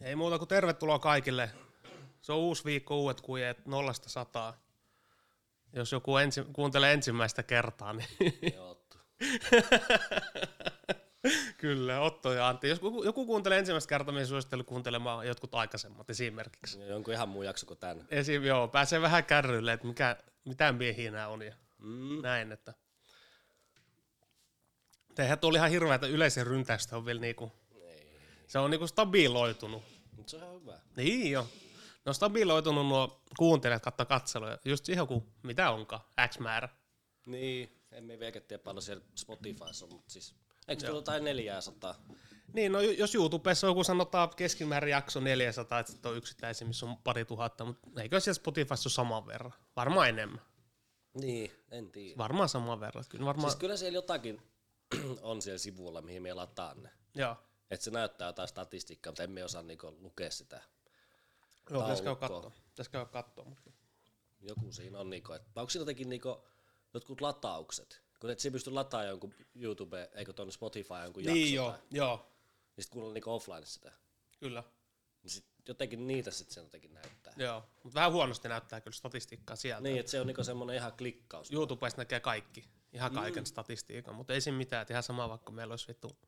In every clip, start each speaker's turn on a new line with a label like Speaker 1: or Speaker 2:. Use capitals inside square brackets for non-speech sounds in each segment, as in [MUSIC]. Speaker 1: Ei muuta kuin tervetuloa kaikille. Se on uusi viikko, uudet kujet, nollasta sataa. Jos joku ensi, kuuntelee ensimmäistä kertaa, niin [LAUGHS]
Speaker 2: Ei oo Otto.
Speaker 1: kyllä, Otto ja Antti. Jos joku, joku kuuntelee ensimmäistä kertaa, niin suosittelen kuuntelemaan jotkut aikaisemmat esimerkiksi.
Speaker 2: Ja Jonkun ihan muu jakso kuin tän.
Speaker 1: Esim, joo, pääsee vähän kärryille, että mikä, mitä miehiä nämä on ja
Speaker 2: Mm.
Speaker 1: näin. Että. Eihän tuo oli ihan hirveä, että yleisen ryntäystä on vielä niinku,
Speaker 2: Ei.
Speaker 1: se on niinku stabiloitunut.
Speaker 2: Mut se on ihan hyvä.
Speaker 1: Niin jo. No stabiloitunut nuo kuuntelijat katta katseluja. Just siihen kun mitä onkaan, X määrä.
Speaker 2: Niin, en me vieläkään tiedä paljon siellä Spotifyssa on, mut siis... Eikö tullut jotain 400?
Speaker 1: Niin, no jos YouTubessa joku sanotaan keskimäärin jakso 400, että sitten on yksittäisiä, missä on pari tuhatta, mutta eikö siellä Spotifyssa ole saman verran? Varmaan enemmän.
Speaker 2: Niin, en tiedä.
Speaker 1: Varmaan saman verran. Kyllä varmaan,
Speaker 2: Siis kyllä siellä jotakin [CLEARS THROAT] on siellä sivulla, mihin me lataan ne.
Speaker 1: joo.
Speaker 2: Et se näyttää jotain statistiikkaa, mutta emme osaa niinku lukea sitä.
Speaker 1: Joo, pitäisi käydä
Speaker 2: taulukkoa.
Speaker 1: katsoa. Pitäisi käydä katsoa. Mutta...
Speaker 2: Joku siinä on niinku, että onko siinä jotenkin niinku jotkut lataukset? Kun et siinä pysty lataamaan jonkun YouTube, eikö tuonne Spotify jonkun
Speaker 1: Niin
Speaker 2: jakson
Speaker 1: joo,
Speaker 2: tai-
Speaker 1: joo,
Speaker 2: Niin sit kuulla niinku offline sitä.
Speaker 1: kyllä.
Speaker 2: Niin sit jotenkin niitä sit se jotenkin näyttää.
Speaker 1: Joo. Mutta vähän huonosti näyttää kyllä statistiikkaa sieltä.
Speaker 2: Niin, että se on niinku semmoinen ihan klikkaus.
Speaker 1: YouTubesta näkee kaikki, ihan kaiken mm. statistiikan, mutta ei siinä mitään, että ihan sama vaikka meillä olisi vittu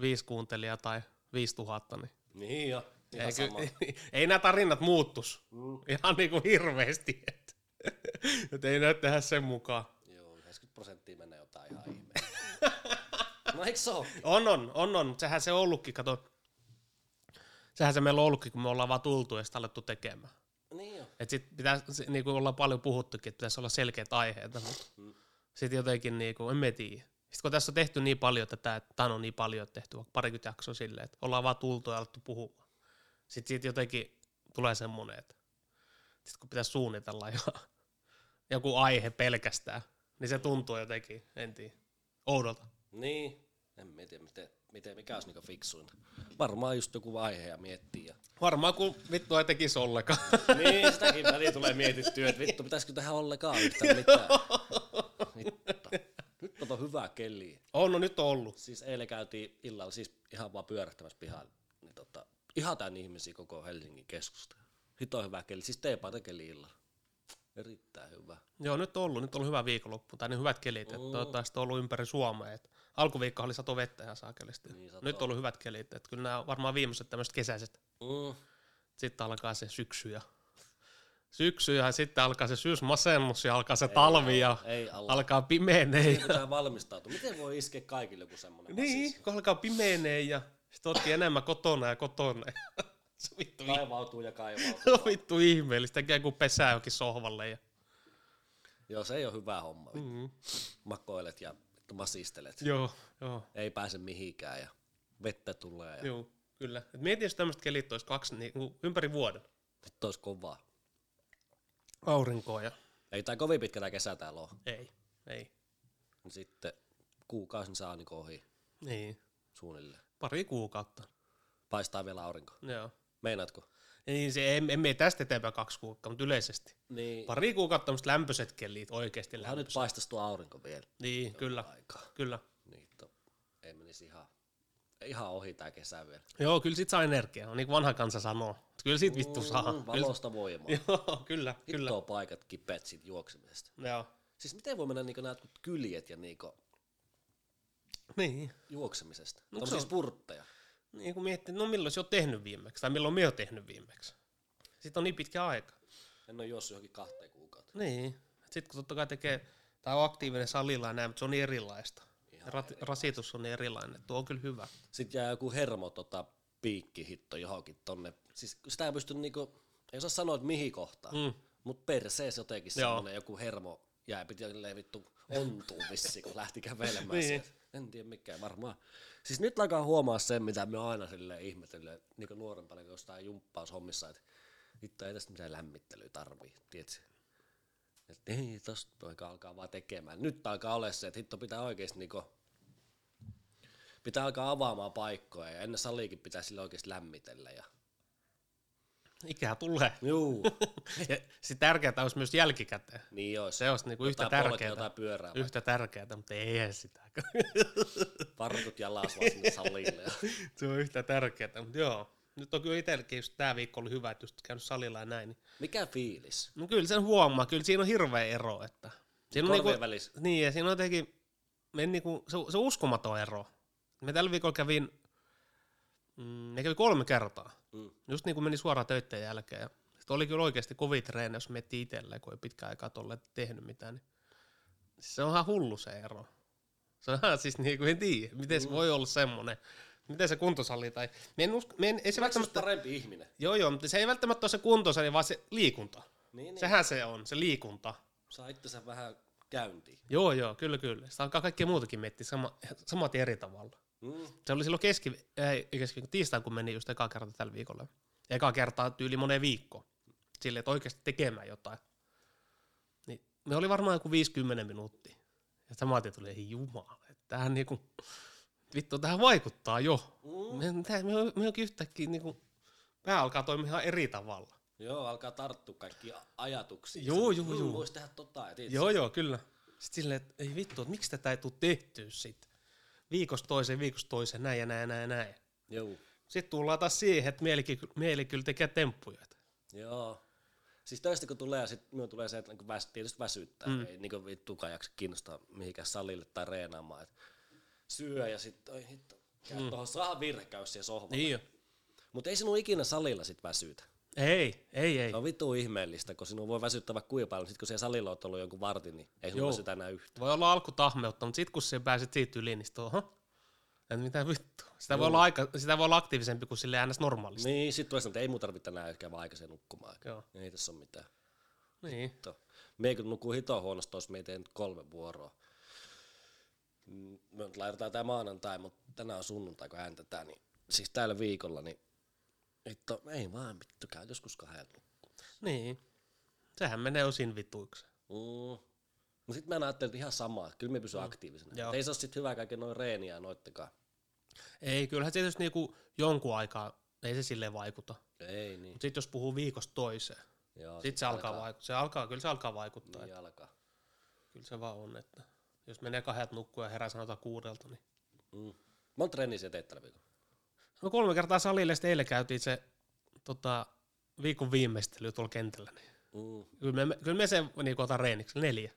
Speaker 1: viisi kuuntelijaa tai viisi tuhatta, niin
Speaker 2: Niin jo, ihan
Speaker 1: ei, ky-
Speaker 2: sama.
Speaker 1: [LAUGHS] ei nämä tarinat muuttus mm. ihan niin kuin hirveästi, että [LAUGHS] et ei näy tehdä sen mukaan.
Speaker 2: Joo, 90 prosenttia menee jotain ihan ihmeä. [LAUGHS] No eikö se oo?
Speaker 1: On, on, on, on, mutta sehän se on ollutkin, kato, sehän se meillä on ollutkin, kun me ollaan vaan tultu ja sitä alettu tekemään.
Speaker 2: Niin jo.
Speaker 1: Et sit pitää, se- niin kuin ollaan paljon puhuttukin, että pitäisi olla selkeät aiheita, mutta mm. sitten jotenkin, niin kuin, en mä tiedä. Sitten kun tässä on tehty niin paljon tätä, että tämä on niin paljon tehty, vaikka parikymmentä jaksoa silleen, että ollaan vaan tultu ja alettu puhumaan. Sitten siitä jotenkin tulee semmoinen, että sitten kun pitäisi suunnitella jo, [LAUGHS] joku aihe pelkästään, niin se tuntuu jotenkin, en tiedä, oudolta.
Speaker 2: Niin. En mä tiedä, miten, miten, mikä olisi niinku fiksuinta. Varmaan just joku vaihe ja miettii. Ja...
Speaker 1: Varmaan kun vittu ei tekisi ollenkaan. [LAUGHS]
Speaker 2: Niin, sitäkin väliin tulee mietittyä, että vittu, pitäisikö tähän ollenkaan yhtään mitään. [LAUGHS] Vittu. Nyt on hyvää keliä.
Speaker 1: on, no nyt on ollut.
Speaker 2: Siis eilen käytiin illalla siis ihan vaan pyörähtämässä pihalla. Niin tota, ihan tämän ihmisiä koko Helsingin keskusta. Hito hyvä keli, siis teepaita keli illalla. Erittäin hyvä.
Speaker 1: Joo, nyt on ollut, nyt on ollut hyvä viikonloppu, tai ne hyvät kelit, että toivottavasti on ollut ympäri Suomea. Et alkuviikko oli sato vettä ihan saakelisti.
Speaker 2: Niin, satoi.
Speaker 1: nyt on ollut hyvät kelit, että kyllä nämä on varmaan viimeiset tämmöiset kesäiset.
Speaker 2: Mm.
Speaker 1: Sitten alkaa se syksy ja syksy ja sitten alkaa se syysmasennus ja alkaa se talvi ja
Speaker 2: Ei alla.
Speaker 1: alkaa pimenee.
Speaker 2: Siihen pitää valmistautua. Miten voi iskeä kaikille joku
Speaker 1: [LAUGHS]
Speaker 2: semmoinen?
Speaker 1: Niin, kun alkaa pimenee ja sitten ootkin enemmän kotona ja kotona. [LAUGHS] se on vittu,
Speaker 2: Vasis? Kaivautuu ja kaivautuu.
Speaker 1: [LAUGHS] se on vittu ihmeellistä, tekee kuin pesää johonkin sohvalle. Ja,
Speaker 2: Joo, se ei ole hyvä homma. Mm.
Speaker 1: mm,
Speaker 2: Makoilet ja vittu masistelet.
Speaker 1: joo, joo.
Speaker 2: Ei pääse mihinkään ja vettä tulee ja
Speaker 1: Joo, kyllä. Et mieti, jos tämmöiset kelit olisi kaksi niin, kuin ympäri vuoden.
Speaker 2: vittu olisi kovaa.
Speaker 1: Aurinkoa ja...
Speaker 2: Ei tää kovin pitkä tää kesä täällä on.
Speaker 1: Ei, ei.
Speaker 2: Sitten kuukausi niin saa niinku ohi
Speaker 1: Niin.
Speaker 2: suunnilleen.
Speaker 1: Pari kuukautta.
Speaker 2: Paistaa vielä aurinko.
Speaker 1: Joo.
Speaker 2: Meinaatko?
Speaker 1: Niin, se, em, emme tästä eteenpäin kaksi kuukautta, mutta yleisesti.
Speaker 2: Niin.
Speaker 1: Pari kuukautta tämmöiset lämpöiset kelit oikeasti
Speaker 2: Ihan
Speaker 1: lämpöiset.
Speaker 2: nyt paistaisi tuo aurinko vielä.
Speaker 1: Niin, kyllä,
Speaker 2: Aika.
Speaker 1: kyllä.
Speaker 2: Niin, to, ei menisi ihan, ihan ohi tää kesä vielä.
Speaker 1: Joo, kyllä sit saa energiaa, on niin kuin vanha kansa sanoo. Kyllä sit vittu saa.
Speaker 2: Mm,
Speaker 1: Kyllä,
Speaker 2: valosta voimaa.
Speaker 1: joo, kyllä, kyllä.
Speaker 2: Hittoa paikat kipeät siitä juoksemisesta.
Speaker 1: Joo.
Speaker 2: Siis miten voi mennä niinku nää jotkut kyljet ja niinku
Speaker 1: Niin.
Speaker 2: juoksemisesta?
Speaker 1: No,
Speaker 2: No,
Speaker 1: se
Speaker 2: on siis
Speaker 1: on-
Speaker 2: purtteja.
Speaker 1: Niin kun miettii, no milloin se on tehnyt viimeksi, tai milloin me oon tehnyt viimeksi. Sitten on niin pitkä aika.
Speaker 2: En ole juossut johonkin kahteen kuukauteen.
Speaker 1: Niin. Sitten kun totta kai tekee, tai on aktiivinen salilla ja näin, mutta se on niin erilaista. Ihan Rat, Rasitus on niin erilainen, tuo on kyllä hyvä.
Speaker 2: Sitten jää joku hermo tota, piikki hitto johonkin tonne. Siis kun sitä ei pysty niinku, ei osaa sanoa, että mihin kohtaan.
Speaker 1: Mm.
Speaker 2: Mut perseessä jotenkin
Speaker 1: Joo.
Speaker 2: semmonen joku hermo jää piti jotenkin vittu ontuu vissi, kun lähti kävelemään
Speaker 1: Niin.
Speaker 2: sieltä. En tiedä mikä, varmaan. Siis nyt alkaa huomaa sen, mitä me aina sille ihmetellään, niin kuin nuorempana, kun jostain jumppaus hommissa, että vittu ei tästä mitään lämmittelyä tarvii, tiedätkö? Että ei, tosta aika alkaa vaan tekemään. Nyt alkaa olla se, että hitto pitää oikeesti niinku, pitää alkaa avaamaan paikkoja ja ennen saliikin pitää sille oikeesti lämmitellä. Ja...
Speaker 1: Ikää tulee.
Speaker 2: Juu,
Speaker 1: Ja se tärkeää olisi myös jälkikäteen.
Speaker 2: [LAUGHS] niin olisi.
Speaker 1: Se olisi niinku yhtä
Speaker 2: Jotain polkea,
Speaker 1: tärkeää.
Speaker 2: Jotain pyörää.
Speaker 1: Yhtä tärkeää, mutta ei eihän sitä. [LAUGHS]
Speaker 2: vartut jalas vaan sinne salille. Ja
Speaker 1: [LAUGHS] se on yhtä tärkeää, mutta joo. Nyt on kyllä itselläkin just tää viikko ollut hyvä, että just käynyt salilla ja näin. Niin.
Speaker 2: Mikä fiilis?
Speaker 1: No kyllä sen huomaa, kyllä siinä on hirveä ero. Että. Siinä on
Speaker 2: Korvien
Speaker 1: niinku,
Speaker 2: välissä.
Speaker 1: Niin, ja siinä on jotenkin, me niinku, se, on- se on uskomaton ero. Me tällä viikolla kävin, mm, me kävi kolme kertaa.
Speaker 2: Mm.
Speaker 1: Just niin kuin meni suoraan töiden jälkeen. Ja sit oli kyllä oikeasti kovia treenejä, jos miettii itselleen, kun ei pitkään aikaa tolle tehnyt mitään. Niin. Siis Se on ihan hullu se ero. Se on ihan siis niin kuin en tiedä, miten se voi olla semmoinen. Miten se kuntosali tai... Me en usko, me en, ei se
Speaker 2: Oletko
Speaker 1: välttämättä,
Speaker 2: Siis parempi ihminen?
Speaker 1: joo joo, mutta se ei välttämättä ole se kuntosali, vaan se liikunta.
Speaker 2: Niin, niin. Sähän...
Speaker 1: Sehän se on, se liikunta.
Speaker 2: Saa itsensä vähän käyntiin.
Speaker 1: Joo, joo, kyllä, kyllä. Sitä alkaa kaikkea muutakin miettiä sama, samat eri tavalla.
Speaker 2: Mm.
Speaker 1: Se oli silloin keski, ei, keski tiistain, kun meni just ekaa kertaa tällä viikolla. Ekaa kertaa tyyli moneen viikko. Silleen, että oikeasti tekemään jotain. Niin me oli varmaan joku 50 minuuttia. Ja tämä tuli, ei jumala, että tämähän niinku, vittu, tähän vaikuttaa jo.
Speaker 2: Mm.
Speaker 1: Me, tää, me, me onkin yhtäkkiä niinku, pää alkaa toimia ihan eri tavalla.
Speaker 2: Joo, alkaa tarttua kaikki ajatuksia.
Speaker 1: Joo, joo, joo.
Speaker 2: Voisi tehdä tota. Ja tiedät,
Speaker 1: Joo, joo, kyllä. Sitten Siis silleen, että ei vittu, että miksi tätä ei tule tehtyä sitten. Viikosta toiseen, viikosta toiseen, näin ja näin ja näin ja näin.
Speaker 2: Joo.
Speaker 1: Sitten tullaan taas siihen, että mieli, mieli kyllä tekee temppuja.
Speaker 2: Joo. Siis töistä kun tulee, sit minun tulee se, että niinku väs, tietysti väsyttää. Mm. Ei niinku vittukaan jaksa kiinnostaa mihinkään salille tai reenaamaan. Et syö ja sitten, oi hitto, käy mm. tuohon saa virkäys siellä sohvalla. Niin.
Speaker 1: jo.
Speaker 2: Mutta ei sinun ikinä salilla sit väsytä.
Speaker 1: Ei, ei, ei.
Speaker 2: Se on vittu ihmeellistä, kun sinun voi väsyttää vaikka kuinka paljon. Sitten kun siellä salilla olet ollut jonkun vartin, niin ei sinun
Speaker 1: Joo.
Speaker 2: väsytä enää yhtään.
Speaker 1: Voi olla alkutahmeutta, mutta sitten kun se pääset siitä yli, niin sit on, "Oho, että mitä vittu. Sitä voi, olla aika, sitä voi olla aktiivisempi kuin sille äänes normaalisti.
Speaker 2: Niin, sitten tulee että ei mun tarvitse enää ehkä vaan aikaisen nukkumaan.
Speaker 1: Joo.
Speaker 2: Ei tässä ole mitään.
Speaker 1: Niin.
Speaker 2: Hitto. Mie kun nukkuu hito huonosti, jos me ei tee nyt kolme vuoroa. Mm, Me nyt laitetaan tää maanantai, mutta tänään on sunnuntai, kun ääntetään, niin siis täällä viikolla, niin hitto, ei vaan vittu, käy joskus kahdelta.
Speaker 1: niin. Sehän menee osin vituiksi.
Speaker 2: Mm. No sit mä en ajattelin, että ihan samaa, kyllä me pysyy aktiivisena.
Speaker 1: Mm. Joo.
Speaker 2: Mut Ei se ole sit hyvä kaiken noin reeniä ja noittakaan.
Speaker 1: Ei, kyllähän se tietysti niinku jonkun aikaa, ei se silleen vaikuta.
Speaker 2: Ei niin.
Speaker 1: Mutta sitten jos puhuu viikosta toiseen,
Speaker 2: Joo,
Speaker 1: sitten se alkaa, vaikuttaa. Se alkaa, kyllä se alkaa vaikuttaa.
Speaker 2: Niin alkaa.
Speaker 1: Kyllä se vaan on, että jos menee kahdet nukkua ja herää sanotaan kuudelta, niin...
Speaker 2: Mm. Mä oon treenissä teit tällä viikolla.
Speaker 1: No kolme kertaa salille, ja sitten eilen käytiin se tota, viikon viimeistely tuolla kentällä. Niin.
Speaker 2: Mm.
Speaker 1: Kyllä me, kyllä me sen niin otan reeniksi, neljä.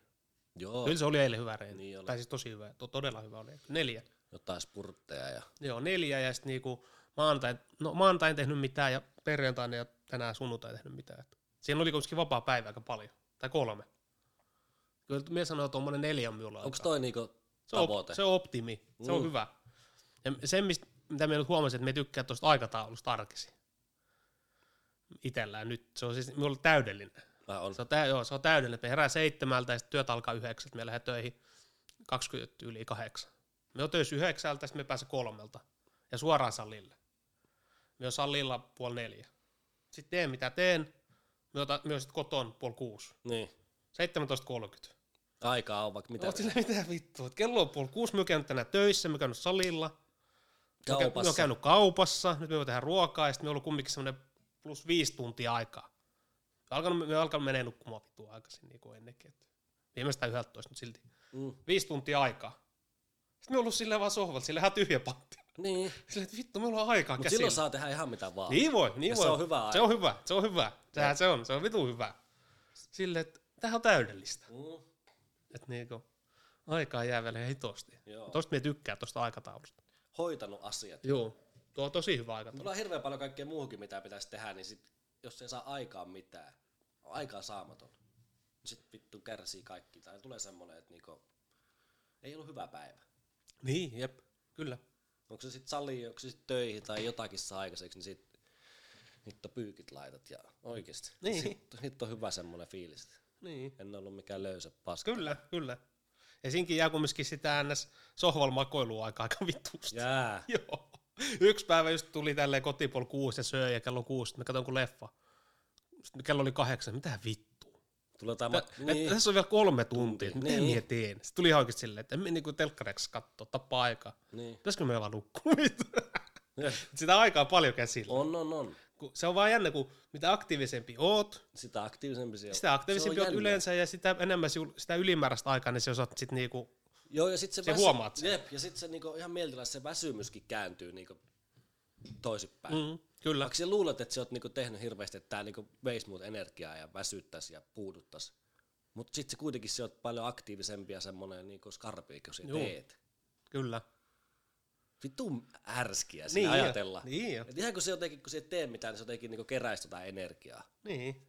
Speaker 2: Joo,
Speaker 1: Kyllä se oli eilen hyvä reeni.
Speaker 2: Niin oli.
Speaker 1: tai siis tosi hyvä, to, todella hyvä oli. Neljä.
Speaker 2: jotain spurtteja ja
Speaker 1: Joo, neljä ja sitten niinku maanantain, no maanantain en tehnyt mitään ja perjantaina ja tänään sunnuntai en tehnyt mitään. Et siinä oli kuitenkin vapaa päivä aika paljon, tai kolme. Kyllä minä sanoin, että tuommoinen neljä on minulla
Speaker 2: Onko
Speaker 1: aikaa.
Speaker 2: toi niinku
Speaker 1: se on,
Speaker 2: tavoite?
Speaker 1: se on optimi, se on
Speaker 2: Mm.
Speaker 1: hyvä. Ja se, mitä me nyt huomasin, että me tykkää tuosta aikataulusta arkisi. Itellään nyt, se on siis minulla täydellinen.
Speaker 2: Ah, on.
Speaker 1: Se on, tä, joo, se on täydellinen, me herää seitsemältä ja sitten työt alkaa yhdeksältä, me lähdetään töihin 20 yli kahdeksan. Me on töissä yhdeksältä, sitten me pääsee kolmelta ja suoraan salille. Me on salilla puoli neljä. Sitten teen mitä teen, me otan myös koton puoli kuusi.
Speaker 2: Niin.
Speaker 1: 17.30.
Speaker 2: Aikaa on vaikka mitä.
Speaker 1: Mitä, sillä, mitä vittua? että Kello on puoli kuusi, me oon käynyt tänään töissä, me oon käynyt salilla, me
Speaker 2: kaupassa.
Speaker 1: oon käynyt kaupassa, nyt me voin tehdä ruokaa, ja sitten me on ollut kumminkin semmoinen plus viisi tuntia aikaa. Me on alkanut, me on alkanut menee nukkumaan vittua aikaisin niin kuin ennenkin. Et viimeistään yhdeltä toista, mutta silti
Speaker 2: Mm.
Speaker 1: viisi tuntia aikaa. Sitten me on ollut silleen vaan sohvalta, silleen ihan tyhjä pantti.
Speaker 2: Niin.
Speaker 1: Silleen, että vittu, meillä on aikaa
Speaker 2: Mutta
Speaker 1: käsillä.
Speaker 2: silloin saa tehdä ihan mitä vaan.
Speaker 1: Niin voi, niin
Speaker 2: Ja
Speaker 1: voi.
Speaker 2: se on hyvä
Speaker 1: Se on hyvä, se on hyvä. Sehän se on, se on vitu hyvä. Silleen, että tämähän on täydellistä.
Speaker 2: Mm.
Speaker 1: Että niinku, aikaa jää vielä ihan hitosti.
Speaker 2: Joo.
Speaker 1: Tosta me tykkää tosta aikataulusta.
Speaker 2: Hoitanut asiat.
Speaker 1: Joo. Tuo on tosi hyvä aikataulu.
Speaker 2: Mulla on hirveän paljon kaikkea muuhunkin, mitä pitäisi tehdä, niin sit, jos ei saa aikaan mitään, on aikaa saamaton. Sitten vittu kärsii kaikki. Tai tulee semmoinen, että niinku, ei ollut hyvä päivä.
Speaker 1: Niin, jep, kyllä.
Speaker 2: Onko se sitten saliin, onko se sitten töihin tai jotakin saa aikaiseksi, niin sit hitto pyykit laitat ja oikeesti.
Speaker 1: Niin.
Speaker 2: Sitten hitto hyvä semmoinen fiilis.
Speaker 1: Niin.
Speaker 2: En ollut mikään löysä paska.
Speaker 1: Kyllä, kyllä. Ja siinkin jää kumminkin sitä ns. sohvalla makoilua aika aika vittuusti.
Speaker 2: Jää.
Speaker 1: [LAUGHS] Joo. Yksi päivä just tuli tälleen kotipuol kuusi ja söi ja kello kuusi. Sitten mä katsoin kun leffa. Sitten kello oli kahdeksan. Mitä vittua?
Speaker 2: Tulee tämä...
Speaker 1: Tä, niin. Tässä on vielä kolme tuntia. Tunti. Mitä
Speaker 2: Niin.
Speaker 1: niin. minä teen? Sitten tuli ihan oikeesti silleen, että en minä niinku telkkareksi katsoa, tappaa aikaa.
Speaker 2: Niin.
Speaker 1: Pitäisikö meillä vaan nukkua? [LAUGHS] Sitä aikaa on paljon käsillä.
Speaker 2: On, on, on.
Speaker 1: Ku- Se on vaan jännä, kun mitä aktiivisempi oot,
Speaker 2: Sitä aktiivisempi se on.
Speaker 1: sitä aktiivisempi
Speaker 2: Se on
Speaker 1: oot
Speaker 2: jännä.
Speaker 1: yleensä ja sitä enemmän siul- sitä ylimääräistä aikaa, niin se osaat sit niinku,
Speaker 2: Joo, ja sitten se,
Speaker 1: huomaat sen.
Speaker 2: Jep, ja sitten se niinku, ihan mieltä se väsymyskin kääntyy niinku toisinpäin. Mm.
Speaker 1: Mm, kyllä.
Speaker 2: Vaikka sä luulet, että sä oot niinku tehnyt hirveästi, että tää niinku veisi mut energiaa ja väsyttäisi ja puuduttaisi. Mutta sitten se kuitenkin sä oot paljon aktiivisempi ja semmonen niinku skarpi, kun sä
Speaker 1: Juu.
Speaker 2: teet.
Speaker 1: Kyllä.
Speaker 2: Vittu härskiä siinä niin, ajatella. Niin.
Speaker 1: Niin jo.
Speaker 2: Et ihan kun se jotenkin, kun sä et tee mitään, niin se jotenkin niinku keräisi tota energiaa.
Speaker 1: Niin.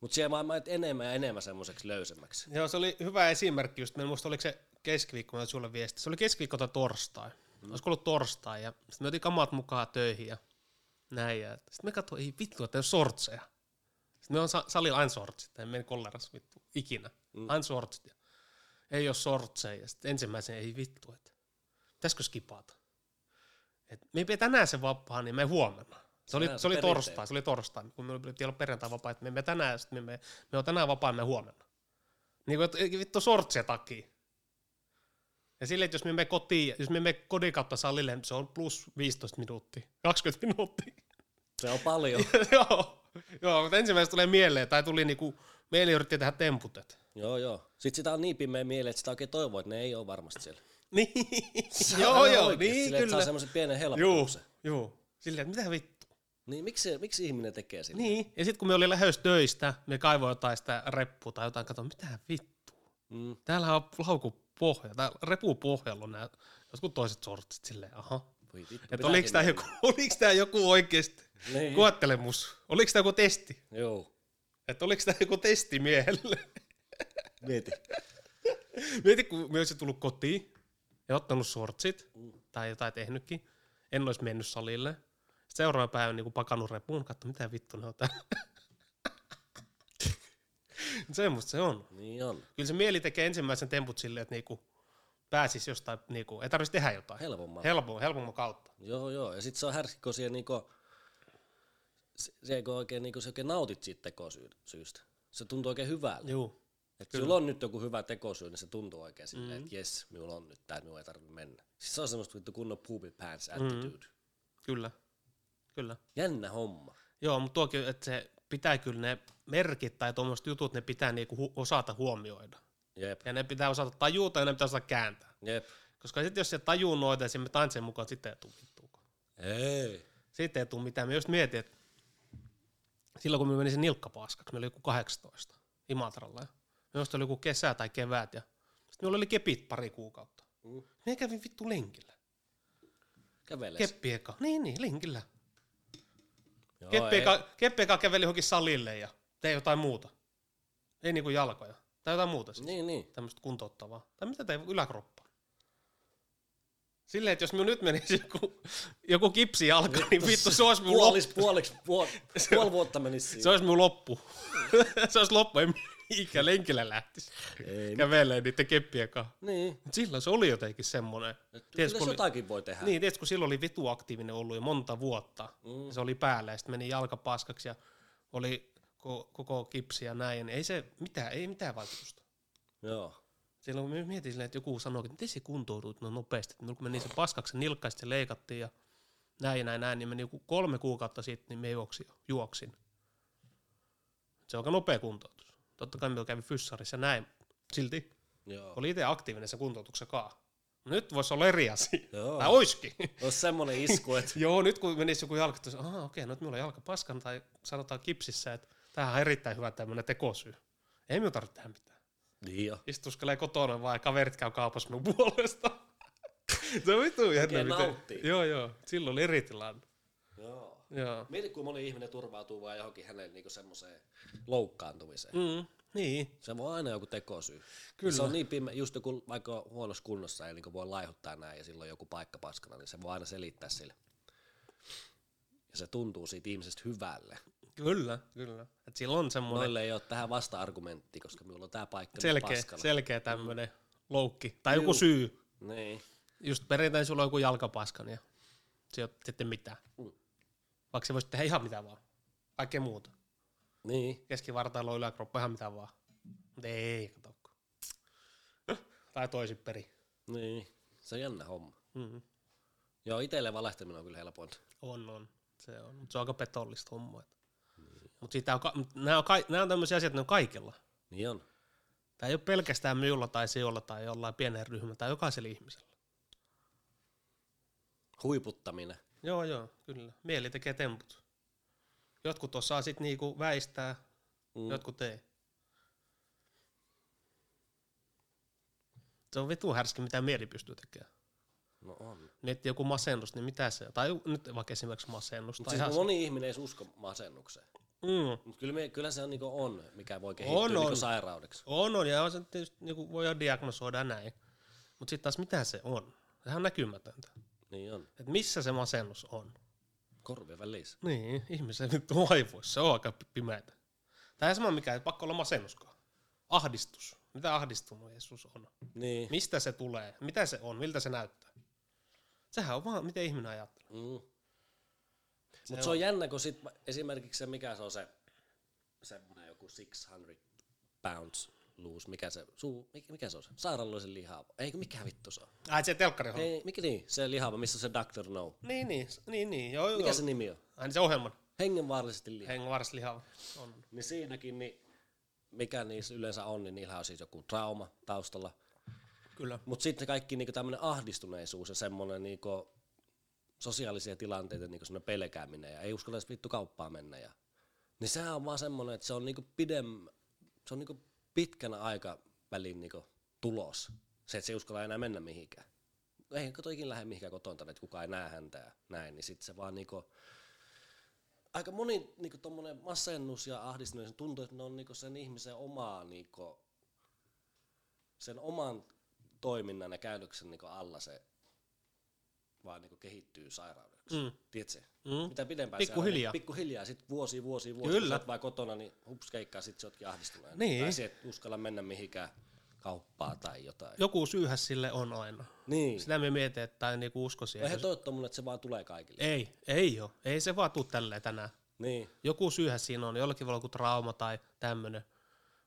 Speaker 2: Mutta siellä mä menet enemmän ja enemmän semmoiseksi löysemmäksi.
Speaker 1: Joo, se oli hyvä esimerkki just. Mä en muista, oliko se keskiviikko, mä laitoin sulle viesti. Se oli keskiviikko tai torstai. Mm. Olisiko ollut torstai, ja sitten me otin kamat mukaan töihin ja näin. Ja sitten me katsoin, ei vittu, että ei ole sortseja. Sitten me on sa- salilla aina sortsit, en meni kolleras vittu, ikinä. Mm. Aina sortsit. Ja ei ole sortseja. Ja sitten ensimmäisen, ei vittu, että pitäisikö skipata. Et me ei pidä tänään se vapaa, niin me huomenna. Se oli,
Speaker 2: Tänään
Speaker 1: se oli
Speaker 2: se perinteinen.
Speaker 1: torstai, se oli torstai, kun me piti olla perjantai vapaa, että me emme tänään, sit me, me, me on tänään vapaa, me huomenna. Niin kuin, että vittu sortsia takia. Ja silleen, että jos me menemme kotiin, jos me menemme kodin kautta salille, niin se on plus 15 minuuttia, 20 minuuttia.
Speaker 2: Se on
Speaker 1: [LAUGHS]
Speaker 2: paljon.
Speaker 1: Joo. Joo, mutta ensimmäisenä tulee mieleen, tai tuli niinku, meille yritti tehdä temput, että
Speaker 2: joo, joo. Sitten sitä on niin pimeä mieli, että sitä oikein toivoo, että ne ei ole varmasti siellä.
Speaker 1: [LAUGHS] Niin,
Speaker 2: Se
Speaker 1: [LAUGHS]
Speaker 2: on
Speaker 1: joo,
Speaker 2: aivan
Speaker 1: joo,
Speaker 2: oikeesti
Speaker 1: niin
Speaker 2: silleen, että Saa
Speaker 1: kyllä.
Speaker 2: semmoisen
Speaker 1: Juu,
Speaker 2: pienen helpotuksen.
Speaker 1: juu. Silleen, että mitä vittu.
Speaker 2: Niin miksi, miksi ihminen tekee sitä?
Speaker 1: Niin, ja sitten kun me oli lähes töistä, me kaivoin jotain sitä reppua tai jotain, katsoin, mitä vittu.
Speaker 2: Mm.
Speaker 1: Täällä on laukku pohja, tai repu pohjalla on nämä jotkut toiset sortsit silleen, aha.
Speaker 2: Voi vittu.
Speaker 1: Että
Speaker 2: pitääkin
Speaker 1: oliko tämä joku, [LAUGHS] oliks tää joku oikeesti
Speaker 2: Niin.
Speaker 1: koettelemus? Oliko tämä joku testi?
Speaker 2: Joo.
Speaker 1: Että oliko tämä joku testi miehelle?
Speaker 2: Mieti.
Speaker 1: Mieti, kun me olisin tullut kotiin ja ottanut sortsit tai jotain tehnytkin. En olisi mennyt salille. Sitten seuraava päivä niin pakannut repuun, katso mitä vittu ne on täällä. [LAUGHS] Semmosta se on.
Speaker 2: Niin on.
Speaker 1: Kyllä se mieli tekee ensimmäisen temput silleen, että niinku pääsisi jostain, niinku, ei tarvitsisi tehdä jotain.
Speaker 2: Helpomman.
Speaker 1: Helpomman, helpomman kautta.
Speaker 2: Joo, joo. Ja sit se on härski, kun siellä niinku, se- se, kun oikein, niinku, se oikein nautit siitä tekosyystä. Se tuntuu oikein hyvältä.
Speaker 1: Joo.
Speaker 2: Että sulla on nyt joku hyvä tekosyy, niin se tuntuu oikein silleen,
Speaker 1: Mm.
Speaker 2: että jes, minulla on nyt tää, minun ei tarvitse mennä. Siis se on semmoista vittu kunnon poopy pants attitude. Mm.
Speaker 1: Kyllä. Kyllä.
Speaker 2: Jännä homma.
Speaker 1: Joo, mutta tuokin, että se pitää kyllä ne merkit tai tuommoiset jutut, ne pitää niinku hu- osata huomioida.
Speaker 2: Jep,
Speaker 1: Ja ne pitää osata tajuta ja ne pitää osata kääntää.
Speaker 2: jep.
Speaker 1: Koska sitten jos se tajuu noita ja sitten me tanssien mukaan, sitten ei tule vittuuko.
Speaker 2: Ei.
Speaker 1: Sitten ei tule mitään. Me just mietin, että silloin kun me meni se nilkkapaaskaksi, meillä oli joku 18 Imatralla. Ja meillä oli joku kesä tai kevät. Ja sitten meillä oli kepit pari kuukautta.
Speaker 2: Mm.
Speaker 1: Me kävin vittu lenkillä.
Speaker 2: Käveles.
Speaker 1: Keppi eka. Niin, niin, lenkillä.
Speaker 2: Joo,
Speaker 1: Keppi
Speaker 2: No ei.
Speaker 1: eka, keppi eka käveli johonkin salille ja tei jotain muuta. Ei niinku jalkoja. Tai jotain muuta siis.
Speaker 2: Niin, niin.
Speaker 1: tämmöistä kuntouttavaa. Tai mitä tei yläkroppaa? Silleen, että jos minun nyt menisi joku, joku kipsi jalka, niin vittu, se olisi minun loppu.
Speaker 2: Puoliksi, puoliksi, puol, puoli vuotta
Speaker 1: [LAUGHS]
Speaker 2: menisi
Speaker 1: Se
Speaker 2: siihen.
Speaker 1: olisi minun loppu. [LAUGHS] se olisi loppu, en ikä lenkillä lähtisi
Speaker 2: Ei.
Speaker 1: kävelee niiden keppien kanssa.
Speaker 2: Niin.
Speaker 1: Mut silloin se oli jotenkin semmoinen.
Speaker 2: Kyllä
Speaker 1: Tiedätkö,
Speaker 2: se
Speaker 1: kun oli,
Speaker 2: jotakin voi tehdä.
Speaker 1: niin, tiedätkö, kun silloin oli vitu aktiivinen ollut jo monta vuotta.
Speaker 2: Mm.
Speaker 1: Se oli päällä ja sitten meni jalka paskaksi ja oli ko- koko kipsi ja näin. Ei se mitään, ei mitään vaikutusta.
Speaker 2: Joo.
Speaker 1: Silloin mä mietin silleen, että joku sanoo, että miten se kuntoutuu no nopeasti. No, kun meni se paskaksi, se nilkka, sitten se leikattiin ja näin ja näin, näin, niin meni joku kolme kuukautta sitten, niin me juoksin. juoksin. Se on aika nopea kuntoutus. Totta kai me kävi fyssarissa ja näin. Silti
Speaker 2: Joo.
Speaker 1: oli itse aktiivinen se kuntoutuksen kaa. Nyt voisi olla eri asia.
Speaker 2: Joo.
Speaker 1: Tai oiskin. [LAUGHS]
Speaker 2: Olisi semmonen isku, että
Speaker 1: Joo, nyt kun menisi joku jalka, että aha, okei, no nyt minulla on jalka paskan tai sanotaan kipsissä, että tämähän on erittäin hyvä tämmöinen tekosyy. Ei minun tarvitse tehdä mitään
Speaker 2: niin jo.
Speaker 1: istuskelee kotona vaan ja kaverit käy kaupassa mun puolesta. se on vitu jännä.
Speaker 2: Oikein
Speaker 1: miten-
Speaker 2: nauttii.
Speaker 1: Joo, joo. Silloin oli eri tilanne.
Speaker 2: Joo.
Speaker 1: Joo.
Speaker 2: Mieti, kun moni ihminen turvautuu vaan johonkin hänelle niinku semmoiseen loukkaantumiseen.
Speaker 1: Mm, niin.
Speaker 2: Se voi aina joku tekosyy.
Speaker 1: Kyllä.
Speaker 2: Se on niin pimeä, just joku vaikka on huonossa kunnossa ja niin voi laihuttaa näin ja silloin joku paikka paskana, niin se voi aina selittää sille. Ja se tuntuu siitä ihmisestä hyvälle.
Speaker 1: Kyllä, kyllä. Et sillä on semmoinen
Speaker 2: Noille ei ole tähän vasta-argumentti, koska minulla on tämä paikka nyt
Speaker 1: selkeä,
Speaker 2: paskana.
Speaker 1: selkeä tämmöinen loukki. Tai joku syy.
Speaker 2: Niin.
Speaker 1: Just perjantai sulla on joku jalkapaskan ja se ei ole sitten mitään.
Speaker 2: Mm.
Speaker 1: Vaikka se voisi tehdä ihan mitä vaan. Kaikkea muuta.
Speaker 2: Niin.
Speaker 1: Keskivartalo, yläkroppa, ihan mitä vaan. Mutta ei,
Speaker 2: [LAUGHS]
Speaker 1: kato. tai toisinperin.
Speaker 2: Niin. Se on jännä homma.
Speaker 1: Mm.
Speaker 2: Joo, itselle valehtaminen on kyllä helpointa.
Speaker 1: On, on. Se on, mutta se on aika petollista hommaa. Niin. Mutta on, ka- mut nämä on, ka- nää on tämmöisiä asioita, ne on kaikilla.
Speaker 2: Niin on.
Speaker 1: Tämä ei ole pelkästään minulla tai sijolla tai jollain pienen ryhmällä tai jokaisella ihmisellä.
Speaker 2: Huiputtaminen.
Speaker 1: Joo, joo, kyllä. Mieli tekee temput. Jotkut osaa sit niinku väistää, mm. jotkut ei. Se on vitu härski, mitä mieli pystyy tekemään.
Speaker 2: No on.
Speaker 1: Nyt joku masennus, niin mitä se? Tai nyt vaikka esimerkiksi masennus.
Speaker 2: Mutta
Speaker 1: Tai
Speaker 2: siis
Speaker 1: ihan...
Speaker 2: moni ihminen ei usko masennukseen.
Speaker 1: mm.
Speaker 2: Mutta kyllä, me, kyllä se on, niin on, mikä voi kehittyä
Speaker 1: On,
Speaker 2: on,
Speaker 1: on.
Speaker 2: on. sairaudeksi.
Speaker 1: On, on, ja on se tietysti niinku voidaan diagnosoida ja näin. Mutta sitten taas mitä se on? Sehän on näkymätöntä.
Speaker 2: Niin on.
Speaker 1: Et missä se masennus on?
Speaker 2: Korvien välissä.
Speaker 1: Niin, ihmisen vittu aivoissa, se on aika pi- pimeätä. Tämä ei sama mikä, ei pakko olla masennuskaan. Ahdistus. Mitä ahdistunut Jeesus on?
Speaker 2: Niin.
Speaker 1: Mistä se tulee? Mitä se on? Miltä se näyttää? Sehän on vaan, miten ihminen ajattelee.
Speaker 2: Mm. Mutta se on jännä, kun sit mä- esimerkiksi se, mikä se on se, semmoinen joku 600 pounds loose, mikä se, suu, mikä, mikä se on se, sairaalloisen lihava, eikö mikä vittu se on?
Speaker 1: Ai se telkkari on.
Speaker 2: Ei, mikä niin, se lihava, missä se Dr. No,
Speaker 1: Niin, niin, s- niin, niin, joo,
Speaker 2: mikä
Speaker 1: joo.
Speaker 2: se nimi on?
Speaker 1: Ai niin se ohjelman.
Speaker 2: Hengenvaarallisesti lihava.
Speaker 1: Hengenvarslihava on.
Speaker 2: Niin siinäkin, niin, mikä niissä yleensä on, niin niillä on siis joku trauma taustalla.
Speaker 1: Kyllä.
Speaker 2: Mutta sitten kaikki niinku tämmöinen ahdistuneisuus ja semmoinen niinku sosiaalisia tilanteita niinku semmoinen pelkääminen ja ei uskalla edes vittu kauppaa mennä. Ja, niin sehän on vaan semmoinen, että se on, niinku pidem, se on niinku pitkän aikavälin niinku tulos. Se, että se ei uskalla enää mennä mihinkään. Ei kato ikinä lähde mihinkään kotoa, että kukaan ei näe häntä ja näin, niin sitten se vaan niinku, aika moni niinku tommonen masennus ja ahdistuneisuus tuntuu, että ne on niinku sen ihmisen omaa niinku, sen oman toiminnan ja käytöksen niinku alla se vaan niinku kehittyy sairaudeksi.
Speaker 1: Mm.
Speaker 2: Tiedätkö?
Speaker 1: Mm.
Speaker 2: Mitä pidempään
Speaker 1: Pikkuhiljaa.
Speaker 2: se pikkuhiljaa, sit vuosi, vuosi, vuosi,
Speaker 1: Kyllä.
Speaker 2: Kyllä. kun sä oot kotona, niin hups keikkaa, sit sä ootkin ahdistunut.
Speaker 1: Niin.
Speaker 2: Tai sä et uskalla mennä mihinkään kauppaa tai jotain. Jo.
Speaker 1: Joku syyhäs sille on aina.
Speaker 2: Niin. No
Speaker 1: Sitä me mietin, että tai niinku usko siihen.
Speaker 2: Eihän toi oo tommonen, että se vaan tulee kaikille.
Speaker 1: Ei, ei ole. Ei se vaan tuu tälleen tänään.
Speaker 2: Niin.
Speaker 1: Joku syyhän siinä on, jollakin voi olla joku trauma tai tämmöinen.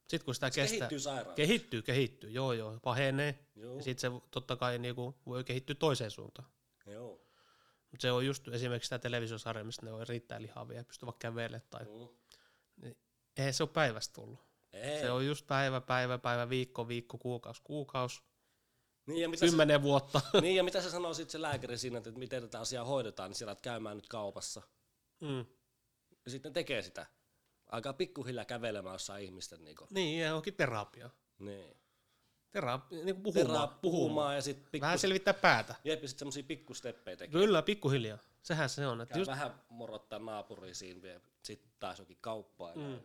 Speaker 1: Sitten kun sitä se kestää,
Speaker 2: Kehittyy sairaan. Ke-
Speaker 1: Kehittyy, kehittyy, joo joo, pahenee.
Speaker 2: Joo.
Speaker 1: Ja sitten se totta kai niinku voi kehittyä toiseen suuntaan.
Speaker 2: Joo.
Speaker 1: Mutta se on just esimerkiksi tämä televisiosarja, mistä ne on riittää lihavia ja pystyy vaikka kävelemään. Tai...
Speaker 2: Mm.
Speaker 1: Eihän se ole päivästä tullut.
Speaker 2: Ei.
Speaker 1: Se on just päivä, päivä, päivä, viikko, viikko, kuukausi, kuukausi,
Speaker 2: Niin, ja mitä
Speaker 1: kymmenen vuotta. [LAUGHS]
Speaker 2: se, niin ja mitä se sanoo sit se lääkäri siinä, että miten tätä asiaa hoidetaan, niin siellä oot käymään nyt kaupassa.
Speaker 1: mm.
Speaker 2: Ja sitten ne tekee sitä. Alkaa pikkuhiljaa kävelemään jossain ihmisten niinku.
Speaker 1: Niin, ja onkin terapia.
Speaker 2: Niin.
Speaker 1: Terapia, niin puhumaan.
Speaker 2: Terraa
Speaker 1: puhumaan.
Speaker 2: puhumaan ja sit pikku,
Speaker 1: Vähän selvittää päätä.
Speaker 2: jep, ja sit semmosia pikkusteppejä tekee.
Speaker 1: Kyllä, pikkuhiljaa. Sehän se on. Että
Speaker 2: Käy
Speaker 1: just,
Speaker 2: vähän morottaa naapuriin siinä vielä, sitten taas jokin kauppaan. Mm.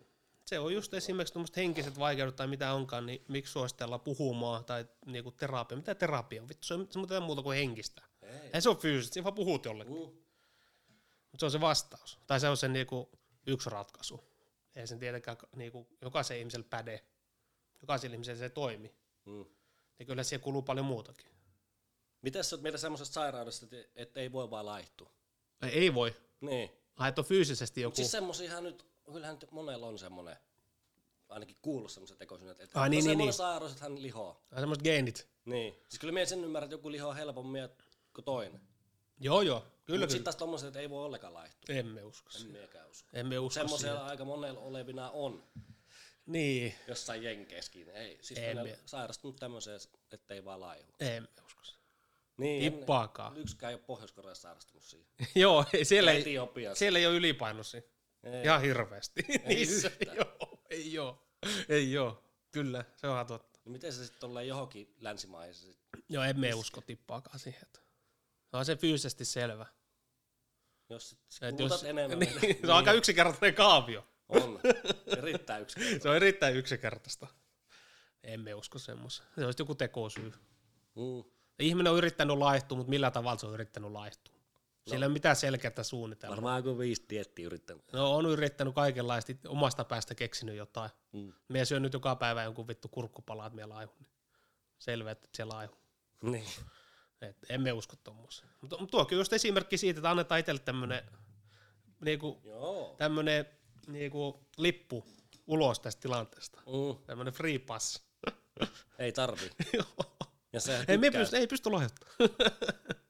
Speaker 1: se on just esimerkiksi tuommoiset henkiset vaikeudet tai mitä onkaan, niin miksi suositellaan puhumaan tai niinku terapia. Mitä terapia on? Vittu, se on se on mitään muuta kuin henkistä.
Speaker 2: Ei.
Speaker 1: Ei se ole fyysistä, siinä vaan puhut jollekin.
Speaker 2: Mm.
Speaker 1: Mutta se on se vastaus. Tai se on se niinku yksi ratkaisu. Ei sen tietenkään niinku, jokaisen ihmisellä päde. Jokaisen ihmisellä se toimi.
Speaker 2: Mm.
Speaker 1: Ja kyllä siihen kuluu paljon muutakin.
Speaker 2: Mitäs sä oot mieltä semmoisesta sairaudesta, että- että ei voi vaan laihtua?
Speaker 1: Ei, ei voi.
Speaker 2: Niin.
Speaker 1: Ai, että on fyysisesti joku.
Speaker 2: Mut siis semmosiahan nyt, kyllähän nyt monella on semmoinen, ainakin kuullut semmoisen tekosyyn, että
Speaker 1: Ai niin, niin,
Speaker 2: on semmoinen
Speaker 1: niin.
Speaker 2: sairaus, että hän lihoo.
Speaker 1: Ai semmoiset geenit.
Speaker 2: Niin. Siis kyllä mä sen ymmärrän, että joku lihoo helpommin kuin toinen.
Speaker 1: Joo, joo. Kyllä,
Speaker 2: Mutta
Speaker 1: kyllä.
Speaker 2: sitten taas tommoset, että ei voi ollenkaan laihtua.
Speaker 1: Emme usko
Speaker 2: En
Speaker 1: siihen.
Speaker 2: miekään usko.
Speaker 1: Emme usko siihen.
Speaker 2: Semmoisella aika monella olevina on.
Speaker 1: Niin.
Speaker 2: Jossain jenkeissäkin. Ei, siis
Speaker 1: En
Speaker 2: meillä
Speaker 1: mie-
Speaker 2: on sairastunut tämmöiseen, että ei vaan laihu.
Speaker 1: Emme usko siihen.
Speaker 2: Niin, en-
Speaker 1: Tippaakaan.
Speaker 2: Yksikään ei ole Pohjois-Koreassa sairastunut siihen.
Speaker 1: [LAUGHS] Joo, ei- siellä ei,
Speaker 2: Etiopiassa.
Speaker 1: siellä ei ole ylipainoisia.
Speaker 2: Ei.
Speaker 1: Ihan hirveästi. [LAUGHS] Niissä ei
Speaker 2: yhtään.
Speaker 1: oo. Ei oo. Ei oo. Kyllä, se on ihan totta.
Speaker 2: No Miten se sitten tulee johonkin länsimaihin? se sit-
Speaker 1: Joo, emme usko tippaakaan siihen. että- Se on se fyysisesti selvä.
Speaker 2: Jos sit
Speaker 1: Et
Speaker 2: kulutat jos,
Speaker 1: [LAUGHS]
Speaker 2: enemmän,
Speaker 1: niin,
Speaker 2: niin,
Speaker 1: se on aika yksinkertainen kaavio.
Speaker 2: on. Erittäin yksi.
Speaker 1: Se on erittäin yksinkertaista. Emme usko semmoisen. Se olisi joku tekosyy.
Speaker 2: Mm.
Speaker 1: Ihminen on yrittänyt laihtua, mutta millä tavalla se on yrittänyt laihtua? Sillä ei ole mitään selkeää suunnitelmaa.
Speaker 2: Varmaan joku viisi diettiä yrittänyt.
Speaker 1: No on yrittänyt kaikenlaista, itse omasta päästä keksinyt jotain.
Speaker 2: Mm.
Speaker 1: Mie syön nyt joka päivä jonkun vittu kurkkupalaa, että mie laihun. niin Selvä, että se laihu.
Speaker 2: Niin.
Speaker 1: Et emme usko tommoseen. Mutta mut tuokin on just esimerkki siitä, että annetaan itselle tämmönen, niinku,
Speaker 2: Joo.
Speaker 1: tämmönen niinku, lippu ulos tästä tilanteesta.
Speaker 2: Mm.
Speaker 1: Tämmönen free pass.
Speaker 2: [LAUGHS] Ei tarvi. Ja se
Speaker 1: ei, me pysty, ei pysty lahjoittamaan.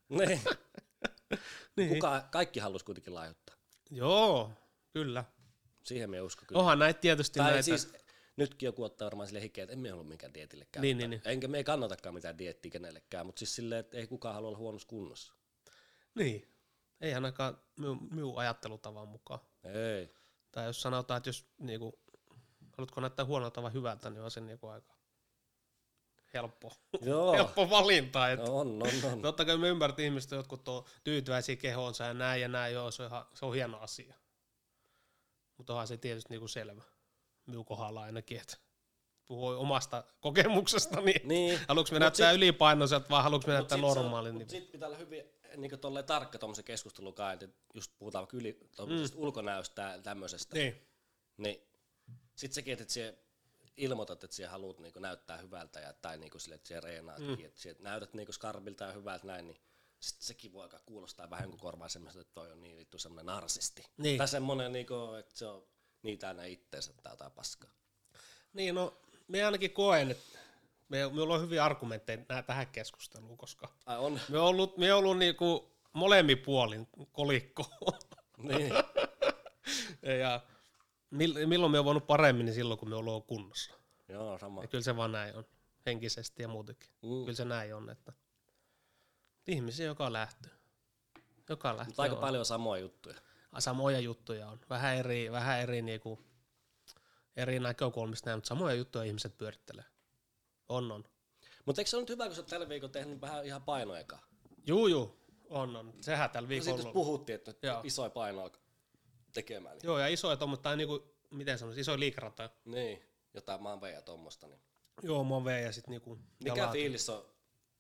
Speaker 2: niin.
Speaker 1: Niin.
Speaker 2: [LAUGHS] Kuka, kaikki halusi kuitenkin laihuttaa.
Speaker 1: Joo, kyllä.
Speaker 2: Siihen me usko kyllä.
Speaker 1: Onhan näitä tietysti
Speaker 2: tai
Speaker 1: näitä.
Speaker 2: siis nytkin joku ottaa varmaan sille hikeä, että emme halua minkään dietillekään.
Speaker 1: Niin, niin, niin.
Speaker 2: Enkä me ei kannatakaan mitään diettiä kenellekään, mutta siis silleen, että ei kukaan halua olla huonossa kunnossa.
Speaker 1: Niin. Ei ainakaan minun ajattelutavan mukaan.
Speaker 2: Ei.
Speaker 1: Tai jos sanotaan, että jos niinku, haluatko näyttää huonolta vai hyvältä, niin on se niinku aika helppo,
Speaker 2: Joo.
Speaker 1: helppo valinta. Et,
Speaker 2: No on, on, on.
Speaker 1: Totta kai me ymmärrämme ihmiset, jotkut on tyytyväisiä kehoonsa ja näin ja näin, joo, se on, ihan, se on hieno asia. Mutta onhan se tietysti niinku selvä, minun kohdalla ainakin, että puhuu omasta kokemuksestani. Niin.
Speaker 2: Niin.
Speaker 1: Haluatko me
Speaker 2: Mut
Speaker 1: näyttää ylipainoiselta vai haluatko me näyttää
Speaker 2: Mut sit se on-
Speaker 1: normaalin?
Speaker 2: mut
Speaker 1: Niin,
Speaker 2: sit pitää olla hyvin niin kuin tarkka tuommoisen keskustelun kai, että just puhutaan vaikka yli, mm. ulkonäöstä ja tämmöisestä. Niin.
Speaker 1: niin.
Speaker 2: niin. Sitten sekin, että siellä ilmoitat, että siellä haluat niin näyttää hyvältä ja, tai niin sille, että siellä reenaat, mm. että siellä näytät niin skarpilta ja hyvältä näin, niin sitten sekin voi alkaa kuulostaa vähän kuin korvaa semmoista, että toi on niin vittu semmoinen narsisti.
Speaker 1: Niin.
Speaker 2: Tai semmoinen, niin kuin, että se on niitä aina itteensä tai jotain paskaa.
Speaker 1: niin, no, me ainakin koen, että me, minulla on hyviä argumentteja nää- tähän keskusteluun, koska
Speaker 2: Ai on, [LAUGHS]
Speaker 1: me on ollut, me on ollut niinku molemmin puolin kolikko. [LAUGHS]
Speaker 2: niin.
Speaker 1: ja mil- milloin me on voinut paremmin, niin silloin kun me ollaan kunnossa.
Speaker 2: Joo, sama.
Speaker 1: Ja kyllä se vaan näin on, henkisesti ja muutenkin.
Speaker 2: Mm.
Speaker 1: Kyllä se näin on, että ihmisiä, joka lähtee. Joka lähtee.
Speaker 2: Mutta aika
Speaker 1: on. Ah,
Speaker 2: paljon samoja juttuja.
Speaker 1: samoja juttuja on. Vähän eri, vähän eri, niinku, eri näkökulmista näin, mutta samoja juttuja ihmiset pyörittelee. On, on.
Speaker 2: Mutta eikö se ole nyt hyvä, kun sä oot tällä viikolla tehnyt vähän ihan painojakaan?
Speaker 1: Juu, juu, on, on. Sehän tällä
Speaker 2: Sitten
Speaker 1: viikolla
Speaker 2: Siis just
Speaker 1: on.
Speaker 2: puhuttiin, että
Speaker 1: Joo.
Speaker 2: isoja painoa tekemään. Niin,
Speaker 1: Joo, ja isoja tuommoista, tai niinku, miten sanoisi, isoja liikaratoja.
Speaker 2: niin jotain maanveja ja tommosta. Niin.
Speaker 1: Joo, movea ja sitten niinku
Speaker 2: Mikä
Speaker 1: jalat.
Speaker 2: fiilis on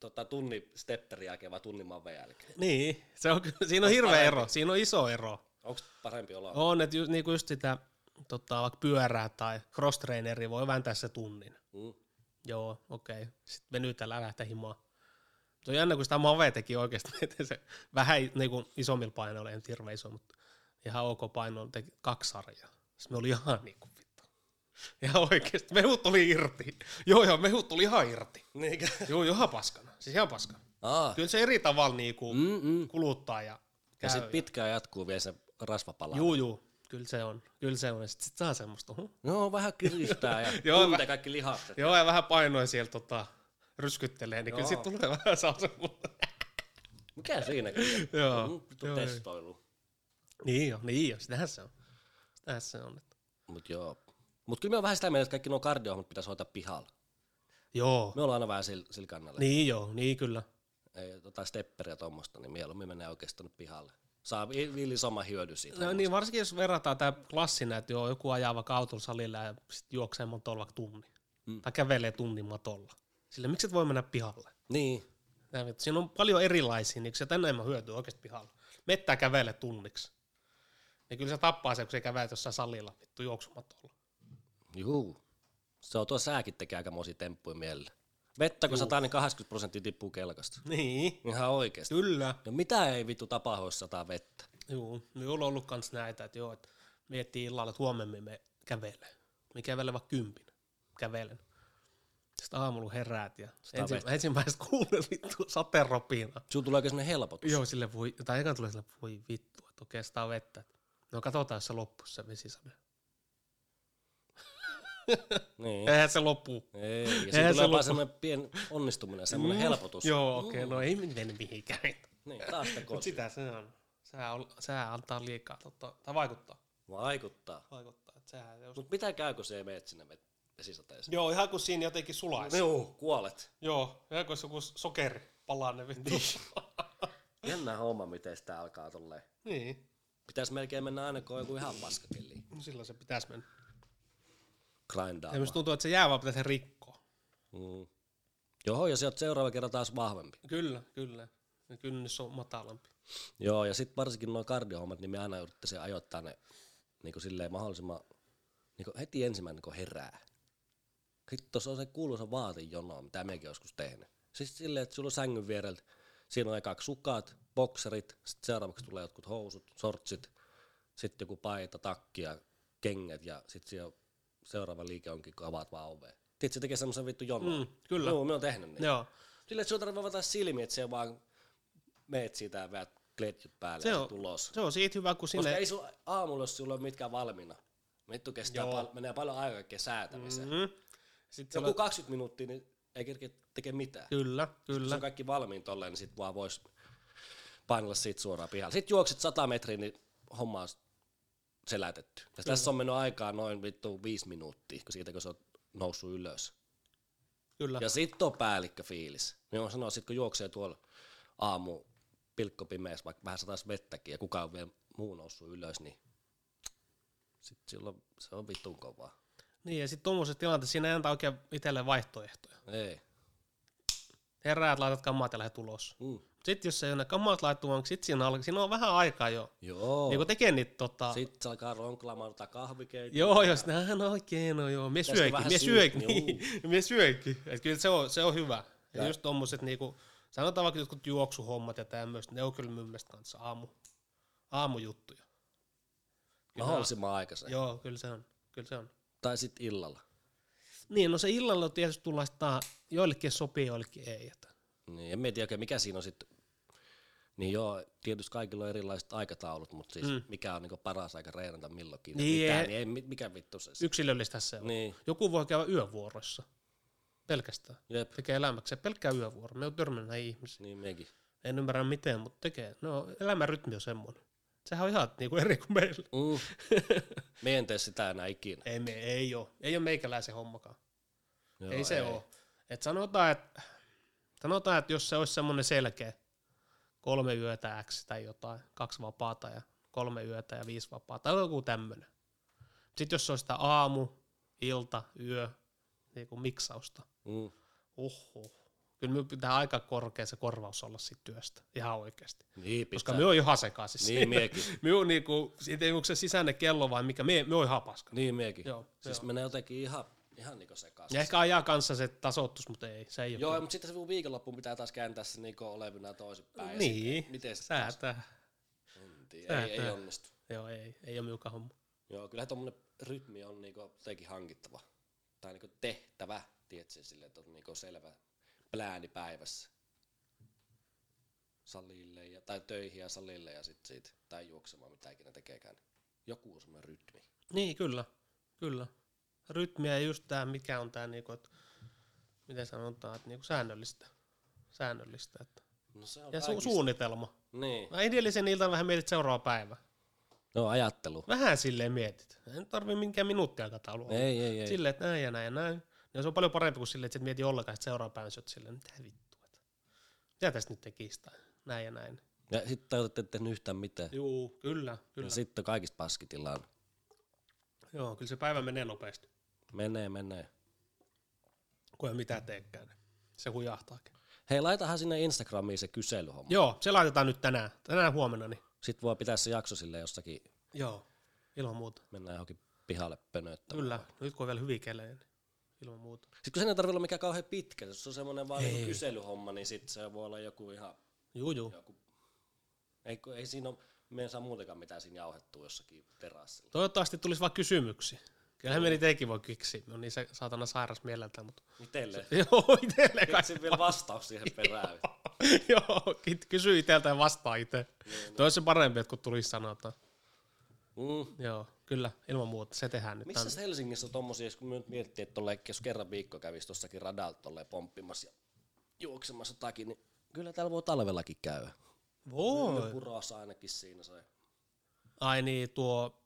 Speaker 2: tota, tunnin stepperin jälkeen vai tunnin maanveja jälkeen?
Speaker 1: Niin, se on, kyllä- siinä on hirveä
Speaker 2: parempi.
Speaker 1: ero, siinä on iso ero.
Speaker 2: Onko parempi olo?
Speaker 1: On, että just, niinku just sitä tota, vaikka pyörää tai cross-traineri voi vääntää se tunnin.
Speaker 2: Mm.
Speaker 1: Joo, okei. Okay. Sitten venytellään lähteä himaan. Tuo on jännä, kun sitä Mave teki [LAUGHS] oikeasti, että se vähän niin kuin isommilla painoilla, ei nyt hirveän iso, mutta ihan ok paino teki kaksi sarjaa. Sitten me oli ihan niin kuin vittu. Ihan oikeasti. Mehut tuli irti. Joo, joo, mehut tuli ihan irti.
Speaker 2: Niinkö?
Speaker 1: Joo, joo, ihan paskana. Siis ihan paskana.
Speaker 2: Aa. Mm,
Speaker 1: Kyllä se eri tavalla niin kuin
Speaker 2: Mm-mm.
Speaker 1: kuluttaa ja
Speaker 2: Ja
Speaker 1: käy.
Speaker 2: sitten pitkään jatkuu vielä se rasvapala.
Speaker 1: Juu, juu. Kyllä se on. Kyllä se on. Sitten sit saa semmoista. Huh?
Speaker 2: No vähän kiristää ja
Speaker 1: [LAUGHS] Joo,
Speaker 2: tuntee kaikki lihakset.
Speaker 1: Joo, ja vähän painoja siellä tota, ryskyttelee, niin kyllä
Speaker 2: Joo.
Speaker 1: siitä tulee [LAUGHS] vähän saa semmoista.
Speaker 2: Mikä siinä kyllä?
Speaker 1: [LAUGHS] Joo,
Speaker 2: Mm, vittu
Speaker 1: joo,
Speaker 2: testoilu.
Speaker 1: Niin jo, niin jo, sitähän se on. Sitähän se on. Että.
Speaker 2: Mut joo. Mut kyllä mä oon vähän sitä mieltä, että kaikki nuo kardiohommat pitäisi hoitaa pihalla.
Speaker 1: Joo,
Speaker 2: Me ollaan aina vähän sillä, sillä kannalla.
Speaker 1: niin joo, niin kyllä.
Speaker 2: ei, jotain stepperiä tuommoista, niin mieluummin menee oikeastaan pihalle. Saa vi- villi sama hyödy siitä.
Speaker 1: No, niin varsinkin jos verrataan tämä klassina, että joo, joku ajaa vaikka autolla salilla ja sit juoksee matolla vaikka tunni.
Speaker 2: Mm.
Speaker 1: Mm. Tai kävelee tunnin matolla. Sillä miksi et voi mennä pihalle?
Speaker 2: niin.
Speaker 1: Tää vittu, Siinä on paljon erilaisia, niin sieltä enemmän hyötyä oikeasti pihalla. Mettää kävele tunniksi. Niin kyllä se tappaa se, kun se kävelee jossain salilla vittu juoksumatolla.
Speaker 2: Juu. Se on tuo sääkin tekee aikamoisia temppuja mielellä. Vettä kun sataa, niin 80 prosenttia tippuu kelkasta.
Speaker 1: Niin,
Speaker 2: Ihan oikeesti.
Speaker 1: kyllä.
Speaker 2: No mitä ei vittu tapahdu, jos sataa vettä?
Speaker 1: Joo, minulla on ollut kans näitä, että joo, että miettii illalla, että huomenna me kävelee. Me kävelee vaikka kympin. Kävelen. Sitten aamulla heräät ja
Speaker 2: Sitä
Speaker 1: ensi,
Speaker 2: vettä.
Speaker 1: ensimmäiset kuulee [LAUGHS] vittu sateropina.
Speaker 2: Sun tulee oikein semmonen helpotus.
Speaker 1: Joo, sille voi, tai ekan tulee sille, voi vittu, että okei, sitä on vettä. No katsotaan, jos se loppuu se vesisade.
Speaker 2: Niin.
Speaker 1: Eihän se loppu.
Speaker 2: Ei. Ja siinä
Speaker 1: Eh. Eihän se
Speaker 2: tulee
Speaker 1: lopu.
Speaker 2: vaan semmonen pieni onnistuminen, semmoinen helpotus.
Speaker 1: Mm.
Speaker 2: Mm.
Speaker 1: Joo, okei, okay, no ei mennä mihinkään.
Speaker 2: Niin, taas te
Speaker 1: Mut sitä se on. Sää, ol- sää antaa liikaa, totta, tai vaikuttaa.
Speaker 2: Vaikuttaa.
Speaker 1: Vaikuttaa, että sehän just...
Speaker 2: Mut mitä käy, kun se ei mene sinne vet- vesisateeseen?
Speaker 1: Joo, ihan kuin siinä jotenkin sulaisi.
Speaker 2: Joo, kuolet.
Speaker 1: Joo, ja kun olisi joku sokeri palanen vittu.
Speaker 2: Jännä homma, miten sitä alkaa tolleen.
Speaker 1: [LAUGHS] niin,
Speaker 2: Pitäis melkein mennä aina, kun on joku ihan paskakeli.
Speaker 1: no silloin se pitäisi mennä. Ja
Speaker 2: Grindaamaan.
Speaker 1: myös tuntuu, että se jää vaan pitäisi rikkoa.
Speaker 2: Mm. Joo, ja sieltä seuraava kerta taas vahvempi.
Speaker 1: Kyllä, kyllä. Ja kynnys on matalampi.
Speaker 2: Joo, ja sitten varsinkin nuo kardiohommat, niin me aina yrittäisiin ajoittaa ne niin kuin silleen mahdollisimman niin kuin heti ensimmäinen, kun herää. Sitten tuossa on se kuuluisa vaatejono, mitä mekin joskus tehnyt. Siis silleen, että sulla on sängyn viereltä, siinä on eka sukat, bokserit, sitten seuraavaksi tulee jotkut housut, sortsit, sitten joku paita, takki ja kengät, ja sitten seuraava liike onkin, kun avaat vaan oveen. Tiedätkö, se tekee semmoisen vittu jonon.
Speaker 1: Mm, kyllä.
Speaker 2: Joo, me on tehnyt niin.
Speaker 1: Joo,
Speaker 2: Sillä, että sun tarvitsee avata silmiä, että se vaan meet siitä ja veät kletjut päälle
Speaker 1: Se
Speaker 2: se ja
Speaker 1: on-
Speaker 2: sit ulos.
Speaker 1: se on siitä hyvä, kun
Speaker 2: Koska
Speaker 1: sinne...
Speaker 2: ei sulla aamulla, jos sulla on mitkään valmiina. Vittu kestää
Speaker 1: Joo.
Speaker 2: pal- menee paljon aikaa kaikkeen säätämiseen. Mm.
Speaker 1: Mm-hmm. Sitten
Speaker 2: Joku
Speaker 1: Joku...
Speaker 2: 20 minuuttia, niin ei kerkeä tekee mitään.
Speaker 1: Kyllä,
Speaker 2: Kun se on
Speaker 1: kyllä.
Speaker 2: kaikki valmiin tolleen, niin sit vaan vois painella siitä suoraan pihalle. Sitten juokset 100 metriä, niin homma on selätetty. Ja tässä on mennyt aikaa noin vittu viisi minuuttia, kun siitä kun se on noussut ylös.
Speaker 1: Kyllä.
Speaker 2: Ja sitten on päällikkö fiilis. Niin on sanoa, sit kun juoksee tuolla aamu pilkko pimeässä, vaikka vähän sataisi vettäkin ja kukaan on vielä muu noussut ylös, niin sit silloin se on vitun kovaa.
Speaker 1: Niin, ja sitten tuommoisessa tilanteessa siinä ei anta oikein itselle vaihtoehtoja.
Speaker 2: Ei.
Speaker 1: Heräät, laitat kammat ja lähdet ulos.
Speaker 2: Mm.
Speaker 1: Sitten jos ei ole ne kammat laittu, vaan sit siinä, alkaa, siinä on vähän aikaa jo.
Speaker 2: Joo.
Speaker 1: Oh. Niin kun tekee niitä tota...
Speaker 2: Sitten se alkaa ronklaamaan tota kahvikeita.
Speaker 1: Joo, jos nää, no oikein, no joo, mie
Speaker 2: Pitäisikö
Speaker 1: syökin,
Speaker 2: vähän
Speaker 1: mie
Speaker 2: syöt,
Speaker 1: syökin, niin, [LAUGHS] mie syökin. Et kyllä se on, se on hyvä. Ja,
Speaker 2: Ja-
Speaker 1: just tommoset niinku, sanotaan vaikka jotkut juoksuhommat ja tämmöiset, ne on kyllä mun mielestä kanssa aamu, aamujuttuja. Kyllä,
Speaker 2: Mahdollisimman aikaisin.
Speaker 1: Joo, kyllä se on, kyllä se on.
Speaker 2: Tai sitten illalla.
Speaker 1: Niin, no se illalla tietysti tullaan sitä, joillekin sopii, joillekin ei. Että.
Speaker 2: Niin, en mä tiedä, oikein, mikä siinä on sitten. Niin joo, tietysti kaikilla on erilaiset aikataulut, mutta siis
Speaker 1: Mm.
Speaker 2: mm. mikä on niinku paras aika reenata milloinkin.
Speaker 1: Niin,
Speaker 2: Niin, mitään,
Speaker 1: ei-
Speaker 2: niin ei, mi- mikä vittu se sitten.
Speaker 1: Yksilöllistä se on.
Speaker 2: Niin,
Speaker 1: Joku voi käydä yövuoroissa pelkästään.
Speaker 2: jep,
Speaker 1: Tekee elämäkseen pelkkää yövuoro. Me on törmännyt näihin ihmisiin.
Speaker 2: niin mekin.
Speaker 1: En ymmärrä miten, mutta tekee. No, elämän rytmi on semmoinen. Sehän on ihan niinku eri kuin meillä.
Speaker 2: Mm.
Speaker 1: [LAUGHS]
Speaker 2: me en tee sitä enää ikinä.
Speaker 1: Ei, me, ei ole. Ei ole meikäläisen hommakaan.
Speaker 2: Joo,
Speaker 1: Joo, ei se ei. ole. Et sanotaan, että sanotaan, et jos se olisi semmoinen selkeä, kolme yötä X tai jotain, kaksi vapaata ja kolme yötä ja viisi vapaata, tai joku tämmöinen. Sitten jos se olisi sitä aamu, ilta, yö, niin kuin miksausta,
Speaker 2: Mm.
Speaker 1: uhu. Kyllä me pitää aika korkea se korvaus olla siitä työstä, ihan oikeasti.
Speaker 2: Niin, pitää.
Speaker 1: Koska me on ihan sekaisin
Speaker 2: Niin, miekin.
Speaker 1: [LAUGHS] Me on niinku, siitä ei onko se sisäinen kello vai mikä, me, me on ihan paska.
Speaker 2: Niin mekin.
Speaker 1: Joo,
Speaker 2: siis
Speaker 1: joo.
Speaker 2: menee jotenkin ihan, ihan niinku sekaisin.
Speaker 1: Ja ehkä ajaa kanssa se tasoittus, mutta ei, se ei
Speaker 2: Joo,
Speaker 1: ole.
Speaker 2: mutta sitten se viikonloppu pitää taas kääntää se niinku olevina toisinpäin. ja
Speaker 1: Niin.
Speaker 2: sitten Miten se taas?
Speaker 1: Säätää.
Speaker 2: En tiedä, Ei, ei
Speaker 1: Säätää.
Speaker 2: onnistu.
Speaker 1: Joo, ei, ei ole miukan homma.
Speaker 2: Joo, kyllä tuommoinen rytmi on niinku jotenkin hankittava. Tai niinku tehtävä, tiedätkö, sille, että on niinku selvä plääni päivässä. Salille ja, tai töihin ja salille ja sitten siitä, tai juoksemaan mitä ikinä tekeekään. Joku on semmoinen rytmi.
Speaker 1: Niin, kyllä. Kyllä. Rytmiä ja just tämä, mikä on tämä, niinku, että miten sanotaan, että niinku säännöllistä. Säännöllistä. Että.
Speaker 2: No se on
Speaker 1: Ja su-
Speaker 2: kaikista-
Speaker 1: suunnitelma.
Speaker 2: Niin.
Speaker 1: Mä edellisen iltana vähän mietit seuraava päivä.
Speaker 2: No ajattelu.
Speaker 1: Vähän silleen mietit. Ei nyt tarvii minkään minuuttiaikataulua. olla.
Speaker 2: Ei, ei, ei.
Speaker 1: Silleen, että näin ja näin ja näin. Ja se on paljon parempi kuin silleen, että sä et mieti ollenkaan, että seuraava päivä sä oot silleen, mitä vittua. Että. Mitä tästä nyt tekisi tai näin ja näin.
Speaker 2: Ja sitten tajutte, että tehnyt yhtään mitään.
Speaker 1: Juu, kyllä, kyllä.
Speaker 2: Ja sitten kaikista paskitilaan.
Speaker 1: Joo, kyllä se päivä menee nopeasti,
Speaker 2: Menee, menee.
Speaker 1: kun ei mitään teekään. niin Se hujahtaakin.
Speaker 2: Hei, laitahan sinne Instagramiin se kyselyhomma.
Speaker 1: Joo, se laitetaan nyt tänään, tänään huomenna, niin
Speaker 2: Sitten voi pitää se jakso sille jossakin,
Speaker 1: joo, ilman muuta.
Speaker 2: mennään johonkin pihalle pönöttämään.
Speaker 1: Kyllä, nyt kun on vielä hyviä kelejä, niin ilman muuta.
Speaker 2: Sitten kun sen ei tarvitse olla mikään kauhean pitkä, jos se on semmoinen vaan
Speaker 1: Ei.
Speaker 2: niinku kyselyhomma, niin sitten se voi olla joku ihan,
Speaker 1: Juu, juu.
Speaker 2: joku, ei, kun- ei siinä ole, me ei saa muutenkaan mitään siinä jauhettua jossakin terassilla.
Speaker 1: Toivottavasti tulisi vaan kysymyksiä. Kyllähän me niitä eikin voi keksiä. No niin se saatana sairas mieleltään, mutta
Speaker 2: Itelle.
Speaker 1: joo, [LAUGHS] itselleen kai.
Speaker 2: Sitten vielä vastaus siihen perään.
Speaker 1: [LAUGHS] joo, kit- kysy itseltä ja vastaa itse. Toi on se parempi, että kun tulisi sanota.
Speaker 2: Mm.
Speaker 1: Joo, kyllä, ilman muuta, se tehdään nyt.
Speaker 2: Missä se Helsingissä on tommosia, jos kun me nyt miettii, että tolle, jos kerran viikko kävisi tossakin radalta tolleen pomppimassa ja juoksemassa jotakin, niin kyllä täällä voi talvellakin käydä.
Speaker 1: Voi.
Speaker 2: Purossa ainakin siinä se.
Speaker 1: Ai niin, tuo,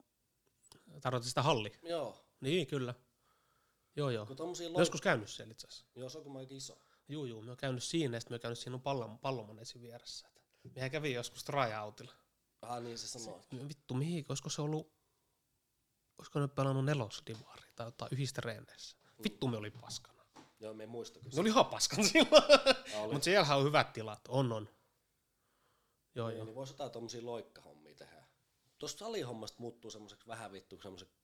Speaker 1: tarkoitat sitä halli.
Speaker 2: Joo,
Speaker 1: Niin, kyllä. Joo, joo.
Speaker 2: kun tommosia
Speaker 1: Mä oon joskus käynyt siellä itse asiassa.
Speaker 2: Joo, se on kun mä oon iso.
Speaker 1: Juu, juu, mä oon käynyt siinä, ja sit mä oon käynyt siinä pallon, pallomaneesin vieressä. Et Mehän kävin joskus tryoutilla.
Speaker 2: Ah niin se sanoo.
Speaker 1: Vittu, mihin, olisiko se ollut, olisiko ne pelannut nelosdivaria tai jotain yhdistreeneissä. Vittu, me oli paskana.
Speaker 2: Joo, me ei muista kyllä.
Speaker 1: Ne oli ihan paskana [LAUGHS] silloin.
Speaker 2: Ah, oli.
Speaker 1: Mutta siellähän on hyvät tilat, on on. Joo,
Speaker 2: Niin,
Speaker 1: joo.
Speaker 2: niin voisi jotain tommosia loikkahommia tehdä. Tuosta salihommasta muuttuu semmoiseksi vähän vittu semmoiseksi,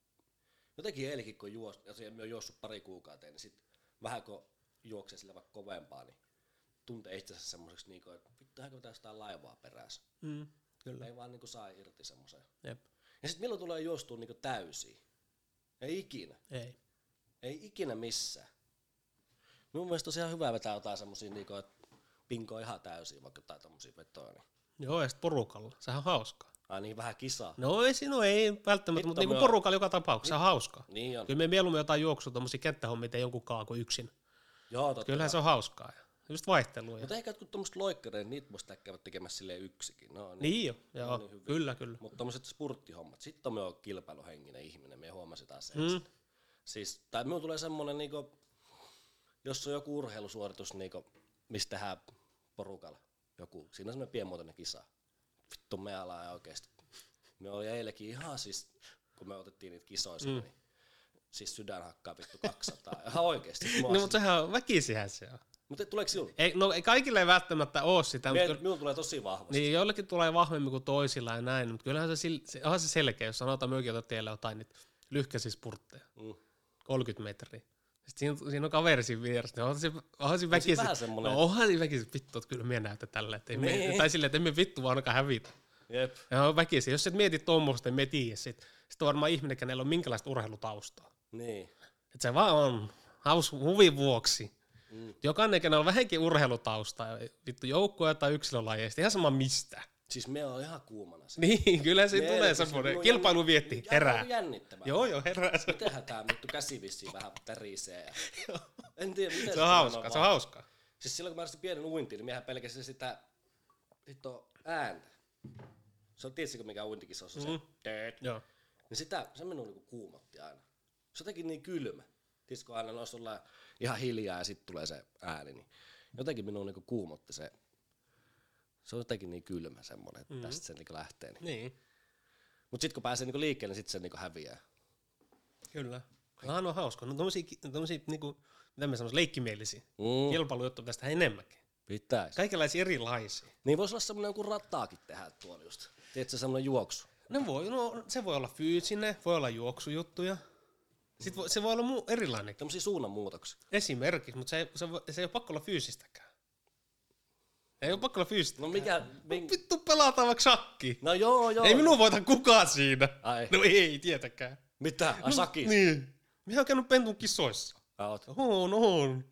Speaker 2: jotenkin eilenkin kun juos, ja siihen me on juossut pari kuukautta, niin sit vähän kun juoksee sillä vaikka kovempaa, niin tuntee itsensä semmoiseksi niin kuin, että vittu, hänkin pitäisi jotain laivaa perässä.
Speaker 1: Mm, kyllä.
Speaker 2: Ei vaan niin kuin saa irti semmoiseen.
Speaker 1: Jep.
Speaker 2: Ja sitten milloin tulee juostua niin kuin täysiin? Ei ikinä.
Speaker 1: Ei.
Speaker 2: Ei ikinä missään. Mun mielestä on ihan hyvä vetää jotain semmosia, niinku, että pinko ihan täysin, vaikka jotain tommosia vetoja. Niin.
Speaker 1: Joo, ja sit porukalla. Sehän on hauskaa.
Speaker 2: Ai niin, vähän kisaa.
Speaker 1: No ei, siinä ei välttämättä,
Speaker 2: Vittu,
Speaker 1: mutta niinku
Speaker 2: me-
Speaker 1: porukalla joka tapauksessa on hauskaa.
Speaker 2: Niin on.
Speaker 1: Kyllä me mieluummin jotain juoksua, tommosia kenttähommia ei jonkun kaa kuin yksin.
Speaker 2: Joo, totta.
Speaker 1: Kyllähän se on hauskaa. Ja Just vaihtelua. ja-
Speaker 2: Mutta ehkä jotkut tuommoiset loikkareet, niitä voisi käydä tekemässä sille yksikin. No, niin.
Speaker 1: Niin jo, joo,
Speaker 2: niin hyviä.
Speaker 1: kyllä, kyllä.
Speaker 2: Mutta tuommoiset spurttihommat, sitten me on kilpailuhenkinen ihminen, me huomasin taas sen.
Speaker 1: Mm.
Speaker 2: Siis, tai minulla tulee semmoinen, niinku, jos on joku urheilusuoritus, niinku, mistä tehdään porukalla joku, siinä on semmoinen pienmuotoinen kisa. Vittu me alaa ja oikeesti. Me oli eilenkin ihan siis, kun me otettiin niitä kisoja mm. niin siis sydän hakkaa vittu 200. ihan
Speaker 1: [LAUGHS]
Speaker 2: oikeesti.
Speaker 1: No, mutta sehän on, väkisihän se on.
Speaker 2: mutta tuleeko sinulla?
Speaker 1: Ei, no ei kaikille ei välttämättä ole sitä, mutta
Speaker 2: Minulla tulee tosi vahvasti.
Speaker 1: Niin, joillekin tulee vahvemmin kuin toisilla ja näin, mutta kyllähän se, sil- se, onhan se selkeä, jos sanotaan myökin teille jotain niin niitä lyhkäisiä spurtteja,
Speaker 2: Mm.
Speaker 1: 30 metriä. Sitten siinä, siinä on kaveri siinä vieressä, niin onhan se, onhan se väkisin,
Speaker 2: vähän semmoinen,
Speaker 1: no onhan se väkisin, vittu, että kyllä minä näytän tällä, että ei me,
Speaker 2: Niin.
Speaker 1: tai silleen, että emme vittu vaan ainakaan hävitä.
Speaker 2: Jep.
Speaker 1: Ja on väkisin, jos et mieti tuommoista, niin me ei tiedä sit. Sitten on varmaan ihminen, kenellä on minkälaista urheilutaustaa.
Speaker 2: Niin.
Speaker 1: Että se vaan on haus huvin vuoksi.
Speaker 2: Mm.
Speaker 1: Jokainen, kenellä on vähänkin urheilutaustaa, vittu joukkoja tai yksilölajeista, ihan sama mistä. [LAUGHS]
Speaker 2: Siis me on ihan kuumana. siinä.
Speaker 1: Niin, kyllä se
Speaker 2: Me siis niinku
Speaker 1: tulee
Speaker 2: eletään
Speaker 1: semmoinen
Speaker 2: jänn-
Speaker 1: kilpailuvietti,
Speaker 2: jänn-
Speaker 1: herää.
Speaker 2: Jännittävää.
Speaker 1: Joo, joo, herää. [LAUGHS] Se,
Speaker 2: Mitenhän tää vittu käsi vissiin vähän tärisee. Ja... En tiedä, miten
Speaker 1: se on hauskaa, se on
Speaker 2: vaan-
Speaker 1: hauskaa.
Speaker 2: Siis silloin kun mä aloitin pienen uintiin, niin miehän pelkäsin sitä hitto ääntä. Se on, tiedätkö mikä uintikissa on se? Mm.
Speaker 1: Mm-hmm. Joo.
Speaker 2: Niin sitä, se minun niinku kuumotti aina. Se on jotenkin niin kylmä. Tiedätkö, kun aina noissa ollaan ihan hiljaa ja sitten tulee se ääni, niin jotenkin minun niinku kuumotti se. Se on jotenkin niin kylmä semmonen, että mm. tästä se niinku lähtee. Niin.
Speaker 1: Niin,
Speaker 2: Mut sit kun pääsee niinku liikkeelle, niin sit se niinku häviää.
Speaker 1: kyllä. Nämä on hauskaa. No tommosia, ki- tommosia niinku, mitä me sanois, leikkimielisiä.
Speaker 2: Mm.
Speaker 1: Kilpailujuttu tästä enemmänkin.
Speaker 2: Pitäis.
Speaker 1: Kaikenlaisia erilaisia.
Speaker 2: Niin voisi olla semmoinen joku rattaakin tehdä tuolla just. Tiedätkö, semmoinen juoksu.
Speaker 1: Ne voi, no, se voi olla fyysinen, voi olla juoksujuttuja. Sitten voi, se voi olla muu, erilainen
Speaker 2: Tämmöisiä suunnanmuutoksia.
Speaker 1: esimerkiksi, mutta se, ei- se, voi, se ei ole pakko olla fyysistäkään. Ei ole pakko olla fyysistä.
Speaker 2: No mikä... Min...
Speaker 1: Vittu pelataan vaikka shakki.
Speaker 2: No joo, joo.
Speaker 1: Ei minua voita kukaan siinä.
Speaker 2: Ai.
Speaker 1: No ei tietenkään.
Speaker 2: Mitä? Ai sakis?
Speaker 1: Niin. Minä olen käynyt pentun kisoissa.
Speaker 2: Oot.
Speaker 1: On, on.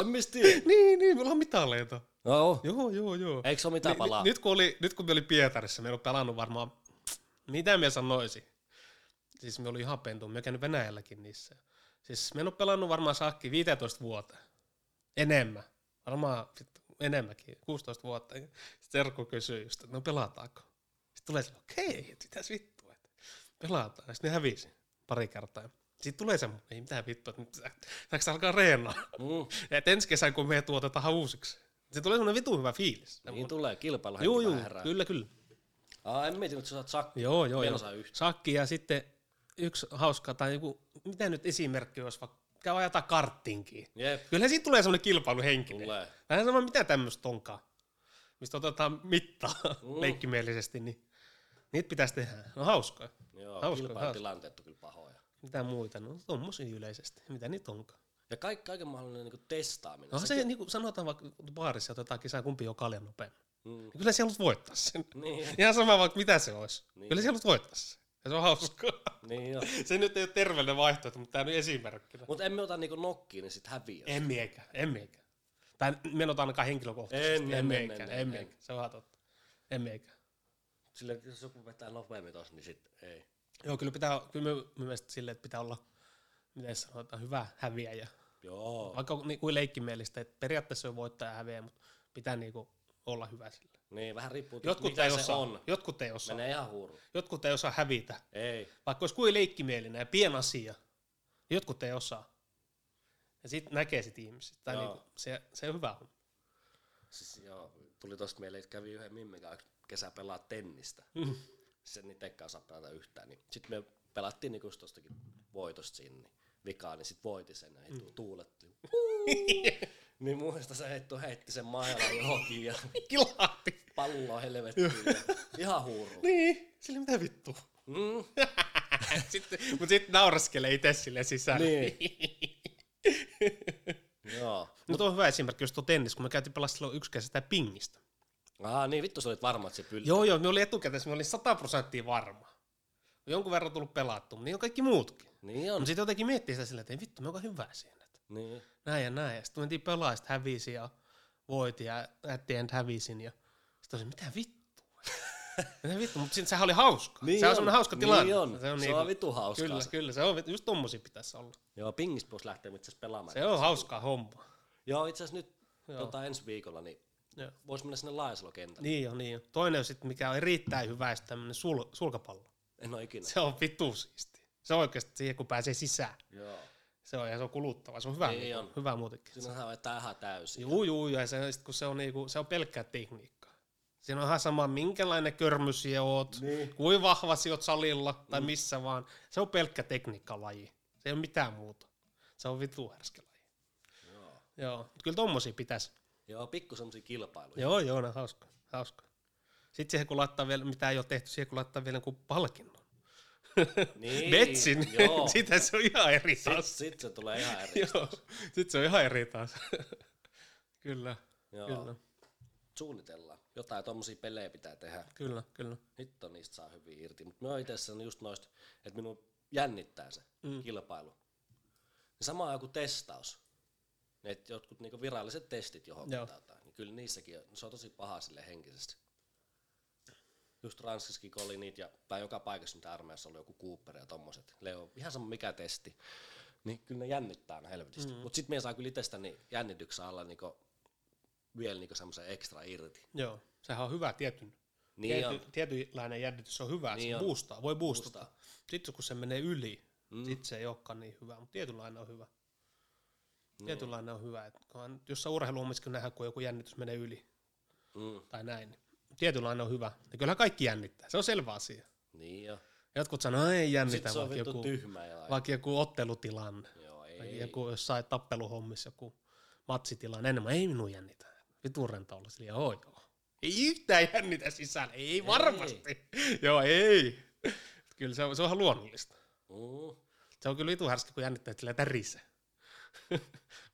Speaker 2: En mistä tiedä.
Speaker 1: [LAUGHS] niin, niin, me ollaan mitaleita.
Speaker 2: No.
Speaker 1: Joo, joo, joo.
Speaker 2: Eikö se ole mitään palaa?
Speaker 1: Ni- nyt, kun oli, nyt kun me oli Pietarissa, me ei ollut pelannut varmaan, mitä me sanoisin? Siis me oli ihan pentu, me käynyt Venäjälläkin niissä. Siis me en ole pelannut varmaan sakki 15 vuotta. Enemmän. Varmaan vittu, enemmänkin, 16 vuotta. Sitten Serkku kysyy just, että no pelataanko? Sitten tulee se, okei, okay, mitäs vittua, että pelataan. Sitten ne hävisi pari kertaa. Sitten tulee se, ei mitään vittua, että nyt sä- saanko alkaa reenaa?
Speaker 2: Mm.
Speaker 1: Et ensi kesän, kun me tuotetaan uusiksi. niin Se tulee semmoinen vitun hyvä fiilis.
Speaker 2: Niin tulee kilpailu.
Speaker 1: Joo, joo, kyllä, kyllä.
Speaker 2: Ah, en mietin, että sä saat sakki.
Speaker 1: Joo, joo,
Speaker 2: Mä en
Speaker 1: joo.
Speaker 2: osaa yhtään.
Speaker 1: Sakki ja sitten yksi hauska tai joku, mitä nyt esimerkki olisi, vaikka käy ajata karttinkin.
Speaker 2: Jep.
Speaker 1: Kyllä siitä tulee semmoinen kilpailuhenkinen.
Speaker 2: Niin. Tulee.
Speaker 1: Vähän sama, mitä tämmöistä onkaan, mistä otetaan mittaa
Speaker 2: Mm.
Speaker 1: leikkimielisesti, niin niitä pitäisi tehdä. No hauskaa.
Speaker 2: Joo,
Speaker 1: Hauska,
Speaker 2: kilpailutilanteet on kyllä pahoja.
Speaker 1: Mitä muita? No tommosia yleisesti. Mitä niitä onkaan?
Speaker 2: Ja kaikki, kaiken mahdollinen niinku testaaminen.
Speaker 1: No
Speaker 2: Se-
Speaker 1: se, niin kuin sanotaan vaikka baarissa otetaan kisaa, kumpi on kaljan nopeammin.
Speaker 2: Mm.
Speaker 1: Niin Kyllä siellä voittaa sen.
Speaker 2: [LAUGHS] Niin,
Speaker 1: [LAUGHS] Ihan sama vaikka mitä se olisi.
Speaker 2: Niin.
Speaker 1: Kyllä siellä voittaa sen. Ja se on hauskaa.
Speaker 2: niin joo.
Speaker 1: [LAUGHS] Se nyt ei ole terveellinen vaihtoehto, mutta tämä on nyt esimerkkinä.
Speaker 2: Mut emme ota niinku nokkiin, niin sit häviää.
Speaker 1: En miekä, en miekä. Tai me en ota ainakaan henkilökohtaisesti.
Speaker 2: Siis En, en,
Speaker 1: miekä,
Speaker 2: en, en,
Speaker 1: en
Speaker 2: en.
Speaker 1: miekä. Se on ihan totta. En miekä.
Speaker 2: Sillä jos joku vetää nopeammin tossa, niin sit ei.
Speaker 1: Joo, kyllä pitää, kyllä me, me mielestä silleen, että pitää olla, miten sanotaan, hyvä häviäjä.
Speaker 2: Joo.
Speaker 1: Vaikka on niin kuin leikkimielistä, että periaatteessa on voittaja ja häviä, mutta pitää niin kuin olla hyvä sille.
Speaker 2: Niin, vähän riippuu,
Speaker 1: Jotkut
Speaker 2: mikä
Speaker 1: ei,
Speaker 2: se
Speaker 1: osaa,
Speaker 2: on.
Speaker 1: jotkut ei osaa,
Speaker 2: Menee ihan huuru.
Speaker 1: jotkut ei osaa hävitä.
Speaker 2: Ei.
Speaker 1: Vaikka olisi kuin leikkimielinen ja pien asia, niin jotkut ei osaa. Ja sitten näkee sit ihmiset. Tai
Speaker 2: Joo.
Speaker 1: niinku, se, se on hyvä homma.
Speaker 2: Siis, joo, tuli tosta mieleen, että kävi yhden mimmin kanssa kesä pelaa tennistä.
Speaker 1: Mm.
Speaker 2: Sen itse osaa pelata yhtään. Niin. Sitten me pelattiin niinku just tostakin voitosta sinne niin vikaa, niin sit voitin sen ja mm. tuuletti. niin muista se heittu, heitti sen mailan johonkin ja
Speaker 1: Kilahti.
Speaker 2: palloa helvettiin. ja ihan huuru.
Speaker 1: [LAUGHS] Niin, sille mitä [LAUGHS] vittu.
Speaker 2: Mm.
Speaker 1: sitten, mut sitten nauraskelee itse sille sisään.
Speaker 2: Niin.
Speaker 1: [LAUGHS]
Speaker 2: Joo.
Speaker 1: Mutta on hyvä esimerkki, jos tuo tennis, kun me käytiin pelaa silloin yksi kesä sitä pingistä.
Speaker 2: Ah, niin vittu sä olit varma, että se pyl...
Speaker 1: Joo, joo, me oli etukäteen, me oli 100 prosenttia varma. Jonkun verran tullut pelattu, mutta niin on kaikki muutkin.
Speaker 2: Niin on.
Speaker 1: Mutta sitten jotenkin miettii sitä silleen, että ei vittu, me ollaan hyvää siinä. että
Speaker 2: Niin.
Speaker 1: Näin ja näin. Ja sitten mentiin pelaa, sitten hävisi ja voitin ja at the end hävisin. Ja sitten olisin, mitä vittu? [LAUGHS] mitä vittu? Mutta sitten sehän oli hauska. Niin
Speaker 2: Niin
Speaker 1: se on
Speaker 2: on.
Speaker 1: semmoinen hauska tilanne.
Speaker 2: Niin on. Se on
Speaker 1: niinku-
Speaker 2: vitu hauskaa
Speaker 1: Kyllä,
Speaker 2: se.
Speaker 1: kyllä. Se on, vit- just tommosia pitäisi olla.
Speaker 2: Joo, pingistä voisi lähteä itse asiassa pelaamaan.
Speaker 1: Se on hauskaa homma.
Speaker 2: Joo, itse asiassa nyt
Speaker 1: Joo.
Speaker 2: tota, ensi viikolla, niin
Speaker 1: Joo.
Speaker 2: voisi mennä sinne Laajasalokentälle.
Speaker 1: Niin on, niin on. Toinen on sitten, mikä on erittäin hyvä, on tämmöinen sul, sulkapallo.
Speaker 2: En ole
Speaker 1: [LAUGHS]
Speaker 2: ikinä.
Speaker 1: Se on vitu siisti. Se on oikeasti siihen, kun pääsee sisään.
Speaker 2: Joo.
Speaker 1: Se on, ja se on kuluttava. Se on hyvä,
Speaker 2: Niin
Speaker 1: niin,
Speaker 2: on.
Speaker 1: hyvä muutenkin.
Speaker 2: Siinä saa vetää ihan täysin.
Speaker 1: Juu, juu, ja se, sit kun se on, niinku, se on pelkkää tekniikkaa. Siinä on ihan sama, minkälainen körmy sinä oot,
Speaker 2: Niin.
Speaker 1: kuin vahva sinä oot salilla tai missä vaan. Se on pelkkä tekniikkalaji. Se ei ole mitään muuta. Se on vitu härskä laji.
Speaker 2: Joo.
Speaker 1: Joo, mutta kyllä tommosia pitäisi.
Speaker 2: Joo, pikku semmosia kilpailuja.
Speaker 1: Joo, joo, ne on hauska. hauska. Sitten siihen kun laittaa vielä, mitä ei ole tehty, siihen kun laittaa vielä jonkun palkinnon.
Speaker 2: Niin,
Speaker 1: Betsin,
Speaker 2: [LAUGHS]
Speaker 1: [LAUGHS]
Speaker 2: Joo. Sit,
Speaker 1: sitä se on ihan eri taas. [LAUGHS]
Speaker 2: sit se tulee ihan eri.
Speaker 1: Joo, sit se on ihan eri taas. [LAUGHS] kyllä,
Speaker 2: Joo.
Speaker 1: kyllä,
Speaker 2: Suunnitellaan. Jotain tommosia pelejä pitää tehdä.
Speaker 1: kyllä, kyllä.
Speaker 2: Nyt on niistä saa hyvin irti. Mutta mä oon itse asiassa just noista, että minun jännittää se
Speaker 1: Mm.
Speaker 2: mm. kilpailu. Ja sama on joku testaus. Et jotkut niinku viralliset testit johonkin
Speaker 1: Joo.
Speaker 2: tai jotain. Niin kyllä niissäkin on, se on tosi paha sille henkisesti. Just Ranskassakin kun oli niitä, ja, tai joka paikassa mitä armeijassa oli joku Cooper ja tommoset. Leo, ihan sama mikä testi. Niin kyllä ne jännittää aina helvetistä. Mm. Mutta sitten me saa kyllä itsestäni jännityksen alla niinku, vielä niinku semmoisen ekstra irti.
Speaker 1: Joo, sehän on hyvä tietyn.
Speaker 2: Niin
Speaker 1: Niin
Speaker 2: on.
Speaker 1: tiety, tietynlainen jännitys on hyvä, niin
Speaker 2: Niin
Speaker 1: se
Speaker 2: on.
Speaker 1: boostaa, voi boostata.
Speaker 2: Boostaa.
Speaker 1: Sitten kun se menee yli, mm.
Speaker 2: Mm.
Speaker 1: sit se ei olekaan niin hyvä, mutta tietynlainen on hyvä.
Speaker 2: Niin.
Speaker 1: Tietynlainen on hyvä, että kun- jos sä urheiluomiskin nähdään, kun joku jännitys menee yli
Speaker 2: Mm.
Speaker 1: tai näin, niin tietynlainen on hyvä. Ja kyllähän kaikki jännittää, se on selvä asia.
Speaker 2: Niin jo.
Speaker 1: Jotkut sanoo, "Ai, ei jännitä,
Speaker 2: Sitten se on
Speaker 1: vaikka
Speaker 2: vittu
Speaker 1: joku,
Speaker 2: tyhmä ja
Speaker 1: vaikka joku ottelutilanne.
Speaker 2: Joo,
Speaker 1: Ei.
Speaker 2: ei.
Speaker 1: Joku jossain tappeluhommissa, joku matsitilanne, enemmän ei minun jännitä. Vitun rento olla sillä, joo joo. Ei yhtään jännitä sisällä, ei, ei. varmasti. [LAUGHS] joo, ei. Kyllä se on, se on ihan luonnollista.
Speaker 2: Mm.
Speaker 1: Se on kyllä vitun härski, kun jännittää, että sillä tärisee. [LAUGHS]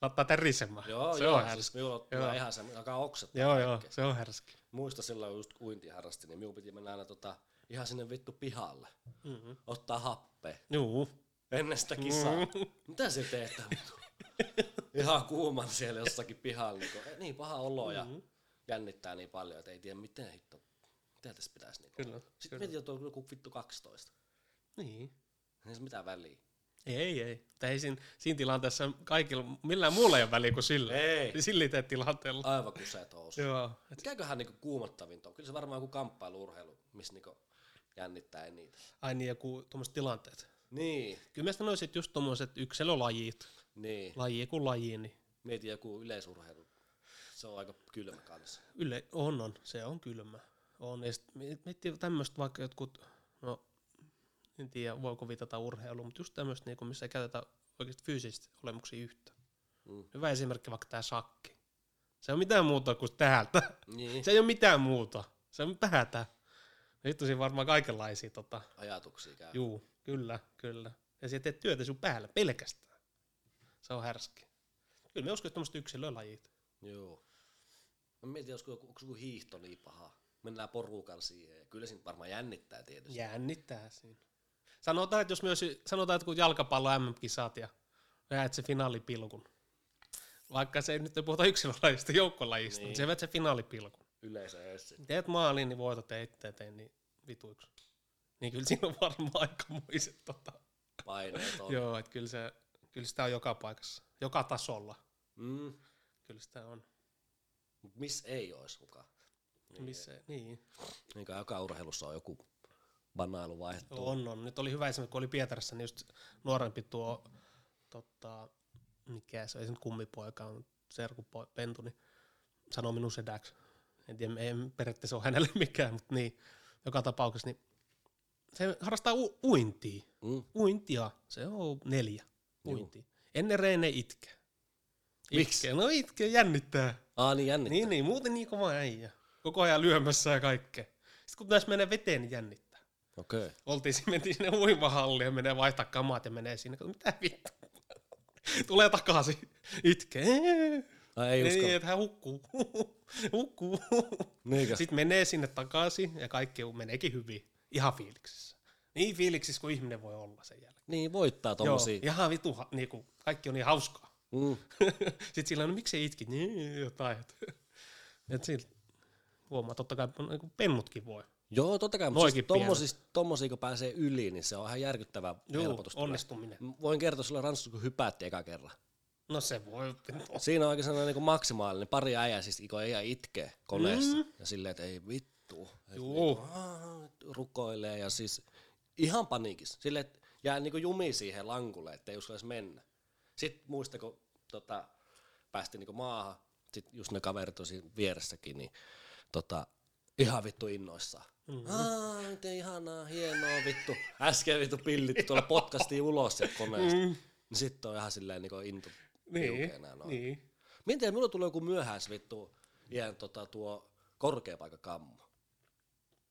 Speaker 1: Laittaa tärisemään.
Speaker 2: Joo,
Speaker 1: se
Speaker 2: joo,
Speaker 1: on
Speaker 2: on
Speaker 1: härski.
Speaker 2: siis minulla on
Speaker 1: Joo.
Speaker 2: joo. ihan se, alkaa oksettaa.
Speaker 1: Joo, joo, se on härski.
Speaker 2: Muista silloin kun just kun uintia harrasti, niin minun piti mennä aina tota, ihan sinne vittu pihalle,
Speaker 1: Mm-hmm.
Speaker 2: ottaa happea
Speaker 1: Juu.
Speaker 2: ennen sitä kisaa.
Speaker 1: Mm.
Speaker 2: Mitä se teet [LAUGHS] tää vittu? ihan kuuman siellä jossakin pihalla, niin, kuin, niin paha olo ja
Speaker 1: Mhm.
Speaker 2: jännittää niin paljon, että ei tiedä miten hitto, mitä tässä pitäisi niin
Speaker 1: Kyllä,
Speaker 2: Sitten
Speaker 1: kyllä.
Speaker 2: mietin, että on joku vittu 12.
Speaker 1: Niin.
Speaker 2: Ei se mitään väliä.
Speaker 1: Ei, ei. Tai ei siinä, siinä tilanteessa kaikilla, millään muulla ei ole väliä kuin sillä.
Speaker 2: Ei.
Speaker 1: Sillä tilanteella.
Speaker 2: Aivan kuseet housu.
Speaker 1: Siis- Joo,
Speaker 2: Mikäköhän niinku kuumottavinta on? Kyllä se varmaan joku kamppailuurheilu, missä niinku jännittää eniten.
Speaker 1: Ai niin, joku tuommoiset tilanteet.
Speaker 2: Niin,
Speaker 1: Kyllä mä sanoisin, että just tuommoiset yksilölajit,
Speaker 2: niin.
Speaker 1: laji kuin laji, niin
Speaker 2: Mieti joku yleisurheilu. Se on aika kylmä kanssa.
Speaker 1: yle, on, on, se on kylmä. On, ja sit miet- miettii tämmöistä vaikka jotkut, no en tiedä voiko viitata urheiluun, mutta just tämmöistä, niinku, missä ei käytetä oikeasti fyysisesti olemuksia yhtä.
Speaker 2: Mm.
Speaker 1: Hyvä esimerkki vaikka tämä shakki. Se on mitään muuta kuin täältä.
Speaker 2: Niin.
Speaker 1: Se ei ole mitään muuta. Se on tätä. Vittu siinä varmaan kaikenlaisia tota,
Speaker 2: Ajatuksia käy.
Speaker 1: Juu, kyllä, kyllä. Ja sä teet työtä sun päällä pelkästään. Se on härski. Kyllä me uskon, että tämmöiset yksilölajit.
Speaker 2: Joo. Mä mietin, onko joku, onko joku hiihto niin paha. Mennään porukalla siihen. Ja kyllä siinä varmaan jännittää tietysti.
Speaker 1: Jännittää siinä. Sanotaan, että jos myös, sanotaan, että kun jalkapallo MM-kisat ja näet se finaalipilkun. Vaikka se ei nyt ei puhuta yksilölajista, joukkolajista, niin.
Speaker 2: Niin.
Speaker 1: mutta sä vedät se finaalipilkun.
Speaker 2: Yleensä ees sit.
Speaker 1: Teet maaliin, niin voitat ja itse teen, niin vituiksi. Niin kyllä siinä on varmaan aikamoiset tota.
Speaker 2: paineet on.
Speaker 1: [LAUGHS] Joo, että kyllä, se, kyllä sitä on joka paikassa, joka tasolla.
Speaker 2: Mm.
Speaker 1: Kyllä sitä on.
Speaker 2: Mut miss ei ois mukaan.
Speaker 1: Niin. Missä, niin.
Speaker 2: Niin kai joka urheilussa on joku banailu vaihtuu.
Speaker 1: On, on. Nyt oli hyvä esimerkki, kun oli Pietarissa, niin just nuorempi tuo, tota, mikä se on, ei se nyt kummipoika, on serku po- pentu, niin sanoo minun sedäksi. En tiedä, ei periaatteessa ole hänelle [LAUGHS] mikään, mutta niin, joka tapauksessa, niin se harrastaa u- uintia.
Speaker 2: Mm.
Speaker 1: Uintia, se on neljä uintia. Ennen Reine itke.
Speaker 2: Miksi?
Speaker 1: Itke, no itke, jännittää.
Speaker 2: Aa, niin jännittää.
Speaker 1: Niin, niin, muuten niin kova äijä. Koko ajan lyömässä ja kaikkea. Sitten kun pitäisi mennä veteen, niin jännittää.
Speaker 2: Okei. Okay.
Speaker 1: Oltiin, siinä- mentiin sinne uimahalliin ja menee vaihtaa kamat ja menee sinne. Kato, Mitä vittu? Tulee takaisin. Itkee.
Speaker 2: Ai ei
Speaker 1: Niin,
Speaker 2: uskalla.
Speaker 1: että hän hukkuu. hukkuu.
Speaker 2: Niinkö?
Speaker 1: Sitten menee sinne takaisin ja kaikki meneekin hyvin. Ihan fiiliksissä. Niin fiiliksissä kuin ihminen voi olla sen jälkeen.
Speaker 2: Niin, voittaa tommosia.
Speaker 1: Joo, ihan vitu, ha- niinku, kaikki on niin hauskaa. [LAUGHS]
Speaker 2: Mm.
Speaker 1: Sitten sillä on, no miksi itki? Niin, jotain. Et, et siltä huomaa, totta kai niinku pennutkin voi.
Speaker 2: Joo, totta kai, mutta
Speaker 1: Noikin
Speaker 2: siis tommosia, tommosia, kun pääsee yli, niin se on ihan järkyttävä
Speaker 1: Juu,
Speaker 2: helpotus. tulee.
Speaker 1: onnistuminen.
Speaker 2: M- Voin kertoa sulle Ranssassa, kun hypäätti eka kerran.
Speaker 1: No se voi.
Speaker 2: Siinä on oikein sellainen niin maksimaalinen, pari äijää siis iko äijä itkee koneessa.
Speaker 1: Mm.
Speaker 2: Ja silleen, että ei vittu. Et
Speaker 1: Juu.
Speaker 2: niinku, "Aa", rukoilee ja siis ihan paniikissa. Silleen, että jää niin jumi siihen lankulle, että ei uskalla edes mennä. Sitten muista, kun tota, päästiin niin maahan, sitten just ne kaverit on siinä vieressäkin, niin tota, ihan vittu innoissaan. Mm-hmm. Aa, miten ihanaa, hienoa vittu. Äsken vittu pillit tuolla potkastiin ulos sieltä koneesta. Mm. Niin sitten on ihan silleen niin into
Speaker 1: Niin,
Speaker 2: piukeena noin.
Speaker 1: niin.
Speaker 2: Miten mulla tulee joku myöhäis vittu iän tota, tuo korkea paikka kammo?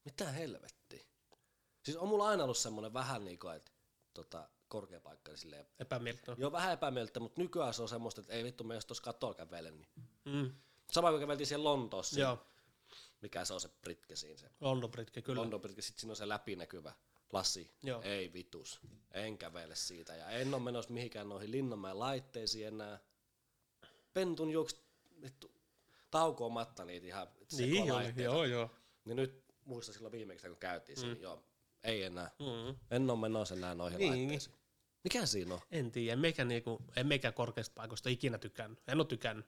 Speaker 2: Mitä helvetti? Siis on mulla aina ollut semmonen vähän niinku, että tota, korkea paikka niin silleen.
Speaker 1: Epämieltä.
Speaker 2: Joo, vähän epämieltä, mutta nykyään se on semmoista, että ei vittu, me jos tuossa katoa kävele, niin.
Speaker 1: Mm.
Speaker 2: Sama kuin käveltiin siellä Lontoossa, Joo.
Speaker 1: Joo,
Speaker 2: mikä se on se pritke siinä, se
Speaker 1: London Britke, kyllä.
Speaker 2: London pritke, sit siinä on se läpinäkyvä lasi.
Speaker 1: Joo.
Speaker 2: Ei vitus, en kävele siitä ja en ole menossa mihinkään noihin Linnanmäen laitteisiin enää. Pentun juoksi vittu, taukoamatta niitä ihan
Speaker 1: Niin oli,
Speaker 2: sekolaitteita.
Speaker 1: joo joo.
Speaker 2: Niin nyt muista silloin viimeksi, kun käytiin siinä, joo, ei enää.
Speaker 1: Mm.
Speaker 2: En ole menossa enää noihin
Speaker 1: Niin.
Speaker 2: niin. laitteisiin. Mikä siinä on?
Speaker 1: En tiedä, en meikä, niinku, en meikä korkeista paikoista ole ikinä tykännyt. En ole tykännyt.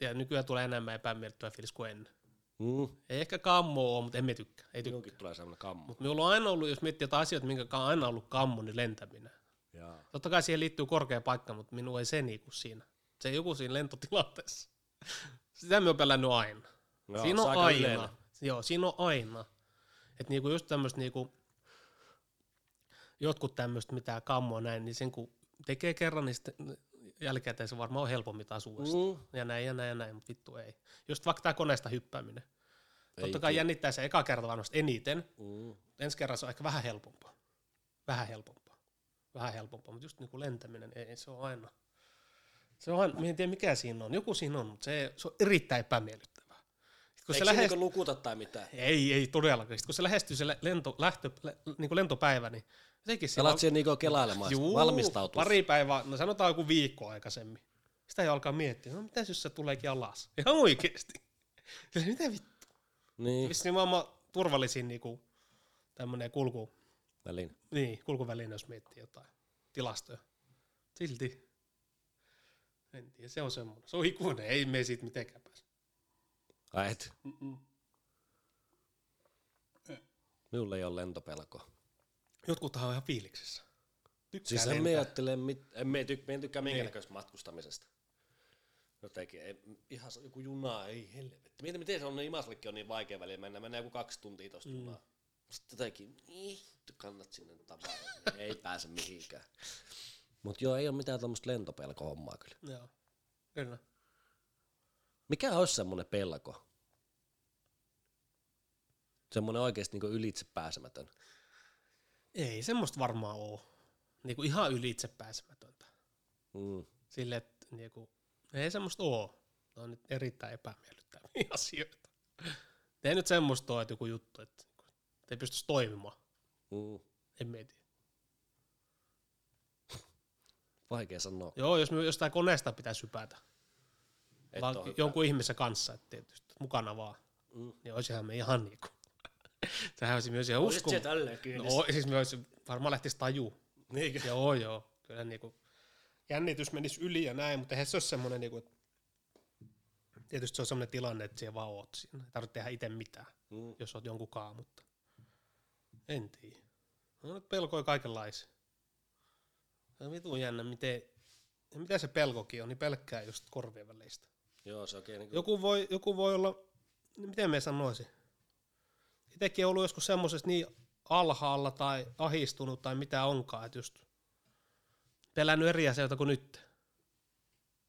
Speaker 1: Ja nykyään tulee enemmän epämiellyttävä fiilis kuin ennen.
Speaker 2: Mm.
Speaker 1: Ei ehkä kammo ole, mutta emme tykkää. Ei tykkää.
Speaker 2: Minunkin tulee semmoinen kammo.
Speaker 1: Mutta minulla on aina ollut, jos miettii jotain asioita, minkä kanssa on aina ollut kammo, niin lentäminen.
Speaker 2: Jaa.
Speaker 1: Totta kai siihen liittyy korkea paikka, mutta minua ei se niinku siinä. Se ei joku siinä lentotilanteessa. [LAUGHS] Sitä me on pelännyt aina.
Speaker 2: Joo,
Speaker 1: siinä on
Speaker 2: se aika
Speaker 1: aina.
Speaker 2: yleinen.
Speaker 1: Joo, siinä on aina. Että niinku just tämmöistä niinku, jotkut tämmöistä mitä kammoa näin, niin sen kun tekee kerran, niin sitten jälkikäteen se varmaan on helpommin taas uudestaan.
Speaker 2: Mm.
Speaker 1: Ja näin ja näin ja näin, mutta vittu ei. Just vaikka tämä koneesta hyppääminen.
Speaker 2: Ei
Speaker 1: Totta kai
Speaker 2: kyllä.
Speaker 1: jännittää se eka kerta varmasti eniten,
Speaker 2: Mm.
Speaker 1: ensi kerran se on ehkä vähän helpompaa. Vähän helpompaa. Vähän helpompaa, mutta just niin kuin lentäminen, ei, ei, se on aina. Se on aina, mä en tiedä mikä siinä on. Joku siinä on, mutta se, se on erittäin epämiellyttävää. Sitten kun
Speaker 2: Eikö
Speaker 1: se
Speaker 2: se
Speaker 1: lähest...
Speaker 2: niinku lukuta tai mitään?
Speaker 1: Ei, ei todellakaan. Sitten kun se lähestyy se lä- lento, lähtö, lä, niin kuin lentopäivä, niin jotenkin
Speaker 2: Sä alat siihen niinku kelailemaan,
Speaker 1: Juu,
Speaker 2: valmistautua.
Speaker 1: pari päivää, no sanotaan joku viikko aikaisemmin. Sitä ei alkaa miettiä, no mitä jos se tuleekin alas? [LAUGHS] Ihan oikeesti. Sillä, Mitä vittu?
Speaker 2: Niin.
Speaker 1: Vissiin maailman turvallisin niin kuin, tämmönen kulku,
Speaker 2: Väliin.
Speaker 1: Niin, kulkuväline, jos miettii jotain tilastoja. Silti. En tiedä, se on semmoinen. Se on ikuinen, ei me siitä mitenkään pääse.
Speaker 2: Ai et. Minulla ei ole lentopelko.
Speaker 1: Jotkuthan on ihan fiiliksissä. Tykkää
Speaker 2: Siis en me ajattele, mit, en me tykkää, en tykkää minkäännäköistä matkustamisesta. Jotenkin, ei, ihan se- joku juna, ei helvetti. Mietin, miten se on, niin Imasallekin on niin vaikea väliä mennä, mennään joku kaksi tuntia tosta mm. junaa. Sitten jotenkin, niin, vittu, kannat sinne tavaraa, ei pääse mihinkään. Mut joo, ei ole mitään tämmöistä lentopelko-hommaa kyllä.
Speaker 1: Joo, kyllä.
Speaker 2: Mikä olisi semmoinen pelko? Semmoinen oikeasti niin ylitse pääsemätön.
Speaker 1: Ei semmoista varmaan oo. Niinku ihan ylitse pääsemätöntä.
Speaker 2: Mm.
Speaker 1: Sille, että niinku, ei semmoista oo. Ne on nyt erittäin epämiellyttäviä [LAUGHS] asioita. Ei nyt semmoista oo, että joku juttu, että niinku, et ei pystyisi toimimaan.
Speaker 2: Mm.
Speaker 1: En mieti.
Speaker 2: Vaikea sanoa.
Speaker 1: Joo, jos me jostain koneesta pitäisi hypätä.
Speaker 2: Et
Speaker 1: vaan
Speaker 2: oo hyvä.
Speaker 1: jonkun ihmisen kanssa, et tietysti mukana vaan.
Speaker 2: Mm.
Speaker 1: Niin olisihan me ihan niinku. [LAUGHS] Sehän olisi myös ihan usko.
Speaker 2: tälleen
Speaker 1: No, o- siis me olisi, varmaan lähtisi taju.
Speaker 2: Niinkö?
Speaker 1: joo, joo. Kyllä niinku jännitys menisi yli ja näin, mutta eihän se ole semmoinen niinku, et- tietysti se on semmoinen tilanne, että siellä vaan oot siinä. Ei tarvitse tehdä itse mitään,
Speaker 2: Mm.
Speaker 1: jos oot jonkun kaa, mutta en tiedä. No nyt pelkoi kaikenlaisia. Se on vitun jännä, miten, ja mitä se pelkokin on, niin pelkkää just korvien väleistä.
Speaker 2: Joo, se oikein niin
Speaker 1: Joku voi, joku voi olla, niin miten me sanoisin, itsekin on ollut joskus semmoisessa niin alhaalla tai ahistunut tai mitä onkaan, että just pelännyt eri asioita kuin nyt.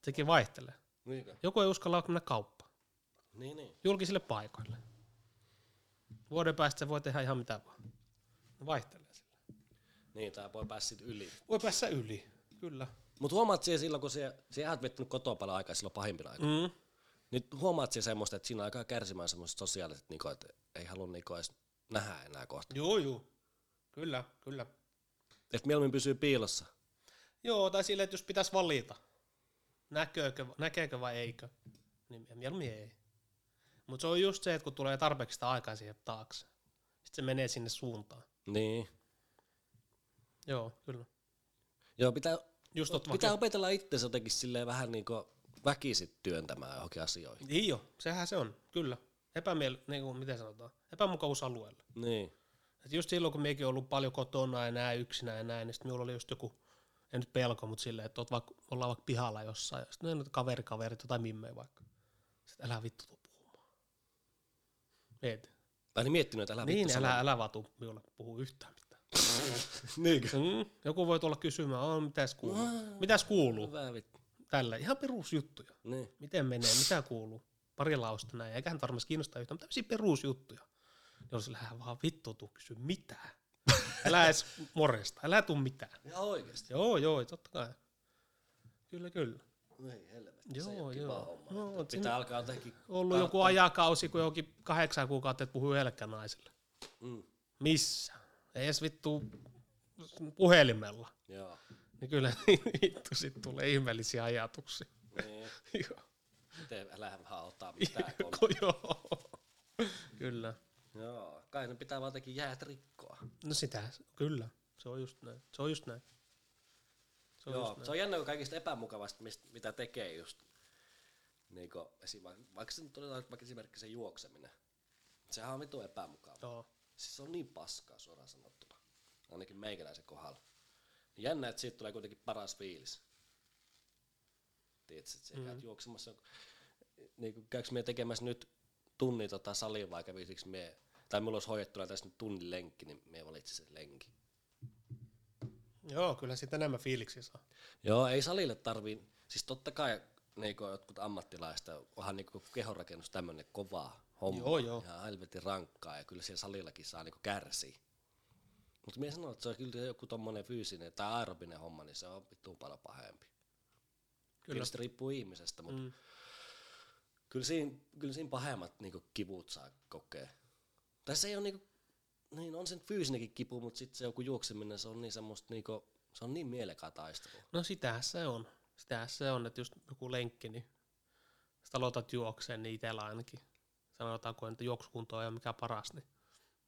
Speaker 1: Sekin vaihtelee.
Speaker 2: Niinkö?
Speaker 1: Joku ei uskalla mennä kauppaan,
Speaker 2: Niin, niin.
Speaker 1: julkisille paikoille. Vuoden päästä se voi tehdä ihan mitä vaan. Ne Vaihtelee sillä.
Speaker 2: Niin, tää voi päästä siitä yli.
Speaker 1: Voi päästä yli, kyllä.
Speaker 2: Mut huomaat siellä silloin, kun sä, sä oot vettänyt kotoa paljon aikaa silloin pahimpina aikoina.
Speaker 1: Mm.
Speaker 2: Nyt huomaat siellä semmoista, että siinä alkaa kärsimään semmoiset sosiaaliset, niinku, että ei halua niinku edes nähdä enää kohta.
Speaker 1: Joo, joo. Kyllä, kyllä.
Speaker 2: Että mieluummin pysyy piilossa.
Speaker 1: Joo, tai silleen, että jos pitäisi valita, näkeekö, näkeekö vai eikö, niin mieluummin ei. Mutta se on just se, että kun tulee tarpeeksi sitä aikaa siihen taakse, sitten se menee sinne suuntaan.
Speaker 2: Niin.
Speaker 1: Joo, kyllä.
Speaker 2: Joo, pitää
Speaker 1: Just totta.
Speaker 2: Pitää
Speaker 1: Pitää...
Speaker 2: opetella itsensä jotenkin silleen vähän niin kuin väkisit työntämään johonkin asioihin.
Speaker 1: Niin jo, sehän se on, kyllä. Epämiel, niin kuin, miten sanotaan, epämukavuusalueella.
Speaker 2: Niin.
Speaker 1: Et just silloin, kun mekin ollut paljon kotona ja näin yksinä ja näin, niin sitten minulla oli just joku, en nyt pelko, mutta silleen, että oot vaikka, ollaan vaikka pihalla jossain, ja sitten no, kaveri, kaveri, tai mimmei vaikka. Sitten älä vittu tuu puhumaan. Mieti.
Speaker 2: Aina miettinyt, että älä
Speaker 1: Niin,
Speaker 2: vittu
Speaker 1: älä, älä vaan tuu minulle puhu yhtään mitään.
Speaker 2: Niinkö?
Speaker 1: Mm, joku voi tulla kysymään, on, mitäs kuuluu, mitäs kuuluu,
Speaker 2: Hyvä vittu.
Speaker 1: tällä, ihan perusjuttuja.
Speaker 2: Niin.
Speaker 1: Miten menee, mitä kuuluu, pari lausta näin, eiköhän varmasti kiinnostaa yhtään, mutta tämmöisiä perusjuttuja. Niin on sillä "Älä vaan vittu tuu kysyä mitään. Älä edes morjesta, älä tuu mitään.
Speaker 2: Ja oikeesti.
Speaker 1: Joo, joo, totta kai. Kyllä, kyllä.
Speaker 2: Ei Niin, helvetti,
Speaker 1: Joo,
Speaker 2: se ei oo kiva
Speaker 1: joo.
Speaker 2: homma.
Speaker 1: No,
Speaker 2: Nyt
Speaker 1: oot
Speaker 2: Pitää
Speaker 1: sinä-
Speaker 2: alkaa jotenkin... Ah,
Speaker 1: Ollut joku ajakausi, kun johonkin kahdeksan kuukautta et puhu yhdellekään naiselle.
Speaker 2: Mm.
Speaker 1: Missä? Ei edes vittu puhelimella.
Speaker 2: Joo.
Speaker 1: Niin kyllä [LAUGHS] niin vittu sit tulee ihmeellisiä ajatuksia.
Speaker 2: Niin.
Speaker 1: Joo.
Speaker 2: Miten älä vaan ottaa
Speaker 1: [LAUGHS]
Speaker 2: mitään kolme.
Speaker 1: Ko- joo. Kyllä.
Speaker 2: Joo. Kai ne pitää vaan jotenkin jäät rikkoa.
Speaker 1: No sitä, kyllä. Se on just näin. Se on just näin. Se on just
Speaker 2: Joo,
Speaker 1: näin.
Speaker 2: se on jännä, kun kaikista epämukavasta, mist, mitä tekee just, niin kuin, vaikka se nyt otetaan vaikka esimerkiksi se juokseminen, sehän on vitu epämukava.
Speaker 1: Joo.
Speaker 2: Siis se on niin paskaa suoraan sanottuna, ainakin meikäläisen kohdalla. Niin Jännä, että siitä tulee kuitenkin paras fiilis. Tiedätkö, että sä käyt juoksemassa, niin kuin, käykö me tekemässä nyt tunnin tota saliin vai kävisikö me, tai mulla olisi hoidettuna tässä nyt tunnin lenkki, niin me valitsisin sen lenkin.
Speaker 1: Joo, kyllä siitä enemmän fiiliksi saa.
Speaker 2: Joo, ei salille tarvii, siis totta kai niinku, jotkut ammattilaista, onhan niinku, kehonrakennus tämmöinen kovaa homma.
Speaker 1: Joo, joo.
Speaker 2: Ihan helvetin rankkaa ja kyllä siellä salillakin saa niinku kärsiä. Mutta minä sanon, että se on kyllä joku tommonen fyysinen tai aerobinen homma, niin se on vittuun paljon pahempi. Kyllä.
Speaker 1: Kyllä.
Speaker 2: Tietysti riippuu ihmisestä, mutta
Speaker 1: Mm.
Speaker 2: kyllä, siinä, kyllä siinä pahemmat niinku, kivut saa kokea. Tässä ei ole niinku, niin on sen fyysinenkin kipu, mutta sitten se joku juokseminen, se on niin semmoista niinku, se on niin mielekaa taistelua.
Speaker 1: No sitähän se on. Sitähän se on, että just joku lenkki, niin sitä aloitat juokseen, niin itsellä ainakin. Sanotaanko, että juoksukunto on ihan mikä paras, niin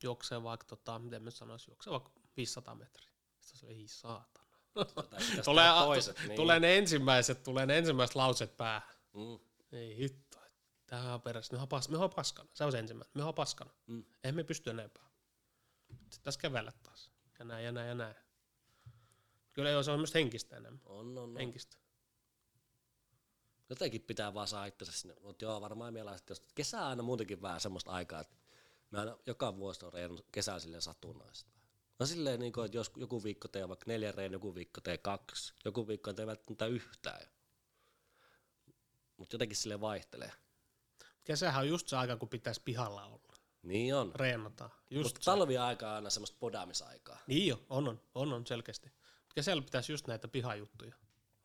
Speaker 1: juoksee vaikka, tota, miten mä sanoisin, juoksee vaikka 500 metriä. Sitten se oli, ei saatana.
Speaker 2: Tota, pitäisi
Speaker 1: Tulee,
Speaker 2: tehdä
Speaker 1: toiset, niin. tulee ne ensimmäiset, tulee ne ensimmäiset lauset päähän.
Speaker 2: Mm.
Speaker 1: Ei hitto, että tämähän on perässä. Me pas, me paskana. Se on se ensimmäinen. Me on paskana.
Speaker 2: Mm.
Speaker 1: Eihän me pysty enempää. Sitten tässä kävellä taas. Ja näin, ja näin, ja näin. Kyllä joo, se on myös henkistä enemmän.
Speaker 2: On, on, on.
Speaker 1: Henkistä.
Speaker 2: Jotenkin pitää vaan saa itsensä sinne. Mutta joo, varmaan meillä on sitten, jos kesä on aina muutenkin vähän semmoista aikaa, että mä aina joka vuosi on reenannut kesää silleen satunnaisesti. No silleen, niin kuin, että jos joku viikko tee vaikka neljä reeniä, joku viikko tee kaksi, joku viikko en tee välttämättä yhtään. Mutta jotenkin sille vaihtelee.
Speaker 1: Kesähän on just se aika, kun pitäisi pihalla olla.
Speaker 2: Niin on.
Speaker 1: Reenataan. Just
Speaker 2: Mutta talviaika on aina semmoista podaamisaikaa.
Speaker 1: Niin jo, on, on, on, on selkeästi. Mut Kesällä pitäisi just näitä pihajuttuja.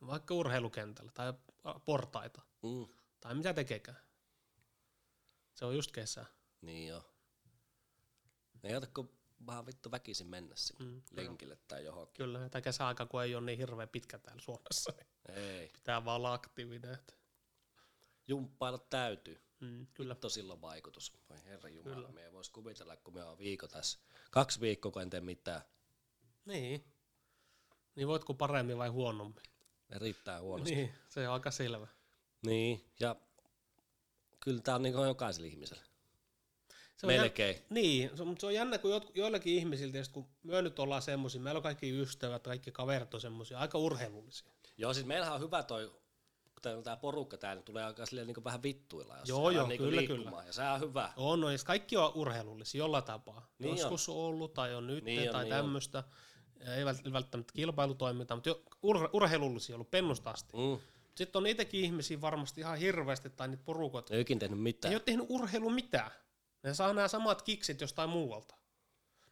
Speaker 1: Vaikka urheilukentällä tai ä, portaita
Speaker 2: Mm.
Speaker 1: tai mitä tekekään. Se on just kesä.
Speaker 2: Niin joo. Ei ota kuin vaan vittu väkisin mennä sinne
Speaker 1: Mm,
Speaker 2: lenkille tai johonkin.
Speaker 1: Kyllä, tämä kesäaika, kun ei ole niin hirveän pitkä täällä Suomessa, niin
Speaker 2: Ei.
Speaker 1: pitää vaan olla aktiivinen. että-
Speaker 2: Jumppailla täytyy.
Speaker 1: Mm, kyllä.
Speaker 2: Vittu sillä on vaikutus. Voi herra Jumala,
Speaker 1: Kyllä.
Speaker 2: me ei vois kuvitella, kun me on viikko tässä. Kaksi viikkoa, kun en tee mitään.
Speaker 1: Niin. Niin voitko paremmin vai huonommin?
Speaker 2: Ne riittää huonosti.
Speaker 1: Niin, se on aika selvä.
Speaker 2: Niin, ja kyllä tää on niin jokaisella ihmisellä.
Speaker 1: Se on
Speaker 2: Melkein.
Speaker 1: Jä... Niin, se, mutta se on jännä, kun jot, joillakin ihmisiltä, just kun me nyt ollaan semmoisia, meillä on kaikki ystävät, kaikki kaverit on semmoisia, aika urheilullisia.
Speaker 2: Joo, siis meillähän on hyvä toi, kun tämä porukka täällä niin tulee aika silleen niin vähän vittuilla. Jos
Speaker 1: Joo,
Speaker 2: saadaan
Speaker 1: joo,
Speaker 2: niinku
Speaker 1: kyllä,
Speaker 2: liikkumaan, Ja sehän on hyvä.
Speaker 1: On, no, ja sit kaikki on urheilullisia jollain tapaa.
Speaker 2: Niin
Speaker 1: Niin Joskus on. ollut tai on nyt
Speaker 2: Niin
Speaker 1: niin
Speaker 2: on,
Speaker 1: tai
Speaker 2: niin
Speaker 1: niin tämmöistä. Ei vält- välttämättä kilpailutoimintaa, mutta jo, ur, urheilullisia on ollut pennusta asti.
Speaker 2: Mm.
Speaker 1: Sitten on niitäkin ihmisiä varmasti ihan hirveästi tai niitä porukoita,
Speaker 2: Ei ikin tehnyt mitään.
Speaker 1: Ei ole tehnyt urheilu mitään. Ne saa nämä samat kiksit jostain muualta.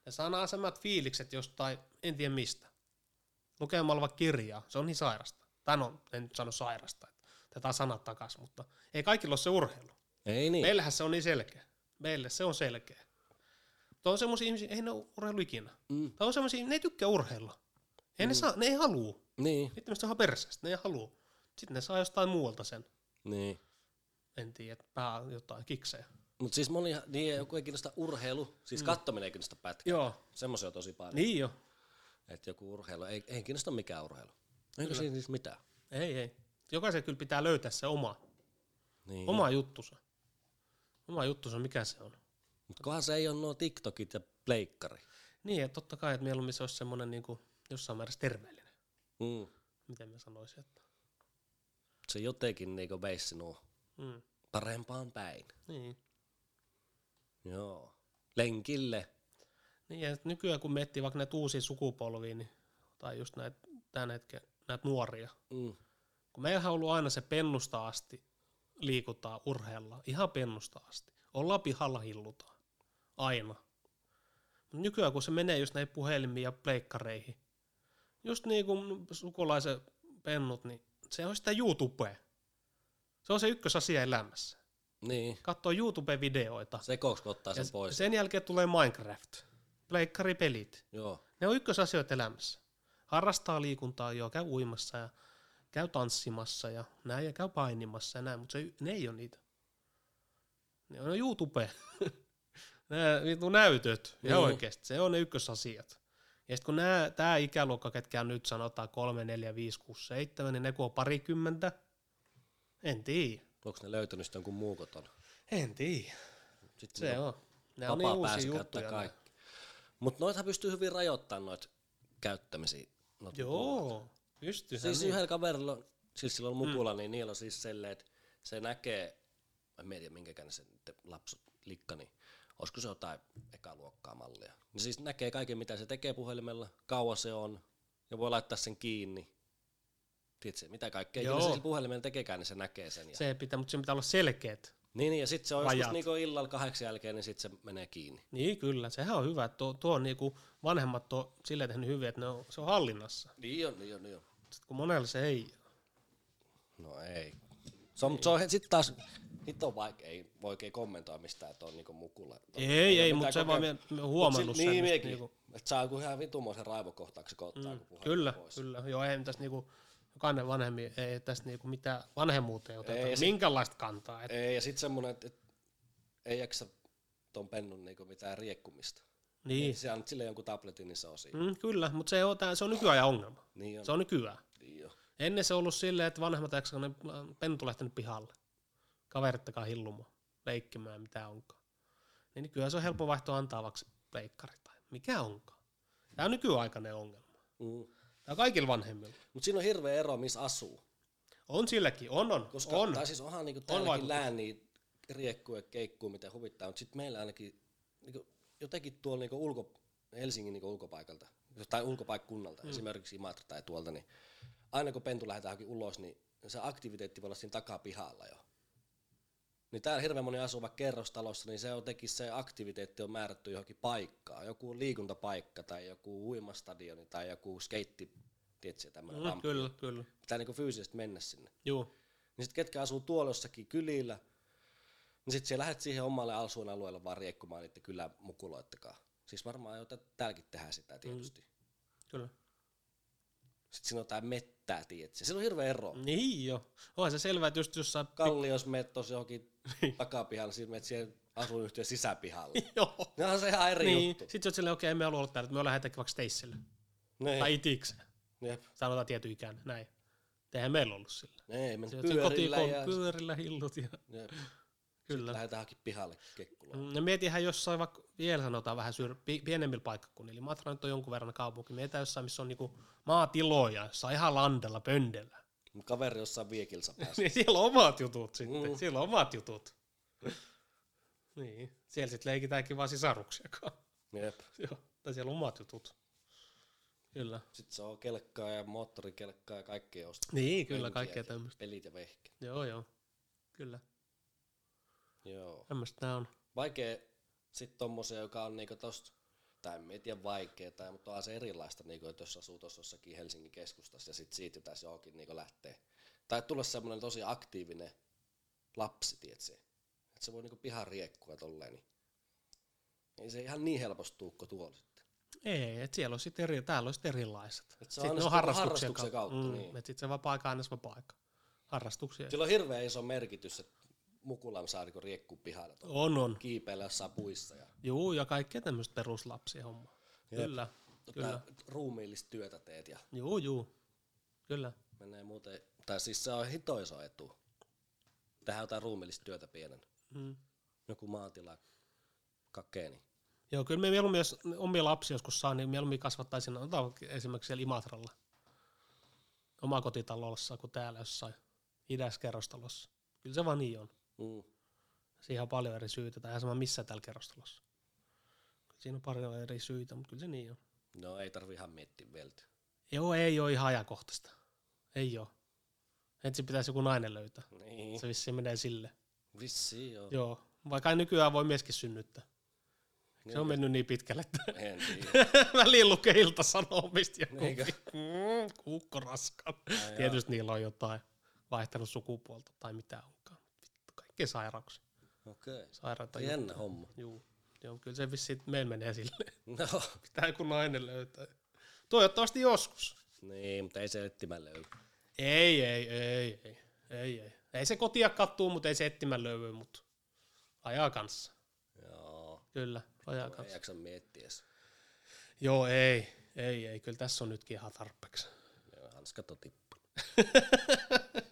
Speaker 1: Ne saa nämä samat fiilikset jostain, en tiedä mistä. Lukemalla vaikka kirjaa, se on niin sairasta. Tai no, en nyt sano sairasta, että tätä sanat takas, mutta ei kaikilla ole se urheilu.
Speaker 2: Ei niin.
Speaker 1: Meillähän se on niin selkeä. Meille se on selkeä. Mutta on semmoisia ihmisiä, ei ne ole urheilu ikinä.
Speaker 2: Mm.
Speaker 1: Tai on semmoisia, ne ei tykkää urheilla. Ei ne, saa, ne ei halua.
Speaker 2: Niin,
Speaker 1: Sitten on ihan perseestä, ne ei halua. Sitten ne saa jostain muualta sen.
Speaker 2: niin.
Speaker 1: En tiedä, pää jotain kiksejä.
Speaker 2: Mutta siis moni, niin joku ei kiinnosta urheilu, siis mm. kattominen ei kiinnosta pätkää.
Speaker 1: Joo.
Speaker 2: Semmoisia on tosi paljon.
Speaker 1: Niin jo.
Speaker 2: Että joku urheilu, ei, ei kiinnosta mikään urheilu. Eikö siinä siis mitään?
Speaker 1: Ei, ei. Jokaisen kyllä pitää löytää se oma,
Speaker 2: Niin.
Speaker 1: oma juttusa. Oma juttusa, mikä se on.
Speaker 2: Mut kohan se ei ole nuo TikTokit ja pleikkari.
Speaker 1: Niin, ja totta kai, että mieluummin se olisi semmoinen niin kuin, jossain määrässä terveellinen.
Speaker 2: Mm.
Speaker 1: Miten mä sanoisin, että...
Speaker 2: Se jotenkin niinku veisi sinua
Speaker 1: Mm,
Speaker 2: parempaan päin.
Speaker 1: niin.
Speaker 2: Joo. Lenkille.
Speaker 1: Niin, ja nykyään kun miettii vaikka näitä uusia sukupolvia, niin, tai just näitä tämän hetken, näitä nuoria,
Speaker 2: Mm.
Speaker 1: kun meillähän on ollut aina se pennusta asti liikutaan, urheillaan, ihan pennusta asti. Ollaan pihalla hillutaan, aina. Mut nykyään kun se menee just näihin puhelimiin ja pleikkareihin, just niin kuin sukulaisen pennut, niin se on sitä YouTubea. Se on se ykkösasia elämässä.
Speaker 2: Niin.
Speaker 1: Katsoo YouTube-videoita.
Speaker 2: Se koks, kun ottaa sen
Speaker 1: ja
Speaker 2: pois.
Speaker 1: sen jälkeen tulee Minecraft, pleikkaripelit.
Speaker 2: Joo.
Speaker 1: Ne on ykkösasioita elämässä. Harrastaa liikuntaa joo, käy uimassa ja käy tanssimassa ja näin ja käy painimassa ja näin, mutta se, ne ei ole niitä. Ne on YouTube. [LAUGHS] Nämä vittu näytöt, ja
Speaker 2: Niin.
Speaker 1: oikeasti, se on ne ykkösasiat. Ja sitten kun nämä, tämä ikäluokka, ketkä nyt sanotaan 3, 4, 5, 6, 7, niin ne kun on parikymmentä, en tiedä.
Speaker 2: Onks ne löytänyt sitten jonkun muu koton?
Speaker 1: En tiedä,
Speaker 2: Sitten
Speaker 1: se
Speaker 2: niitä
Speaker 1: on. Nämä on niin uusia
Speaker 2: pääsy käyttää
Speaker 1: juttuja. nämä.
Speaker 2: kaikki. Mut noithan pystyy hyvin rajoittamaan noit käyttämisiä. Noit
Speaker 1: Joo, pystyhän
Speaker 2: Siis
Speaker 1: niin.
Speaker 2: yhdellä kaverilla, on- siis sillä on mukula, mm. niin niillä on siis silleen, että se näkee, mä en tiedä minkäkään se nyt lapsi likka, niin olisiko se jotain ekaluokkaa mallia. Niin siis näkee kaiken mitä se tekee puhelimella, kauan se on, ja voi laittaa sen kiinni. Tiedätkö, mitä kaikkea Joo.
Speaker 1: Joo.
Speaker 2: se sillä puhelimella tekekään, niin se näkee sen. Ja... Se.
Speaker 1: Se pitää, mutta sen pitää olla selkeät.
Speaker 2: Niin, niin, ja sitten se on joskus
Speaker 1: Rajat.
Speaker 2: niinku illalla kahdeksan jälkeen, niin sitten se menee kiinni.
Speaker 1: Niin kyllä, sehän on hyvä. että Tuo, tuo on niinku, vanhemmat on silleen tehnyt hyvin, että ne on, se on hallinnassa.
Speaker 2: Niin on, niin on, niin on.
Speaker 1: Sitten kun monella se ei.
Speaker 2: No ei. Se on, mutta se on sitten taas, nyt on vaikea, ei voi oikein kommentoida mistään, että on niinku mukula.
Speaker 1: Ei, ei,
Speaker 2: ole
Speaker 1: ei
Speaker 2: mitään
Speaker 1: mutta se vaan
Speaker 2: kokemusta.
Speaker 1: mie- mie- huomannut
Speaker 2: Mut sit- Niin,
Speaker 1: sen. just
Speaker 2: miekin. Niinku. Että saa joku ihan vitumoisen raivokohtauksen, kun ottaa mm, puhelin
Speaker 1: kyllä,
Speaker 2: pois.
Speaker 1: kyllä. Joo, ei tässä niinku, jokainen vanhemmi, ei tässä niinku mitään vanhemmuuteen oteta,
Speaker 2: Ei,
Speaker 1: ei,
Speaker 2: se-
Speaker 1: minkälaista kantaa. Et,
Speaker 2: Ei, ja sitten semmoinen, että et, ei jaksa ton pennun niinku mitään riekkumista.
Speaker 1: niin,
Speaker 2: Niin. Se annat sille jonkun tabletin, niin se on siinä.
Speaker 1: mm, kyllä, mutta se on, tää, se on nykyajan ongelma.
Speaker 2: Niin on.
Speaker 1: Mm. Se on nykyään.
Speaker 2: Niin jo.
Speaker 1: Ennen se on ollut silleen, että vanhemmat eivät ne pentu lähtenyt pihalle. Kaverit takaa hillumaan, leikkimään, mitä onkaan. Niin kyllä se on helppo vaihto antaa vaikka se pleikkari tai mikä onkaan. Tämä on nykyaikainen ongelma.
Speaker 2: Mm.
Speaker 1: Tämä on kaikilla vanhemmilla.
Speaker 2: Mutta siinä on hirveä ero, missä asuu.
Speaker 1: On silläkin, on on,
Speaker 2: Koska,
Speaker 1: on.
Speaker 2: Tai siis onhan niinku
Speaker 1: vaikutus.
Speaker 2: täälläkin lääni riekkuu ja keikkuu, mitä huvittaa, mutta sitten meillä ainakin niinku, jotenkin tuolla niinku ulko, Helsingin niinku ulkopaikalta, tai ulkopaikkunnalta, mm. esimerkiksi Imatra tai tuolta, niin aina kun pentu lähdetään johonkin ulos, niin se aktiviteetti voi olla siinä takapihalla jo. Niin täällä hirveän moni asuu vaikka kerrostalossa, niin se jotenkin se aktiviteetti on määrätty johonkin paikkaan. Joku liikuntapaikka tai joku uimastadioni tai joku skeitti, tiedätkö, tämmöinen
Speaker 1: Mm,
Speaker 2: mm,
Speaker 1: kyllä, kyllä.
Speaker 2: Pitää niinku fyysisesti mennä sinne.
Speaker 1: Juu.
Speaker 2: Niin sitten ketkä asuu tuolla jossakin kylillä, niin sitten sä lähdet siihen omalle asuinalueelle vaan riekkumaan niiden kylän mukuloittakaan. Siis varmaan jo tä- täälläkin tehdään sitä tietysti. Mm.
Speaker 1: Kyllä.
Speaker 2: Sitten siinä on jotain mettää, tiedätkö? Siinä on hirveä ero. Mm.
Speaker 1: Niin jo. Onhan se selvää, että just jossain...
Speaker 2: Kallios meet tuossa johonkin takapihalle, niin meet siihen asuinyhtiön sisäpihalle.
Speaker 1: [LAUGHS] Joo.
Speaker 2: No on se ihan eri niin.
Speaker 1: Niin.
Speaker 2: juttu.
Speaker 1: Sitten sä oot silleen, okei, emme halua olla täällä, että me lähdetään vaikka Stacelle. Tai
Speaker 2: Niin.
Speaker 1: Itikseen.
Speaker 2: Jep.
Speaker 1: Sanotaan tietyn ikään, näin. Eihän meillä ollut sillä.
Speaker 2: Niin, mennään
Speaker 1: Pyörillä,
Speaker 2: pyörillä ja
Speaker 1: ja... pyörillä hillut ja...
Speaker 2: jep.
Speaker 1: Kyllä.
Speaker 2: lähdetään johonkin pihalle kekkulaan.
Speaker 1: No mietihän jossain vaikka vielä sanotaan vähän syr- pi- pienemmillä paikkakunnilla. Eli Matra nyt on jonkun verran kaupunki. Mietitään jossain, missä on niinku maatiloja, jossa on ihan landella, pöndellä.
Speaker 2: Mun Kaveri jossain viekilsa
Speaker 1: [LAUGHS]
Speaker 2: päässä.
Speaker 1: niin siellä on omat jutut sitten.
Speaker 2: Mm.
Speaker 1: Mm. Siellä on omat jutut. [LAUGHS] niin. Siellä sitten leikitäänkin vaan sisaruksiakaan. [LAUGHS]
Speaker 2: Jep.
Speaker 1: Joo. Tai siellä on omat jutut. Kyllä.
Speaker 2: Sitten se on kelkkaa ja moottorikelkkaa ja kaikkea ostaa.
Speaker 1: Niin, kyllä
Speaker 2: Penkiä
Speaker 1: kaikkea
Speaker 2: ja
Speaker 1: tämmöistä.
Speaker 2: Pelit ja vehkeet.
Speaker 1: Joo, joo. Kyllä.
Speaker 2: Joo.
Speaker 1: Tämmöistä nää on.
Speaker 2: Vaikea sitten tommosia, joka on niinku tosta, tai en mä tiedä vaikea, tai, mutta on se erilaista, niinku, että jos asuu tuossa jossakin Helsingin keskustassa ja sitten siitä pitäisi johonkin niinku lähteä. Tai tulla semmoinen tosi aktiivinen lapsi, tiedätkö? Että se voi niinku pihan riekkua tolleen. Niin. Ei se ihan niin helposti tuukko tuolla sitten.
Speaker 1: Ei, et siellä on sit eri, täällä on sit erilaiset.
Speaker 2: Et se
Speaker 1: Sitten
Speaker 2: on
Speaker 1: ne
Speaker 2: aina
Speaker 1: on
Speaker 2: sit niinku
Speaker 1: harrastuksen kautta.
Speaker 2: harrastuksen kautta,
Speaker 1: mm,
Speaker 2: niin.
Speaker 1: niin. Et sit se vapaa-aika aina se vapaa-aika. Harrastuksia.
Speaker 2: Sillä on hirveän iso merkitys, että Mukulam saa niinku riekkuu pihalla tuolla.
Speaker 1: On, on.
Speaker 2: Kiipeillä jossain puissa ja
Speaker 1: Juu, ja kaikkea tämmöistä peruslapsia hommaa.
Speaker 2: Jep.
Speaker 1: Kyllä,
Speaker 2: tota,
Speaker 1: kyllä.
Speaker 2: ruumiillista työtä teet ja
Speaker 1: Juu, juu. Kyllä.
Speaker 2: Menee muuten, tai siis se on hitoisa etu. Tehdään jotain ruumillista työtä pienen.
Speaker 1: Mm.
Speaker 2: Joku maatila niin, kakeeni.
Speaker 1: Joo, kyllä me mieluummin, jos omia lapsia joskus saa, niin mieluummin kasvattaisin, otetaan esimerkiksi siellä Imatralla, omakotitalossa kuin täällä jossain idäskerrostalossa. Kyllä se vaan niin on.
Speaker 2: Mm.
Speaker 1: Siihen on paljon eri syitä, tai ihan sama missä täällä kerrostalossa. Kyllä siinä on paljon eri syitä, mutta kyllä se niin on.
Speaker 2: No ei tarvi ihan miettiä vielä.
Speaker 1: Joo, ei ole ihan ajankohtaista. Ei ole. Ensin pitäisi joku nainen löytää.
Speaker 2: Niin.
Speaker 1: Se vissiin menee sille.
Speaker 2: Vissiin joo.
Speaker 1: Joo. Vaikka ei nykyään voi mieskin synnyttää. Se on
Speaker 2: Niin.
Speaker 1: mennyt niin pitkälle, että
Speaker 2: En tiedä.
Speaker 1: [LAUGHS] väliin lukee ilta sanomista joku
Speaker 2: Niinkö?
Speaker 1: mm, kuukko raskaan.
Speaker 2: joo.
Speaker 1: Tietysti niillä on jotain vaihtelun sukupuolta tai mitä onkaan. Vittu, kaikki sairauksia.
Speaker 2: Okei.
Speaker 1: Sairaita
Speaker 2: Okay. Jännä
Speaker 1: juttuja.
Speaker 2: homma.
Speaker 1: Juu. Joo, kyllä se vissiin meillä menee silleen. [LAUGHS]
Speaker 2: No.
Speaker 1: Pitää joku nainen löytää. Toivottavasti joskus.
Speaker 2: Niin, mutta ei se etsimään löydy.
Speaker 1: Ei, ei, ei, ei, ei, ei. Ei se kotia kattuu, mutta ei se etsimän löydy, mutta ajaa kanssa.
Speaker 2: Joo.
Speaker 1: Kyllä, ajaa
Speaker 2: Ei
Speaker 1: kanssa.
Speaker 2: jaksa miettiä. se.
Speaker 1: Joo, ei, ei, ei, kyllä tässä on nytkin ihan tarpeeksi.
Speaker 2: Joo, Hanskat on
Speaker 1: [LAUGHS]
Speaker 2: tippunut.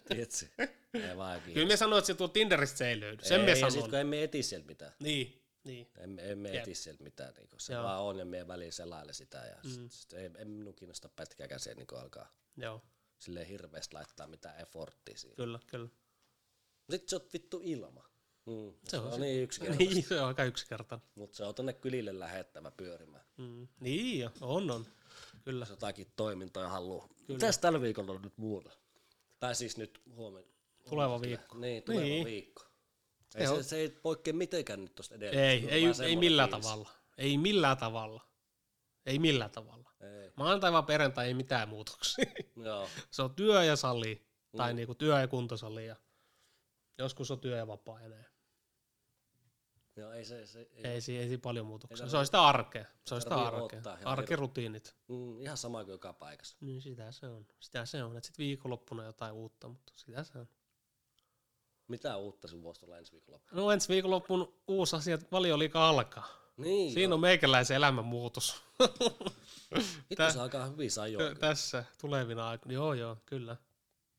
Speaker 2: Tiedätkö? Ei vaan
Speaker 1: Kyllä
Speaker 2: kiinni.
Speaker 1: me sanoin, että se tuo Tinderistä se ei löydy. Sen
Speaker 2: ei,
Speaker 1: me
Speaker 2: ja sit
Speaker 1: sanoin.
Speaker 2: kun emme eti sieltä mitään.
Speaker 1: Niin, niin.
Speaker 2: Emme, emme
Speaker 1: Jep.
Speaker 2: eti sieltä mitään. Niin se
Speaker 1: Joo.
Speaker 2: vaan on ja meidän väliin selaile sitä. Ja
Speaker 1: Mm.
Speaker 2: sit, sit, ei, ei minun kiinnosta pätkääkään se, niin alkaa
Speaker 1: Joo,
Speaker 2: silleen hirveästi laittaa mitään efforttia siihen.
Speaker 1: kyllä, kyllä.
Speaker 2: Sitten sä oot vittu ilma. Mm. Se,
Speaker 1: on
Speaker 2: on,
Speaker 1: se.
Speaker 2: niin
Speaker 1: [LAUGHS]
Speaker 2: yksinkertainen.
Speaker 1: Niin, se on aika yksinkertainen.
Speaker 2: Mutta se on tonne kylille lähettävä pyörimään.
Speaker 1: Mm. Niin, jo, on, on. Kyllä.
Speaker 2: Jos jotakin toimintoja haluaa.
Speaker 1: Kyllä.
Speaker 2: Mitäs tällä viikolla on nyt muuta? Tai siis nyt huomenna.
Speaker 1: Tuleva viikko.
Speaker 2: Niin, tuleva
Speaker 1: Niin.
Speaker 2: viikko.
Speaker 1: Ei
Speaker 2: Ei, se,
Speaker 1: oo-
Speaker 2: se ei poikkea mitenkään nyt tuosta edelleen.
Speaker 1: Ei, ei, ei millään tavalla. Ei millään tavalla. Ei millään tavalla.
Speaker 2: Ei.
Speaker 1: Maanantai vaan perjantai ei mitään muutoksia. [LAUGHS]
Speaker 2: Joo.
Speaker 1: Se on työ ja sali, tai
Speaker 2: Mm.
Speaker 1: niinku työ ja kuntosali, ja joskus on työ ja vapaa ja näin.
Speaker 2: Joo, ei se, se ei.
Speaker 1: Ei, siinä, ei siinä paljon muutoksia.
Speaker 2: Ei
Speaker 1: Se on sitä arkea. Se on
Speaker 2: ei
Speaker 1: sitä
Speaker 2: tarvii
Speaker 1: arkea.
Speaker 2: odottaa ihan
Speaker 1: Arkirutiinit.
Speaker 2: Mm, ihan sama kuin joka paikassa.
Speaker 1: Niin sitä se on. Sitä se on. Et sit viikonloppuna jotain uutta, mutta sitä se on.
Speaker 2: Mitä uutta sun voisi tulla ensi viikolla?
Speaker 1: No ensi viikonloppun uusi asia, että valioliika alkaa.
Speaker 2: Niin,
Speaker 1: Siinä on meikäläisen elämänmuutos.
Speaker 2: itse
Speaker 1: tää-
Speaker 2: saa aika hyvin sajoa.
Speaker 1: Tässä tulevina aikoina. Joo, joo, kyllä.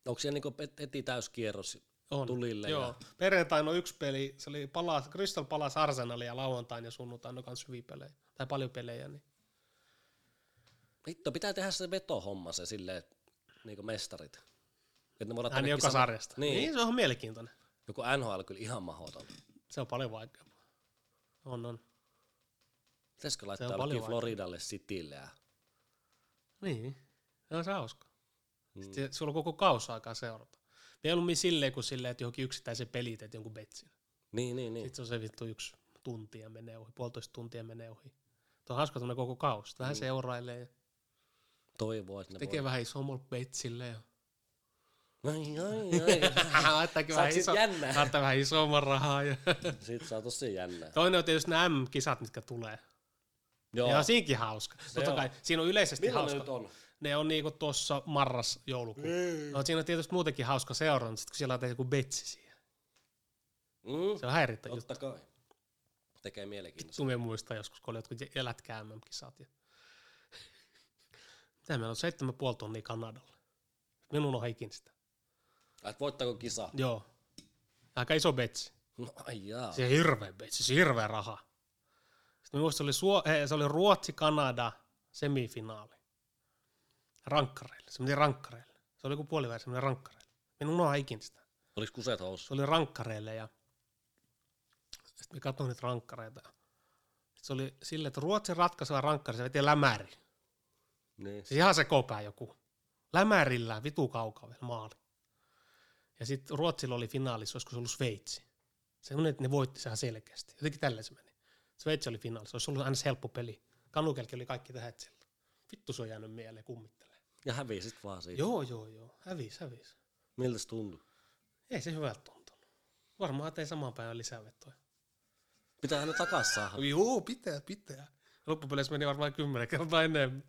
Speaker 2: Onko siellä niinku et- heti täyskierros?
Speaker 1: On.
Speaker 2: Tulille
Speaker 1: Joo.
Speaker 2: ja-
Speaker 1: Perjantaina on yksi peli, se oli palas, Crystal Palas Arsenalia ja lauantaina ja sunnuntaina on kans hyviä pelejä. Tai paljon pelejä, niin
Speaker 2: Hitto, pitää tehdä se vetohomma se silleen, niinku mestarit. Että ne voi olla
Speaker 1: Hän joka
Speaker 2: kaikki sama-
Speaker 1: sarjasta.
Speaker 2: Niin.
Speaker 1: Niin. niin. se on mielenkiintoinen.
Speaker 2: Joku NHL kyllä ihan mahdoton.
Speaker 1: Se on paljon vaikeampaa. On, on.
Speaker 2: Pitäisikö laittaa
Speaker 1: paljon
Speaker 2: jollekin
Speaker 1: vaikeampaa.
Speaker 2: Floridalle Citylle ja...
Speaker 1: Niin. No se hauska.
Speaker 2: Mm.
Speaker 1: Mm. Sulla on koko kausi aikaa seurata. Mieluummin silleen kuin silleen, että johonkin yksittäisen peliin teet jonkun betsin.
Speaker 2: Niin, niin, niin.
Speaker 1: Sitten se on se vittu yksi tunti ja menee ohi, puolitoista tuntia menee ohi. Tuo on hauska tämmönen koko kausi. Vähän mm. seurailee ja
Speaker 2: Toivoo, että ne
Speaker 1: tekee
Speaker 2: Niin. voi...
Speaker 1: vähän isommalla betsillä
Speaker 2: [LAUGHS]
Speaker 1: ja
Speaker 2: Ai, ai, ai. [LAUGHS]
Speaker 1: laittaakin vähän,
Speaker 2: Saat sit
Speaker 1: iso,
Speaker 2: jännää.
Speaker 1: laittaa vähän isomman rahaa. Ja [LAUGHS]
Speaker 2: Siitä saa tosi jännää.
Speaker 1: toinen on tietysti nämä M-kisat, mitkä tulee.
Speaker 2: Joo.
Speaker 1: Ja siinkin hauska. Totta
Speaker 2: on.
Speaker 1: kai, siinä on yleisesti
Speaker 2: Milloin ne Niin.
Speaker 1: hauska.
Speaker 2: nyt on?
Speaker 1: Ne on niinku tuossa marras joulukuun. No siinä on tietysti muutenkin hauska seuranta, sit kun siellä on joku betsi siihen. Se
Speaker 2: Mm.
Speaker 1: on häirittävä juttu.
Speaker 2: Totta kai. Tekee mielenkiintoista.
Speaker 1: Kun me muistan joskus, kun oli jotkut jä- jälätkää MM-kisat. Ja... Mitä meillä on? Seitsemän puoli tonnia Kanadalle. Minun on ikin sitä.
Speaker 2: Ai, et voittaako kisa?
Speaker 1: Joo. Aika iso betsi.
Speaker 2: No ai jaa.
Speaker 1: Se on hirveä betsi, se on hirveä raha. Sitten minusta se oli, Suo- eh, se oli Ruotsi-Kanada semifinaali. Rankkareille, se meni rankkareille. Se oli kuin puoliväli, se meni rankkareille. Minun on ikin sitä.
Speaker 2: Olis kuset housu?
Speaker 1: se oli rankkareille ja sitten me katsoin niitä rankkareita. Sit se oli silleen, että Ruotsin ratkaiseva rankkari, se veti lämäri.
Speaker 2: Niin.
Speaker 1: Siis ihan se kopää joku. Lämärillä vitu kaukaa vielä maali. Ja sitten Ruotsilla oli finaalissa, olisiko se ollut Sveitsi. Semmoinen, että ne voitti sehän selkeästi. Jotenkin tällä se meni. Sveitsi oli finaalissa, olisi ollut aina se helppo peli. Kanukelki oli kaikki tähän sillä. Vittu se on jäänyt mieleen kummittelee.
Speaker 2: Ja hävisit vaan siitä.
Speaker 1: Joo, joo, joo. Hävis, hävis.
Speaker 2: Miltä se tuntuu?
Speaker 1: Ei se hyvältä tuntunut. Varmaan tein saman päivän lisävetoja.
Speaker 2: Pitäähän ne takas saada.
Speaker 1: Joo, pitää, pitää. Loppupeleissä meni varmaan kymmenen kertaa enemmän.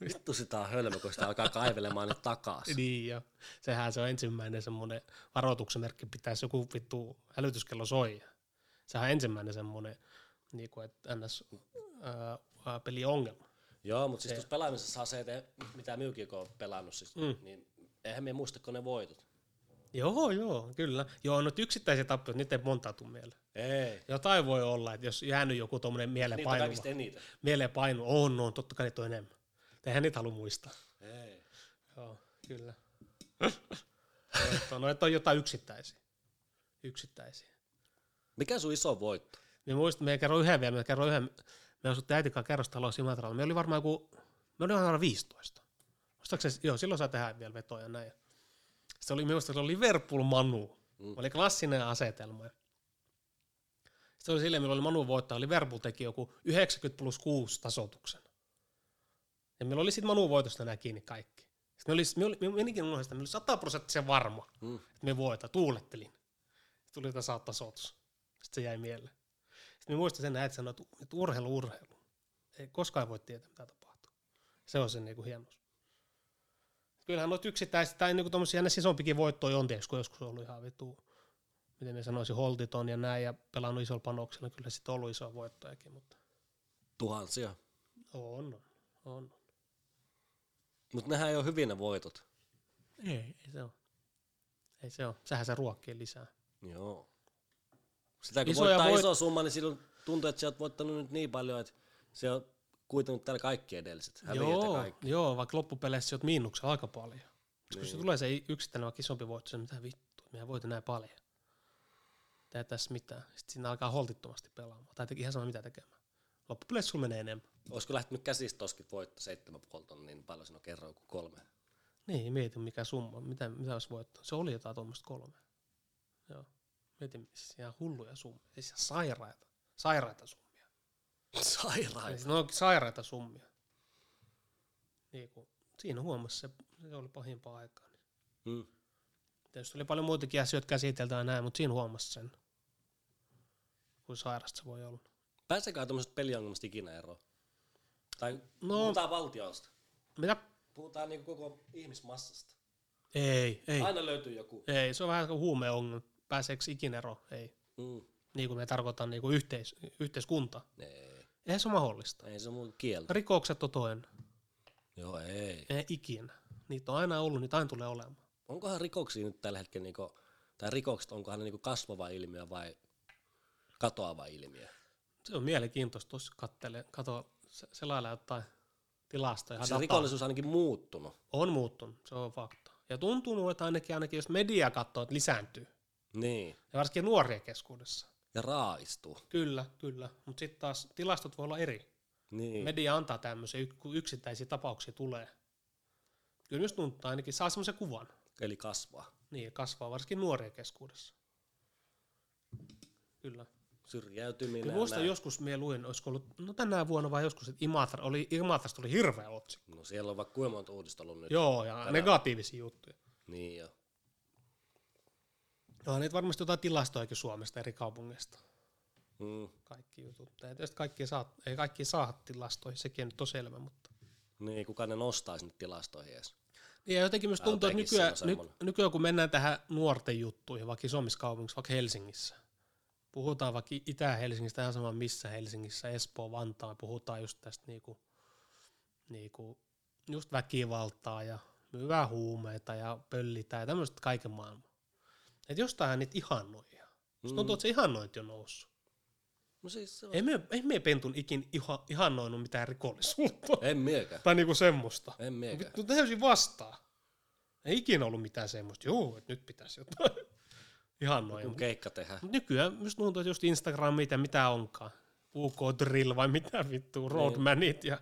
Speaker 2: Vittu sitä on hölmö, kun sitä alkaa kaivelemaan ne takas.
Speaker 1: Niin ja sehän se on ensimmäinen semmoinen varoituksen merkki, pitäisi joku vittu hälytyskello soi. Sehän on ensimmäinen semmoinen, niin kuin, että ns. Ää, ää, peliongelma.
Speaker 2: Joo, mutta siis
Speaker 1: Se-
Speaker 2: tuossa pelaamisessa saa se, että mitä Myykiäko on pelannut, siis,
Speaker 1: Mm.
Speaker 2: mm. niin eihän me muistako ne voitot.
Speaker 1: Joo, joo, kyllä. Joo, nyt yksittäisiä tappioita, niitä ei monta tuu mieleen.
Speaker 2: Ei.
Speaker 1: Jotain voi olla, että jos jäänyt joku tuommoinen mieleen
Speaker 2: Niitä on
Speaker 1: painuva,
Speaker 2: kaikista eniten.
Speaker 1: mieleen painu, on, on, totta kai niitä on enemmän. Eihän niitä halua muistaa.
Speaker 2: Ei.
Speaker 1: Joo, kyllä. [LAUGHS] Noita on, noita on jotain yksittäisiä. Yksittäisiä.
Speaker 2: Mikä sun iso voitto?
Speaker 1: Niin muistan, me kerroin yhden vielä, me kerroin yhden, me asuttiin äitin kanssa kerrostaloa Simatralla. Me oli varmaan joku, me oli varmaan 15. Muistaakseni, joo, silloin saa tehdä vielä vetoja näin. Se oli minusta, se oli Liverpool Manu.
Speaker 2: Mm.
Speaker 1: Oli klassinen asetelma. Se oli silleen, milloin oli Manu voittaa, Liverpool teki joku 90 plus 6 tasoituksen. Ja meillä oli sitten Manu voitosta nämä kiinni kaikki. Sitten me, oli, me, oli, me menikin unohdin sitä, me oli 100 prosenttisen varma,
Speaker 2: Mm.
Speaker 1: että me voitetaan. Tuulettelin. Sitten tuli tasa tasoitus. Sitten se jäi mieleen. Sitten me muistan sen, että sanoa, että että urheilu urheilu. Ei koskaan voi tietää, mitä tapahtuu. Se on se niinku hienous. Kyllähän noita yksittäisiä tai niinku tommosia ne isompikin voittoja on tietysti, kun joskus on ollut ihan vitu, miten me sanoisin, holtiton ja näin ja pelannut isolla panoksella, kyllä sitten on ollut isoja voittojakin, mutta
Speaker 2: Tuhansia.
Speaker 1: on, on, on.
Speaker 2: Mutta nehän ei ole hyvin ne voitot.
Speaker 1: Ei, ei se ole. Ei se ole. Sähän se ruokkii lisää.
Speaker 2: Joo. Sitä kun
Speaker 1: Isoja
Speaker 2: voittaa
Speaker 1: voit-
Speaker 2: iso summa, niin silloin tuntuu, että sä oot voittanut nyt niin paljon, että se on kuitannut täällä kaikki edelliset. Häviöt ja
Speaker 1: Joo,
Speaker 2: kaikki.
Speaker 1: joo, vaikka loppupeleissä sä oot miinuksella aika paljon. Niin. Kun se
Speaker 2: Niin.
Speaker 1: tulee se yksittäinen vaikka isompi voitto, se on, mitä vittu, mehän voitin näin paljon. Tää ei tässä mitään. Sitten siinä alkaa holtittomasti pelaamaan. Tai te- ihan sama mitä tekemään. Loppupeleissä sulla menee enemmän.
Speaker 2: Olisiko lähtenyt käsistä toskin voitto seitsemän puolta tonnia, niin paljon siinä on kerroin kuin kolme. [LAUGHS]
Speaker 1: Niin, mietin mikä summa, mitä, mitä olisi voittanut. Se oli jotain tuommoista kolme. Joo. Mietin, siis ihan hulluja summia. Siis ihan sairaita. Sairaita summia.
Speaker 2: Sairaan.
Speaker 1: Siis ne onkin sairaita summia. Niin kun, siinä huomasi se, se oli pahimpaa aikaa. Niin.
Speaker 2: Mm.
Speaker 1: Tietysti oli paljon muitakin asioita käsiteltävä ja näin, mutta siinä huomasi sen, kuin sairasta se voi olla.
Speaker 2: Pääsekään tuommoisesta peliongelmasta ikinä eroon? Tai
Speaker 1: No-
Speaker 2: no. puhutaan valtioista.
Speaker 1: Mitä?
Speaker 2: Puhutaan niin koko ihmismassasta.
Speaker 1: Ei, ei.
Speaker 2: Ei. Aina löytyy joku.
Speaker 1: Ei, se on vähän kuin huumeongelma. Pääseekö ikinä ero? Ei.
Speaker 2: Mm.
Speaker 1: Niin kuin me tarkoitan niin kuin yhteis, yhteiskunta.
Speaker 2: Ei,
Speaker 1: Eihän se ole mahdollista.
Speaker 2: ei se on mun kieltä.
Speaker 1: Rikokset on toinen.
Speaker 2: Joo, ei.
Speaker 1: Ei ikinä. Niitä on aina ollut, niitä aina tulee olemaan.
Speaker 2: Onkohan rikoksia nyt tällä hetkellä, niinku, tai rikokset, onkohan ne niinku kasvava ilmiö vai katoava ilmiö?
Speaker 1: Se on mielenkiintoista, tuossa kattelee, kato, se- selailla jotain tilastoja.
Speaker 2: Se
Speaker 1: dataa.
Speaker 2: rikollisuus on ainakin muuttunut.
Speaker 1: On muuttunut, se on fakta. Ja tuntuu, että ainakin, ainakin jos media katsoo, että lisääntyy.
Speaker 2: Niin.
Speaker 1: Ja varsinkin nuorien keskuudessa.
Speaker 2: Ja raaistuu.
Speaker 1: Kyllä, kyllä. Mutta sitten taas tilastot voi olla eri.
Speaker 2: Niin.
Speaker 1: Media antaa tämmöisiä, yk- kun yksittäisiä tapauksia tulee. Kyllä myös tuntuu ainakin, saa semmoisen kuvan.
Speaker 2: Eli kasvaa.
Speaker 1: Niin, kasvaa varsinkin nuorien keskuudessa. Kyllä.
Speaker 2: Syrjäytyminen.
Speaker 1: Minä muistan
Speaker 2: nää.
Speaker 1: joskus, minä luin, olisiko ollut, no tänä vuonna vai joskus, että Imatra, oli, Imatrasta oli hirveä otsikko.
Speaker 2: No siellä on vaikka kuinka monta uutista ollut nyt.
Speaker 1: Joo, ja negatiivisia juttuja.
Speaker 2: Niin jo.
Speaker 1: No niitä varmasti jotain tilastoakin Suomesta eri kaupungeista.
Speaker 2: Mm.
Speaker 1: Kaikki jutut. Ja tietysti kaikki saa, ei kaikki saa tilastoihin, sekin nyt on selvä, mutta
Speaker 2: Niin, kuka ne nostaa sinne tilastoihin edes.
Speaker 1: Ja jotenkin myös
Speaker 2: Mä oon
Speaker 1: tuntuu, että
Speaker 2: tekin
Speaker 1: nykyään,
Speaker 2: siinä
Speaker 1: ny,
Speaker 2: samalla.
Speaker 1: nykyään kun mennään tähän nuorten juttuihin, vaikka isommissa kaupungeissa, vaikka Helsingissä, puhutaan vaikka I- Itä-Helsingistä, ihan sama missä Helsingissä, Espoo, Vantaa, puhutaan just tästä niinku, niinku, just väkivaltaa ja hyvää huumeita ja pöllitään ja tämmöistä kaiken maailman. Että jostain niitä ihannoja. Musta tuntuu, että se ihannointi on noussut.
Speaker 2: No siis se on.
Speaker 1: Ei me, ei me pentun ikin iha, ihannoinut mitään rikollisuutta. [LAUGHS]
Speaker 2: En miekään.
Speaker 1: tai niinku semmoista.
Speaker 2: En miekään.
Speaker 1: Mutta täysin vastaan. Ei ikinä ollut mitään semmoista, joo, että nyt pitäisi jotain. [LAUGHS] Ihan noin.
Speaker 2: Kun
Speaker 1: Okay.
Speaker 2: keikka tehdään.
Speaker 1: Nykyään myös tuntuu, että just Instagram, mitä, mitä onkaan. UK Drill vai mitä
Speaker 2: Niin.
Speaker 1: vittu, Roadmanit ja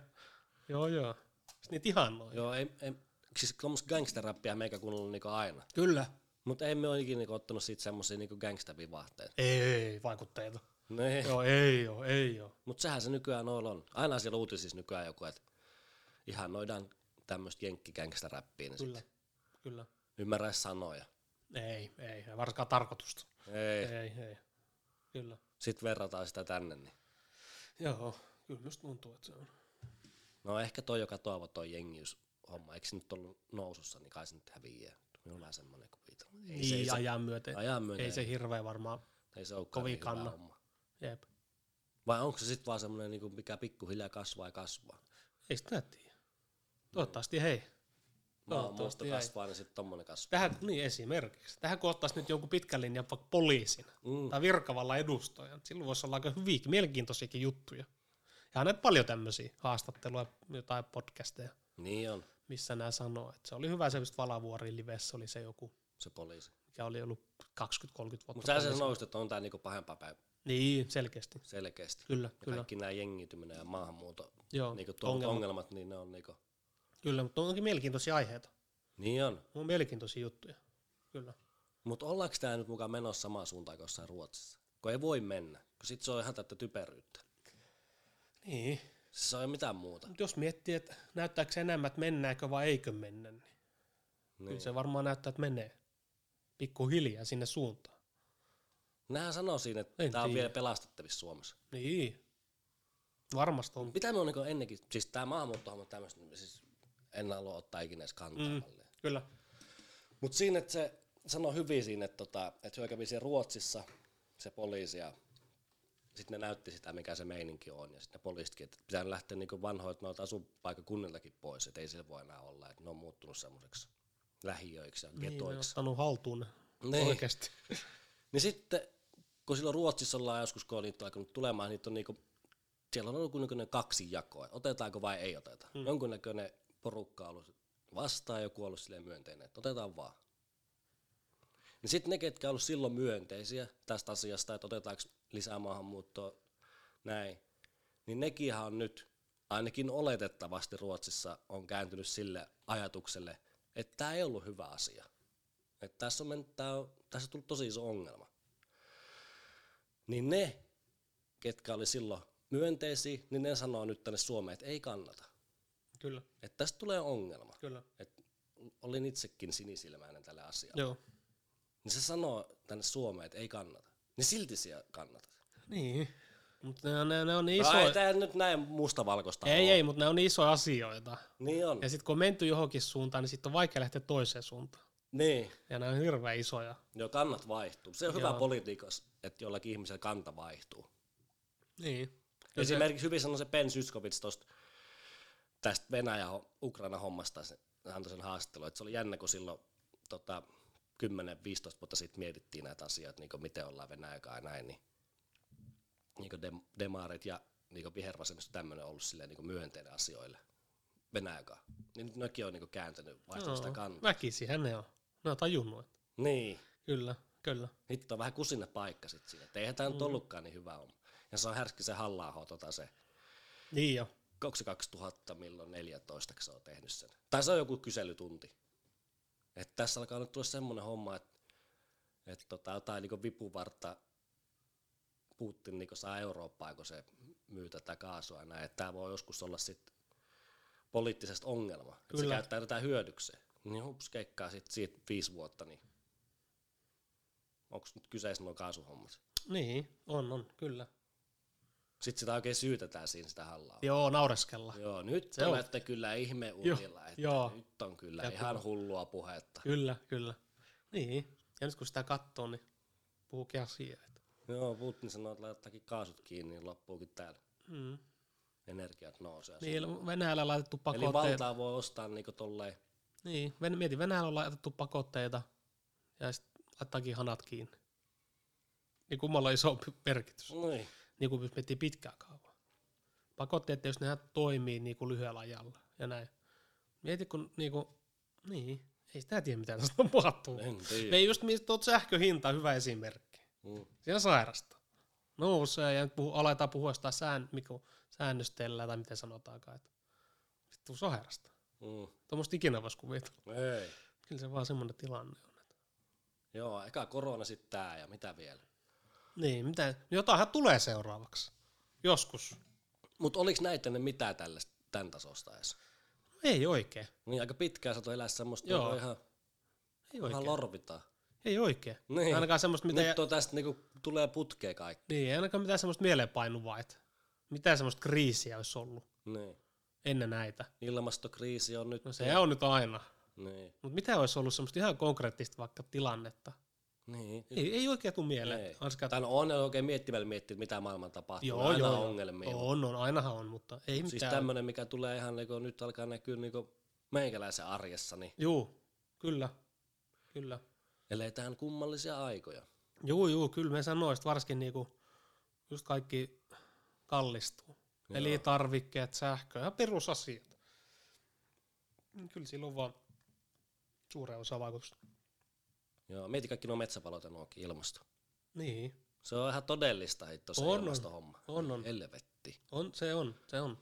Speaker 1: joo joo. Sitten niitä ihan noin.
Speaker 2: Joo, ei, ei, siis tuommoista gangsterrappia meikä kuunnellut niinku aina.
Speaker 1: Kyllä.
Speaker 2: Mutta emme ole ikinä niinku ottanut siitä semmoisia niinku gangstervivahteita.
Speaker 1: Ei, ei vaikutteita.
Speaker 2: Niin.
Speaker 1: joo, ei joo, ei joo.
Speaker 2: Mutta sehän se nykyään noilla on. Aina siellä uutisissa nykyään joku, että ihan noidaan tämmöistä jenkkigangsterrappia, niin
Speaker 1: Kyllä,
Speaker 2: sit
Speaker 1: kyllä.
Speaker 2: ymmärrä edes sanoja.
Speaker 1: Ei, ei, ei varsinkaan tarkoitusta. Ei,
Speaker 2: Ei.
Speaker 1: ei, ei. Kyllä.
Speaker 2: Sitten verrataan sitä tänne, niin.
Speaker 1: Joo, kyllä myös tuntuu, että se on.
Speaker 2: No ehkä toi, joka toivo toi jengiys homma, eikö se nyt ollut nousussa, niin kai se nyt häviää. Minulla on vähän semmoinen kuvita. Ei se, ei
Speaker 1: Niin,
Speaker 2: se,
Speaker 1: ajan myöten.
Speaker 2: ajan myötä,
Speaker 1: Ei se hirveä varmaan.
Speaker 2: ei se olekaan
Speaker 1: kovin
Speaker 2: niin hyvä
Speaker 1: kanna.
Speaker 2: homma.
Speaker 1: Jep.
Speaker 2: Vai onko se sitten vaan semmoinen, niinku, mikä pikkuhiljaa kasvaa ja kasvaa?
Speaker 1: Ei sitä tiedä. Toivottavasti hei.
Speaker 2: Maahanmuutto
Speaker 1: Toivottavasti jäi.
Speaker 2: kasvaa, niin sitten tommonen kasvaa.
Speaker 1: Tähän, niin esimerkiksi. Tähän kun ottaisi nyt jonkun pitkän linjan vaikka poliisina
Speaker 2: Mm.
Speaker 1: tai virkavalla edustajan, niin silloin voisi olla aika hyviä, mielenkiintoisiakin juttuja. Ja on näitä paljon tämmöisiä haastatteluja, jotain podcasteja,
Speaker 2: Niin on,
Speaker 1: missä nämä sanoo. Että se oli hyvä semmoista valavuori livessä, oli se joku,
Speaker 2: se poliisi.
Speaker 1: mikä oli ollut 20-30 vuotta.
Speaker 2: Mutta sä sen
Speaker 1: poliisina.
Speaker 2: sanoisit, että on tää niinku pahempaa päivä
Speaker 1: Niin, selkeästi.
Speaker 2: selkeästi.
Speaker 1: Kyllä,
Speaker 2: Ja
Speaker 1: kyllä.
Speaker 2: kaikki nämä jengiytyminen ja maahanmuuton
Speaker 1: Joo,
Speaker 2: niinku tuomat
Speaker 1: ongelma.
Speaker 2: ongelmat, niin ne on niinku,
Speaker 1: Kyllä, mutta onkin mielenkiintoisia aiheita.
Speaker 2: niin on.
Speaker 1: On mielenkiintoisia juttuja. Kyllä.
Speaker 2: Mutta ollaanko tämä nyt mukaan menossa samaan suuntaan kuin jossain Ruotsissa? Kun ei voi mennä, kun sit se on ihan täyttä typeryyttä.
Speaker 1: Niin.
Speaker 2: Siis se ei ole mitään muuta.
Speaker 1: Mut jos miettii, että näyttääkö se enemmän, että mennäänkö vai eikö mennä, niin
Speaker 2: Niin.
Speaker 1: kyllä se varmaan näyttää, että menee pikkuhiljaa sinne suuntaan.
Speaker 2: Nähän sanoo siinä, että
Speaker 1: En
Speaker 2: tämä on
Speaker 1: tiedä.
Speaker 2: vielä pelastettavissa Suomessa.
Speaker 1: Niin. Varmasti on.
Speaker 2: Mitä me on niin ennenkin, siis tämä maahanmuuttohomma on tämmöistä, siis en halua ottaa ikinä edes kantaa
Speaker 1: Mm.
Speaker 2: mm.
Speaker 1: Kyllä.
Speaker 2: Mutta siinä, että se sanoi hyvin siinä, että, tota, että he kävi siellä Ruotsissa, se poliisi ja sitten ne näytti sitä, mikä se meininki on. Ja sitten ne poliisitkin, että pitää lähteä niinku vanhoilta noilta asupaikakunniltakin pois, että ei sillä voi enää olla, että ne on muuttunut semmoiseksi lähiöiksi ja
Speaker 1: Niin, ne on
Speaker 2: getoiksi.
Speaker 1: ottanut haltuun
Speaker 2: Niin.
Speaker 1: niin. oikeasti.
Speaker 2: Niin sitten, kun silloin Ruotsissa ollaan joskus, kun on niitä alkanut tulemaan, niitä on niinku, siellä on ollut jonkunnäköinen kaksi jakoa, otetaanko vai ei oteta.
Speaker 1: Mm.
Speaker 2: Mm. Jonkunnäköinen porukka on ollut vastaan ja joku on ollut silleen myönteinen, että otetaan vaan. Niin sitten ne, ketkä on ollut silloin myönteisiä tästä asiasta, että otetaanko lisää maahanmuuttoa, näin, niin nekinhän on nyt ainakin oletettavasti Ruotsissa on kääntynyt sille ajatukselle, että tämä ei ollut hyvä asia. Että tässä, on mennyt, tää on, tässä on tullut tosi iso ongelma. Niin ne, ketkä oli silloin myönteisiä, niin ne sanoo nyt tänne Suomeen, että ei kannata.
Speaker 1: Kyllä,
Speaker 2: Että tästä tulee ongelma.
Speaker 1: kyllä.
Speaker 2: Et olin itsekin sinisilmäinen tällä asialla.
Speaker 1: Joo.
Speaker 2: Niin se sanoo tänne Suomeen, että ei kannata. Niin silti siellä kannata.
Speaker 1: Niin. Mutta ne, on- ne, ne on niin
Speaker 2: Iso... Ai,
Speaker 1: isoja.
Speaker 2: tää nyt näin mustavalkoista
Speaker 1: Ei,
Speaker 2: ole.
Speaker 1: ei, mutta ne on niin isoja asioita.
Speaker 2: Niin on.
Speaker 1: Ja sitten kun on menty johonkin suuntaan, niin sitten on vaikea lähteä toiseen suuntaan.
Speaker 2: Niin.
Speaker 1: Ja nämä on hirveän isoja.
Speaker 2: Joo, kannat vaihtuu. Se on hyvä
Speaker 1: Joo.
Speaker 2: politiikassa, että jollakin ihmisellä kanta vaihtuu.
Speaker 1: Niin.
Speaker 2: Ja Esimerkiksi hyvin sanoi se Ben Syskovits tuosta tästä Venäjä-Ukraina-hommasta, se antoi sen haastattelun, että se oli jännä, kun silloin tota, 10-15 vuotta sitten mietittiin näitä asioita, niin kuin miten ollaan Venäjä ja näin, niin, niin kuin dem- demarit ja niin kuin vihervasemmisto tämmöinen on ollut silleen, niin kuin myönteinen asioille Venäjäkaan. Niin nyt nekin on niin kuin kääntänyt vaihtanut sitä kantaa.
Speaker 1: Väkisihän ne on. Ne on tajunnut. että
Speaker 2: Niin.
Speaker 1: Kyllä, kyllä.
Speaker 2: Nyt on vähän kusinen paikka sitten siinä. Et eihän tämä nyt ollutkaan niin hyvä homma. Ja se on härski se halla tota se
Speaker 1: Niin jo.
Speaker 2: onko se 2000, milloin 14, kun se on tehnyt sen. Tai se on joku kyselytunti. Et tässä alkaa nyt tulla semmoinen homma, että et tota, jotain niinku vipuvartta Putin niinku saa Eurooppaa, kun se myy tätä kaasua ja näin. Tämä voi joskus olla sitten poliittisesta ongelma, että se
Speaker 1: Kyllä.
Speaker 2: käyttää tätä hyödykseen. Niin hups, keikkaa sit siitä viisi vuotta, niin onko nyt kyseessä nuo kaasuhommat?
Speaker 1: Niin, on, on, kyllä.
Speaker 2: Sitten sitä oikein syytetään siinä sitä hallaa.
Speaker 1: Joo, naureskella.
Speaker 2: Joo, nyt
Speaker 1: Se
Speaker 2: se
Speaker 1: on-
Speaker 2: olette kyllä ihmeunilla, että
Speaker 1: joo.
Speaker 2: nyt on kyllä
Speaker 1: Ja
Speaker 2: ihan
Speaker 1: kun-
Speaker 2: hullua puhetta.
Speaker 1: Kyllä, kyllä. Niin. Ja nyt kun sitä katsoo, niin puhukin asiaa. että-
Speaker 2: Joo, Putin sanoi, että laittakin kaasut kiinni, niin loppuukin täällä
Speaker 1: Mm.
Speaker 2: energiat nousee.
Speaker 1: Niin, Venäjällä on laitettu
Speaker 2: Eli
Speaker 1: pakotteita.
Speaker 2: valtaa voi ostaa niinku tolleen,
Speaker 1: Niin, Ven- mieti, Venäjällä on laitettu pakotteita ja sitten laittaakin hanat kiinni. Niin kummalla on iso merkitys,
Speaker 2: noin,
Speaker 1: niin kuin jos miettii pitkää kaavaa. Pakotteet, jos nehän toimii niin kuin lyhyellä ajalla ja näin. Mieti, kun niin, kuin, niin ei sitä tiedä, mitä tästä tapahtuu.
Speaker 2: en tiedä.
Speaker 1: Me ei Niin just mistä tuot sähköhinta on hyvä esimerkki.
Speaker 2: Mm.
Speaker 1: Siellä sairasta. Nousee ja nyt puhu, aletaan puhua jostain sään, miku, säännöstellä tai miten sanotaankaan. että Vittu sairasta.
Speaker 2: Mm.
Speaker 1: Tuommoista ikinä voisi kuvitella.
Speaker 2: Ei.
Speaker 1: Kyllä se vaan semmoinen tilanne on.
Speaker 2: Joo, eka korona sitten tää ja mitä vielä.
Speaker 1: Niin, mitä, jotainhan tulee seuraavaksi. Joskus.
Speaker 2: Mutta oliks näitä ennen mitään tällaista, tämän tasosta edes?
Speaker 1: Ei oikein.
Speaker 2: Niin aika pitkään sato elää semmoista,
Speaker 1: Joo,
Speaker 2: joo. ihan,
Speaker 1: Ei
Speaker 2: ihan
Speaker 1: oikein.
Speaker 2: lorvitaan.
Speaker 1: ei oikein.
Speaker 2: Niin.
Speaker 1: Ainakaan semmoista, mitä,
Speaker 2: Nyt on tästä niinku, tulee putkea kaikki.
Speaker 1: niin, ei ainakaan mitään semmoista mieleenpainuvaa, että mitään semmoista kriisiä olisi ollut
Speaker 2: Niin.
Speaker 1: ennen näitä.
Speaker 2: Ilmastokriisi on nyt.
Speaker 1: No se on nyt aina.
Speaker 2: Niin.
Speaker 1: Mutta mitä olisi ollut semmoista ihan konkreettista vaikka tilannetta,
Speaker 2: Niin.
Speaker 1: Ei, ei oikein tule mieleen.
Speaker 2: Ei.
Speaker 1: että olisi käyty-
Speaker 2: Tai no on ne oikein miettimällä miettiä, että mitä maailman tapahtuu.
Speaker 1: Joo,
Speaker 2: Aina
Speaker 1: joo, joo.
Speaker 2: ongelmia. on.
Speaker 1: On, on, ainahan on, mutta ei
Speaker 2: Siis
Speaker 1: mitään.
Speaker 2: tämmönen, mikä tulee ihan niinku, nyt alkaa näkyä niinku meikäläisen arjessa, niin
Speaker 1: Juu, kyllä, kyllä.
Speaker 2: eletään kummallisia aikoja.
Speaker 1: Juu, juu, kyllä me sanoista varsinkin niinku, just kaikki kallistuu. Joo. Eli tarvikkeet, sähköä ja perusasiat. Niin Kyllä sillä on vaan suuren osa vaikutusta.
Speaker 2: Joo, mieti kaikki nuo metsäpalot ja nuokin ilmasto.
Speaker 1: Niin,
Speaker 2: Se on ihan todellista hitto se
Speaker 1: On, on.
Speaker 2: ilmastohomma.
Speaker 1: On, on.
Speaker 2: Helvetti.
Speaker 1: on, se on, se on.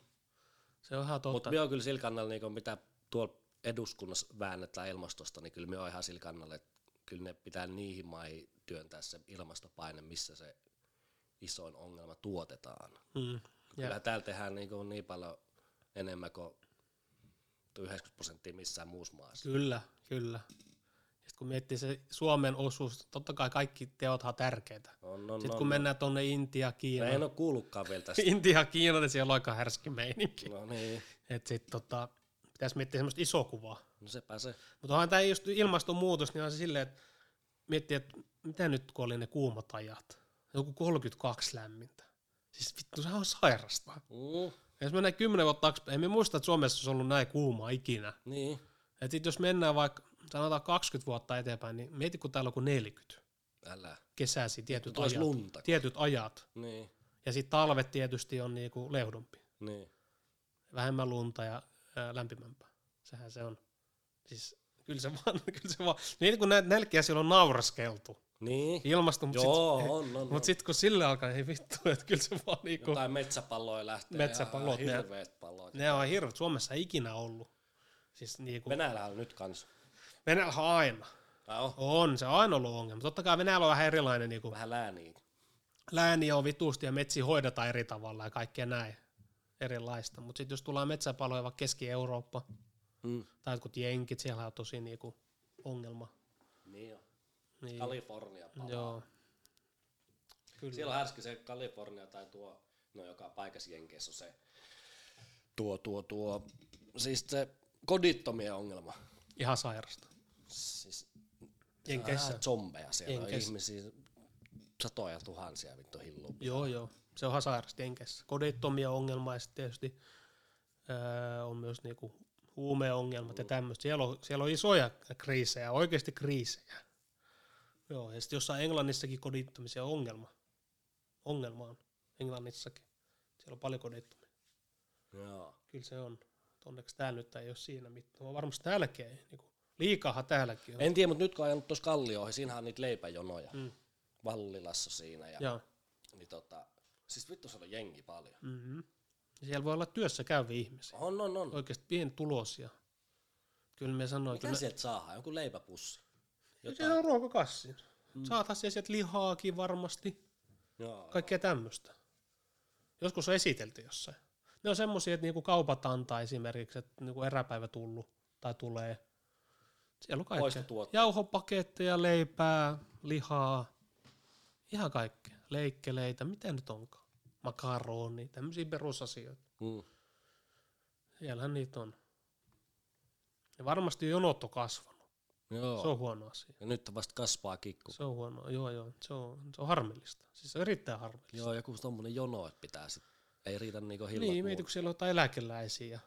Speaker 1: Se on ihan
Speaker 2: Mutta
Speaker 1: totta.
Speaker 2: minä oon kyllä sillä kannalla, niin mitä tuolla eduskunnassa väännetään ilmastosta, niin kyllä minä oon ihan sillä kannalla, että kyllä ne pitää niihin maihin työntää se ilmastopaine, missä se isoin ongelma tuotetaan.
Speaker 1: Mm,
Speaker 2: Kyllä
Speaker 1: jep,
Speaker 2: täällä tehdään niin, kuin niin paljon enemmän kuin tuo 90 prosenttia missään muussa maassa.
Speaker 1: kyllä, kyllä. Sitten kun miettii se Suomen osuus, totta kai kaikki teothan on tärkeitä.
Speaker 2: On, on,
Speaker 1: Sitten
Speaker 2: on,
Speaker 1: kun
Speaker 2: on.
Speaker 1: mennään tuonne Intia,
Speaker 2: Mä
Speaker 1: Kiinaan.
Speaker 2: en ole No, kuullutkaan
Speaker 1: [LAUGHS]
Speaker 2: vielä tästä.
Speaker 1: Intia, Kiina, niin siellä on aika härski meininki.
Speaker 2: No niin,
Speaker 1: Et sit tota, pitäisi miettiä semmoista isoa kuvaa.
Speaker 2: no sepä se.
Speaker 1: Mutta onhan tämä just ilmastonmuutos, niin on se silleen, että miettii, että mitä nyt kun oli ne kuumat ajat. Joku 32 lämmintä. Siis vittu, sehän on sairasta.
Speaker 2: Mm,
Speaker 1: Ja Jos mennään 10 vuotta taaksepäin, en mä muista, että Suomessa olisi ollut näin kuuma ikinä.
Speaker 2: niin,
Speaker 1: Et sit jos mennään vaikka, sanotaan 20 vuotta eteenpäin, niin mieti, kun täällä on kuin 40
Speaker 2: älä.
Speaker 1: kesäsi
Speaker 2: Nyt
Speaker 1: tietyt
Speaker 2: olisi
Speaker 1: ajat.
Speaker 2: lunta.
Speaker 1: Tietyt ajat.
Speaker 2: Niin,
Speaker 1: Ja sitten talvet tietysti on niinku leudumpi.
Speaker 2: niin.
Speaker 1: vähemmän lunta ja ää, lämpimämpää. Sehän se on. Siis kyllä se vaan, [LAUGHS] kyllä se vaan. Niin kun näitä nälkiä siellä on nauraskeltu.
Speaker 2: Niin.
Speaker 1: Ilmasto, mutta
Speaker 2: Joo,
Speaker 1: sitten
Speaker 2: on, on,
Speaker 1: [LAUGHS]
Speaker 2: on.
Speaker 1: mut sit, kun sille alkaa, ei vittu, että kyllä se vaan niinku,
Speaker 2: Jotain metsäpalloja lähtee.
Speaker 1: Metsäpalot,
Speaker 2: ihan
Speaker 1: ne-
Speaker 2: Hirveet palot.
Speaker 1: ne on hirveät. Suomessa ei ikinä ollut. Siis niinku,
Speaker 2: Venäjällä on nyt kans.
Speaker 1: Venäjällä on aina.
Speaker 2: Tää on
Speaker 1: On, se on aina ollut ongelma. Totta kai Venäjällä on vähän erilainen, niinku,
Speaker 2: vähän lääniä.
Speaker 1: lääniä on vitusti ja metsiä hoidetaan eri tavalla ja kaikkea näin erilaista. Mutta sitten jos tullaan metsäpaloja vaikka Keski-Eurooppa
Speaker 2: Mm.
Speaker 1: tai jotkut jenkit, siellä on tosi niinku, ongelma.
Speaker 2: Niin on.
Speaker 1: Niin.
Speaker 2: Kalifornia palaa.
Speaker 1: Joo. Kyllä.
Speaker 2: Siellä on härski se Kalifornia tai tuo, no joka paikassa Jenkeissä on se, tuo, tuo, tuo, siis se kodittomien ongelma.
Speaker 1: Ihan sairasta.
Speaker 2: Siis
Speaker 1: Jenkeissä.
Speaker 2: Vähän zombeja siellä
Speaker 1: Jenkeissä.
Speaker 2: on ihmisiä, satoja tuhansia vittu hilluu.
Speaker 1: Joo, joo. Se on ihan sairasta Jenkeissä. Kodittomia ongelmaa ja sit tietysti öö, on myös niinku huumeongelmat ja tämmöistä. Siellä on, siellä on isoja kriisejä, oikeasti kriisejä. Joo, ja sitten jossain Englannissakin kodittomisia on ongelma. Ongelma on Englannissakin. Siellä on paljon kodittomia.
Speaker 2: Joo.
Speaker 1: Kyllä se on. Mut Onneksi täällä nyt ei ole siinä mitään. Vaan Varmasti täälläkin ei. Niinku, liikaahan täälläkin on.
Speaker 2: En tiedä, mutta nyt kun on ajanut tuossa Kallioihin, siinähän on niitä leipäjonoja.
Speaker 1: Mm.
Speaker 2: Vallilassa siinä. Ja,
Speaker 1: Joo.
Speaker 2: Niin tota, siis vittu se on jengi paljon.
Speaker 1: Mm-hmm. Siellä voi olla työssä käyviä ihmisiä,
Speaker 2: On, on, on.
Speaker 1: oikeasti pienituloisia. Kyllä me sanoin,
Speaker 2: Mitä
Speaker 1: kyllä
Speaker 2: me...
Speaker 1: me,
Speaker 2: sieltä saadaan? Joku leipäpussi?
Speaker 1: siellä on ruokakassin. Mm. Saathan siellä sieltä lihaakin varmasti,
Speaker 2: Joo.
Speaker 1: kaikkea tämmöistä. Joskus on esitelty jossain. Ne on semmoisia, että niinku kaupat antaa esimerkiksi, että niinku eräpäivä tullut tai tulee. Siellä on kaikkea.
Speaker 2: Poistotuotteita.
Speaker 1: Jauhopaketteja, leipää, lihaa, ihan kaikkea. Leikkeleitä, mitä nyt onkaan. Makaroni, tämmöisiä perusasioita.
Speaker 2: Mm.
Speaker 1: Siellähän niitä on. Ja varmasti jonot on kasvanut.
Speaker 2: Joo.
Speaker 1: Se on huono asia.
Speaker 2: Ja nyt vasta kasvaa kikku.
Speaker 1: Se on huono, joo joo. Se on, se on harmillista. Siis se on erittäin harmillista.
Speaker 2: Joo, joku tommonen jono, että pitää sit. Ei riitä niinku hillat
Speaker 1: niin, mieti kun siellä on jotain eläkeläisiä.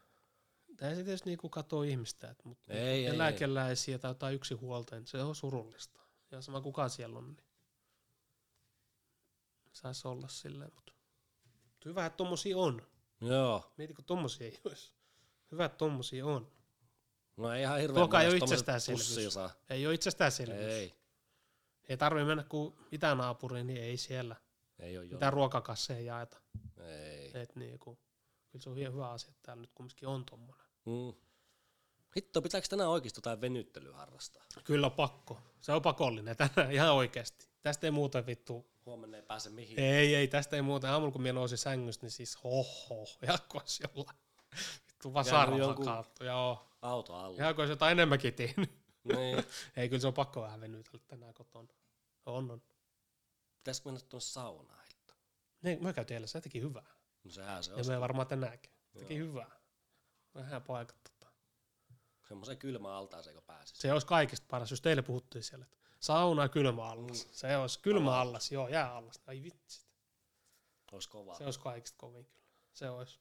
Speaker 1: Tämä se tietysti niinku katoo ihmistä, että, mutta
Speaker 2: Ei, ei, ei.
Speaker 1: eläkeläisiä tai jotain yksinhuoltajia, niin se on surullista. Ja sama kuka siellä on, niin saisi olla silleen, mutta mut hyvä, että tommosia on.
Speaker 2: Joo.
Speaker 1: Mieti kun tommosia ei olisi. Hyvä, että tommosia on.
Speaker 2: No ei ihan hirveän
Speaker 1: Tuokaa ei ole
Speaker 2: monesta tommoset
Speaker 1: itsestäänselvyys.
Speaker 2: pussia saa.
Speaker 1: Ei ole itsestäänselvyys.
Speaker 2: Ei.
Speaker 1: Ei tarvi mennä kuin itänaapuriin, niin ei siellä.
Speaker 2: Ei oo jono.
Speaker 1: Mitään ruokakasseja jaeta.
Speaker 2: Ei.
Speaker 1: Et niinku, kyllä se on hie- hyvä asia, että täällä nyt kumminkin on tommonen.
Speaker 2: Mm. Hitto, pitääkö tänään oikeesti jotain venyttelyä harrastaa?
Speaker 1: Kyllä on pakko. Se on pakollinen tänään ihan oikeasti. Tästä ei muuta vittu.
Speaker 2: Huomenna ei pääse mihin.
Speaker 1: Ei, ei, tästä ei muuta. Aamulla kun minä nousin sängystä, niin siis hoho, jatkois jollain. Vittu vasaralla
Speaker 2: jonkun-
Speaker 1: jonkun... kaattu. Joo.
Speaker 2: Auto alla.
Speaker 1: Ihan kun olisi jotain enemmänkin tehnyt.
Speaker 2: Niin.
Speaker 1: ei, kyllä se on pakko vähän venytellä tänään kotona. On, on.
Speaker 2: Pitäisikö mennä tuonne saunaan? hitto?
Speaker 1: Ne, mä käytin eilen, se teki hyvää.
Speaker 2: No sehän se on.
Speaker 1: Ja me varmaan tänäänkin. Teki hyvää. Vähän paikat. Tota.
Speaker 2: Semmoisen kylmän altaaseen kun pääsis.
Speaker 1: Se olisi kaikista paras, jos teille puhuttiin siellä, että Sauna ja kylmä allas. Se olisi kylmä allas, joo, jää allas. Ai vitsi.
Speaker 2: Olisi kovaa.
Speaker 1: Se olisi kaikista kovin kyllä. Se olisi.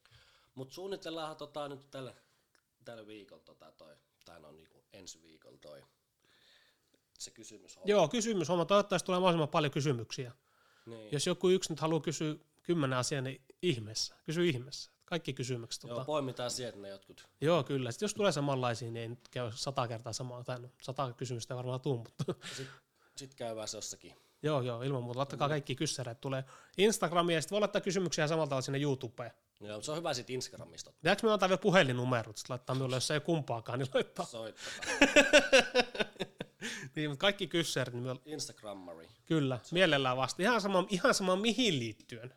Speaker 2: Mutta suunnitellaanhan tota nyt tällä, tällä viikolla tota toi, tai no niinku ensi viikolla toi, se kysymys on.
Speaker 1: Joo, kysymys homma. Toivottavasti tulee mahdollisimman paljon kysymyksiä.
Speaker 2: Niin.
Speaker 1: Jos joku yksi nyt haluaa kysyä kymmenen asiaa, niin ihmeessä. Kysy ihmeessä. Kaikki kysymykset.
Speaker 2: Joo,
Speaker 1: Tota.
Speaker 2: poimitaan sieltä ne jotkut.
Speaker 1: Joo, kyllä. Sitten jos tulee samanlaisia, niin ei nyt käy sata kertaa samaa. Tai no, sata kysymystä ei varmaan tuu, mutta [LAUGHS]
Speaker 2: Sitten sit käydään se jossakin.
Speaker 1: joo, joo, ilman muuta. Laittakaa kaikki kyssäreet. Tulee Instagramia ja sitten voi laittaa kysymyksiä samalla tavalla sinne YouTubeen.
Speaker 2: Joo, mut se on hyvä sit Instagramista ottaa.
Speaker 1: Pitääkö me antaa vielä puhelinnumerot? Sitten laittaa minulle, jos ei ole kumpaakaan, niin laittaa.
Speaker 2: [LAUGHS] soittaa.
Speaker 1: Niin, mutta kaikki kyssärit, niin me
Speaker 2: Instagrammari.
Speaker 1: Kyllä, mielellään vasta. Ihan sama, ihan sama mihin liittyen.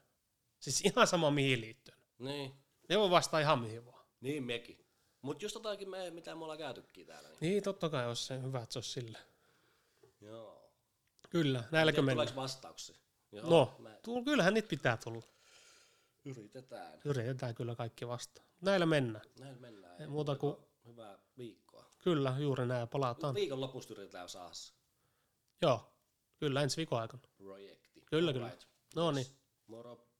Speaker 1: Siis ihan sama mihin liittyen.
Speaker 2: Niin.
Speaker 1: Ne voi vastaa ihan mihin vaan.
Speaker 2: Niin mekin. Mut just jotakin me, mitä me ollaan käytykin täällä. Niin.
Speaker 1: Niin, totta kai olisi se hyvä, että se olisi sillä.
Speaker 2: Joo.
Speaker 1: Kyllä, näilläkö
Speaker 2: Tiedät,
Speaker 1: mennään?
Speaker 2: Tuleeko vastauksia? Joo.
Speaker 1: No,
Speaker 2: Mä
Speaker 1: tuu- kyllähän niitä pitää tulla.
Speaker 2: yritetään.
Speaker 1: Yritetään kyllä kaikki vastaan. Näillä mennään.
Speaker 2: Näin mennään.
Speaker 1: Ei muuta kuin,
Speaker 2: Hyvää viikkoa.
Speaker 1: kyllä, juuri näin ja palataan.
Speaker 2: Viikon lopusta yritetään saada se niin.
Speaker 1: Joo, kyllä ensi viikon aikana.
Speaker 2: projekti.
Speaker 1: Kyllä, kyllä.
Speaker 2: Alright.
Speaker 1: No niin.
Speaker 2: Moro.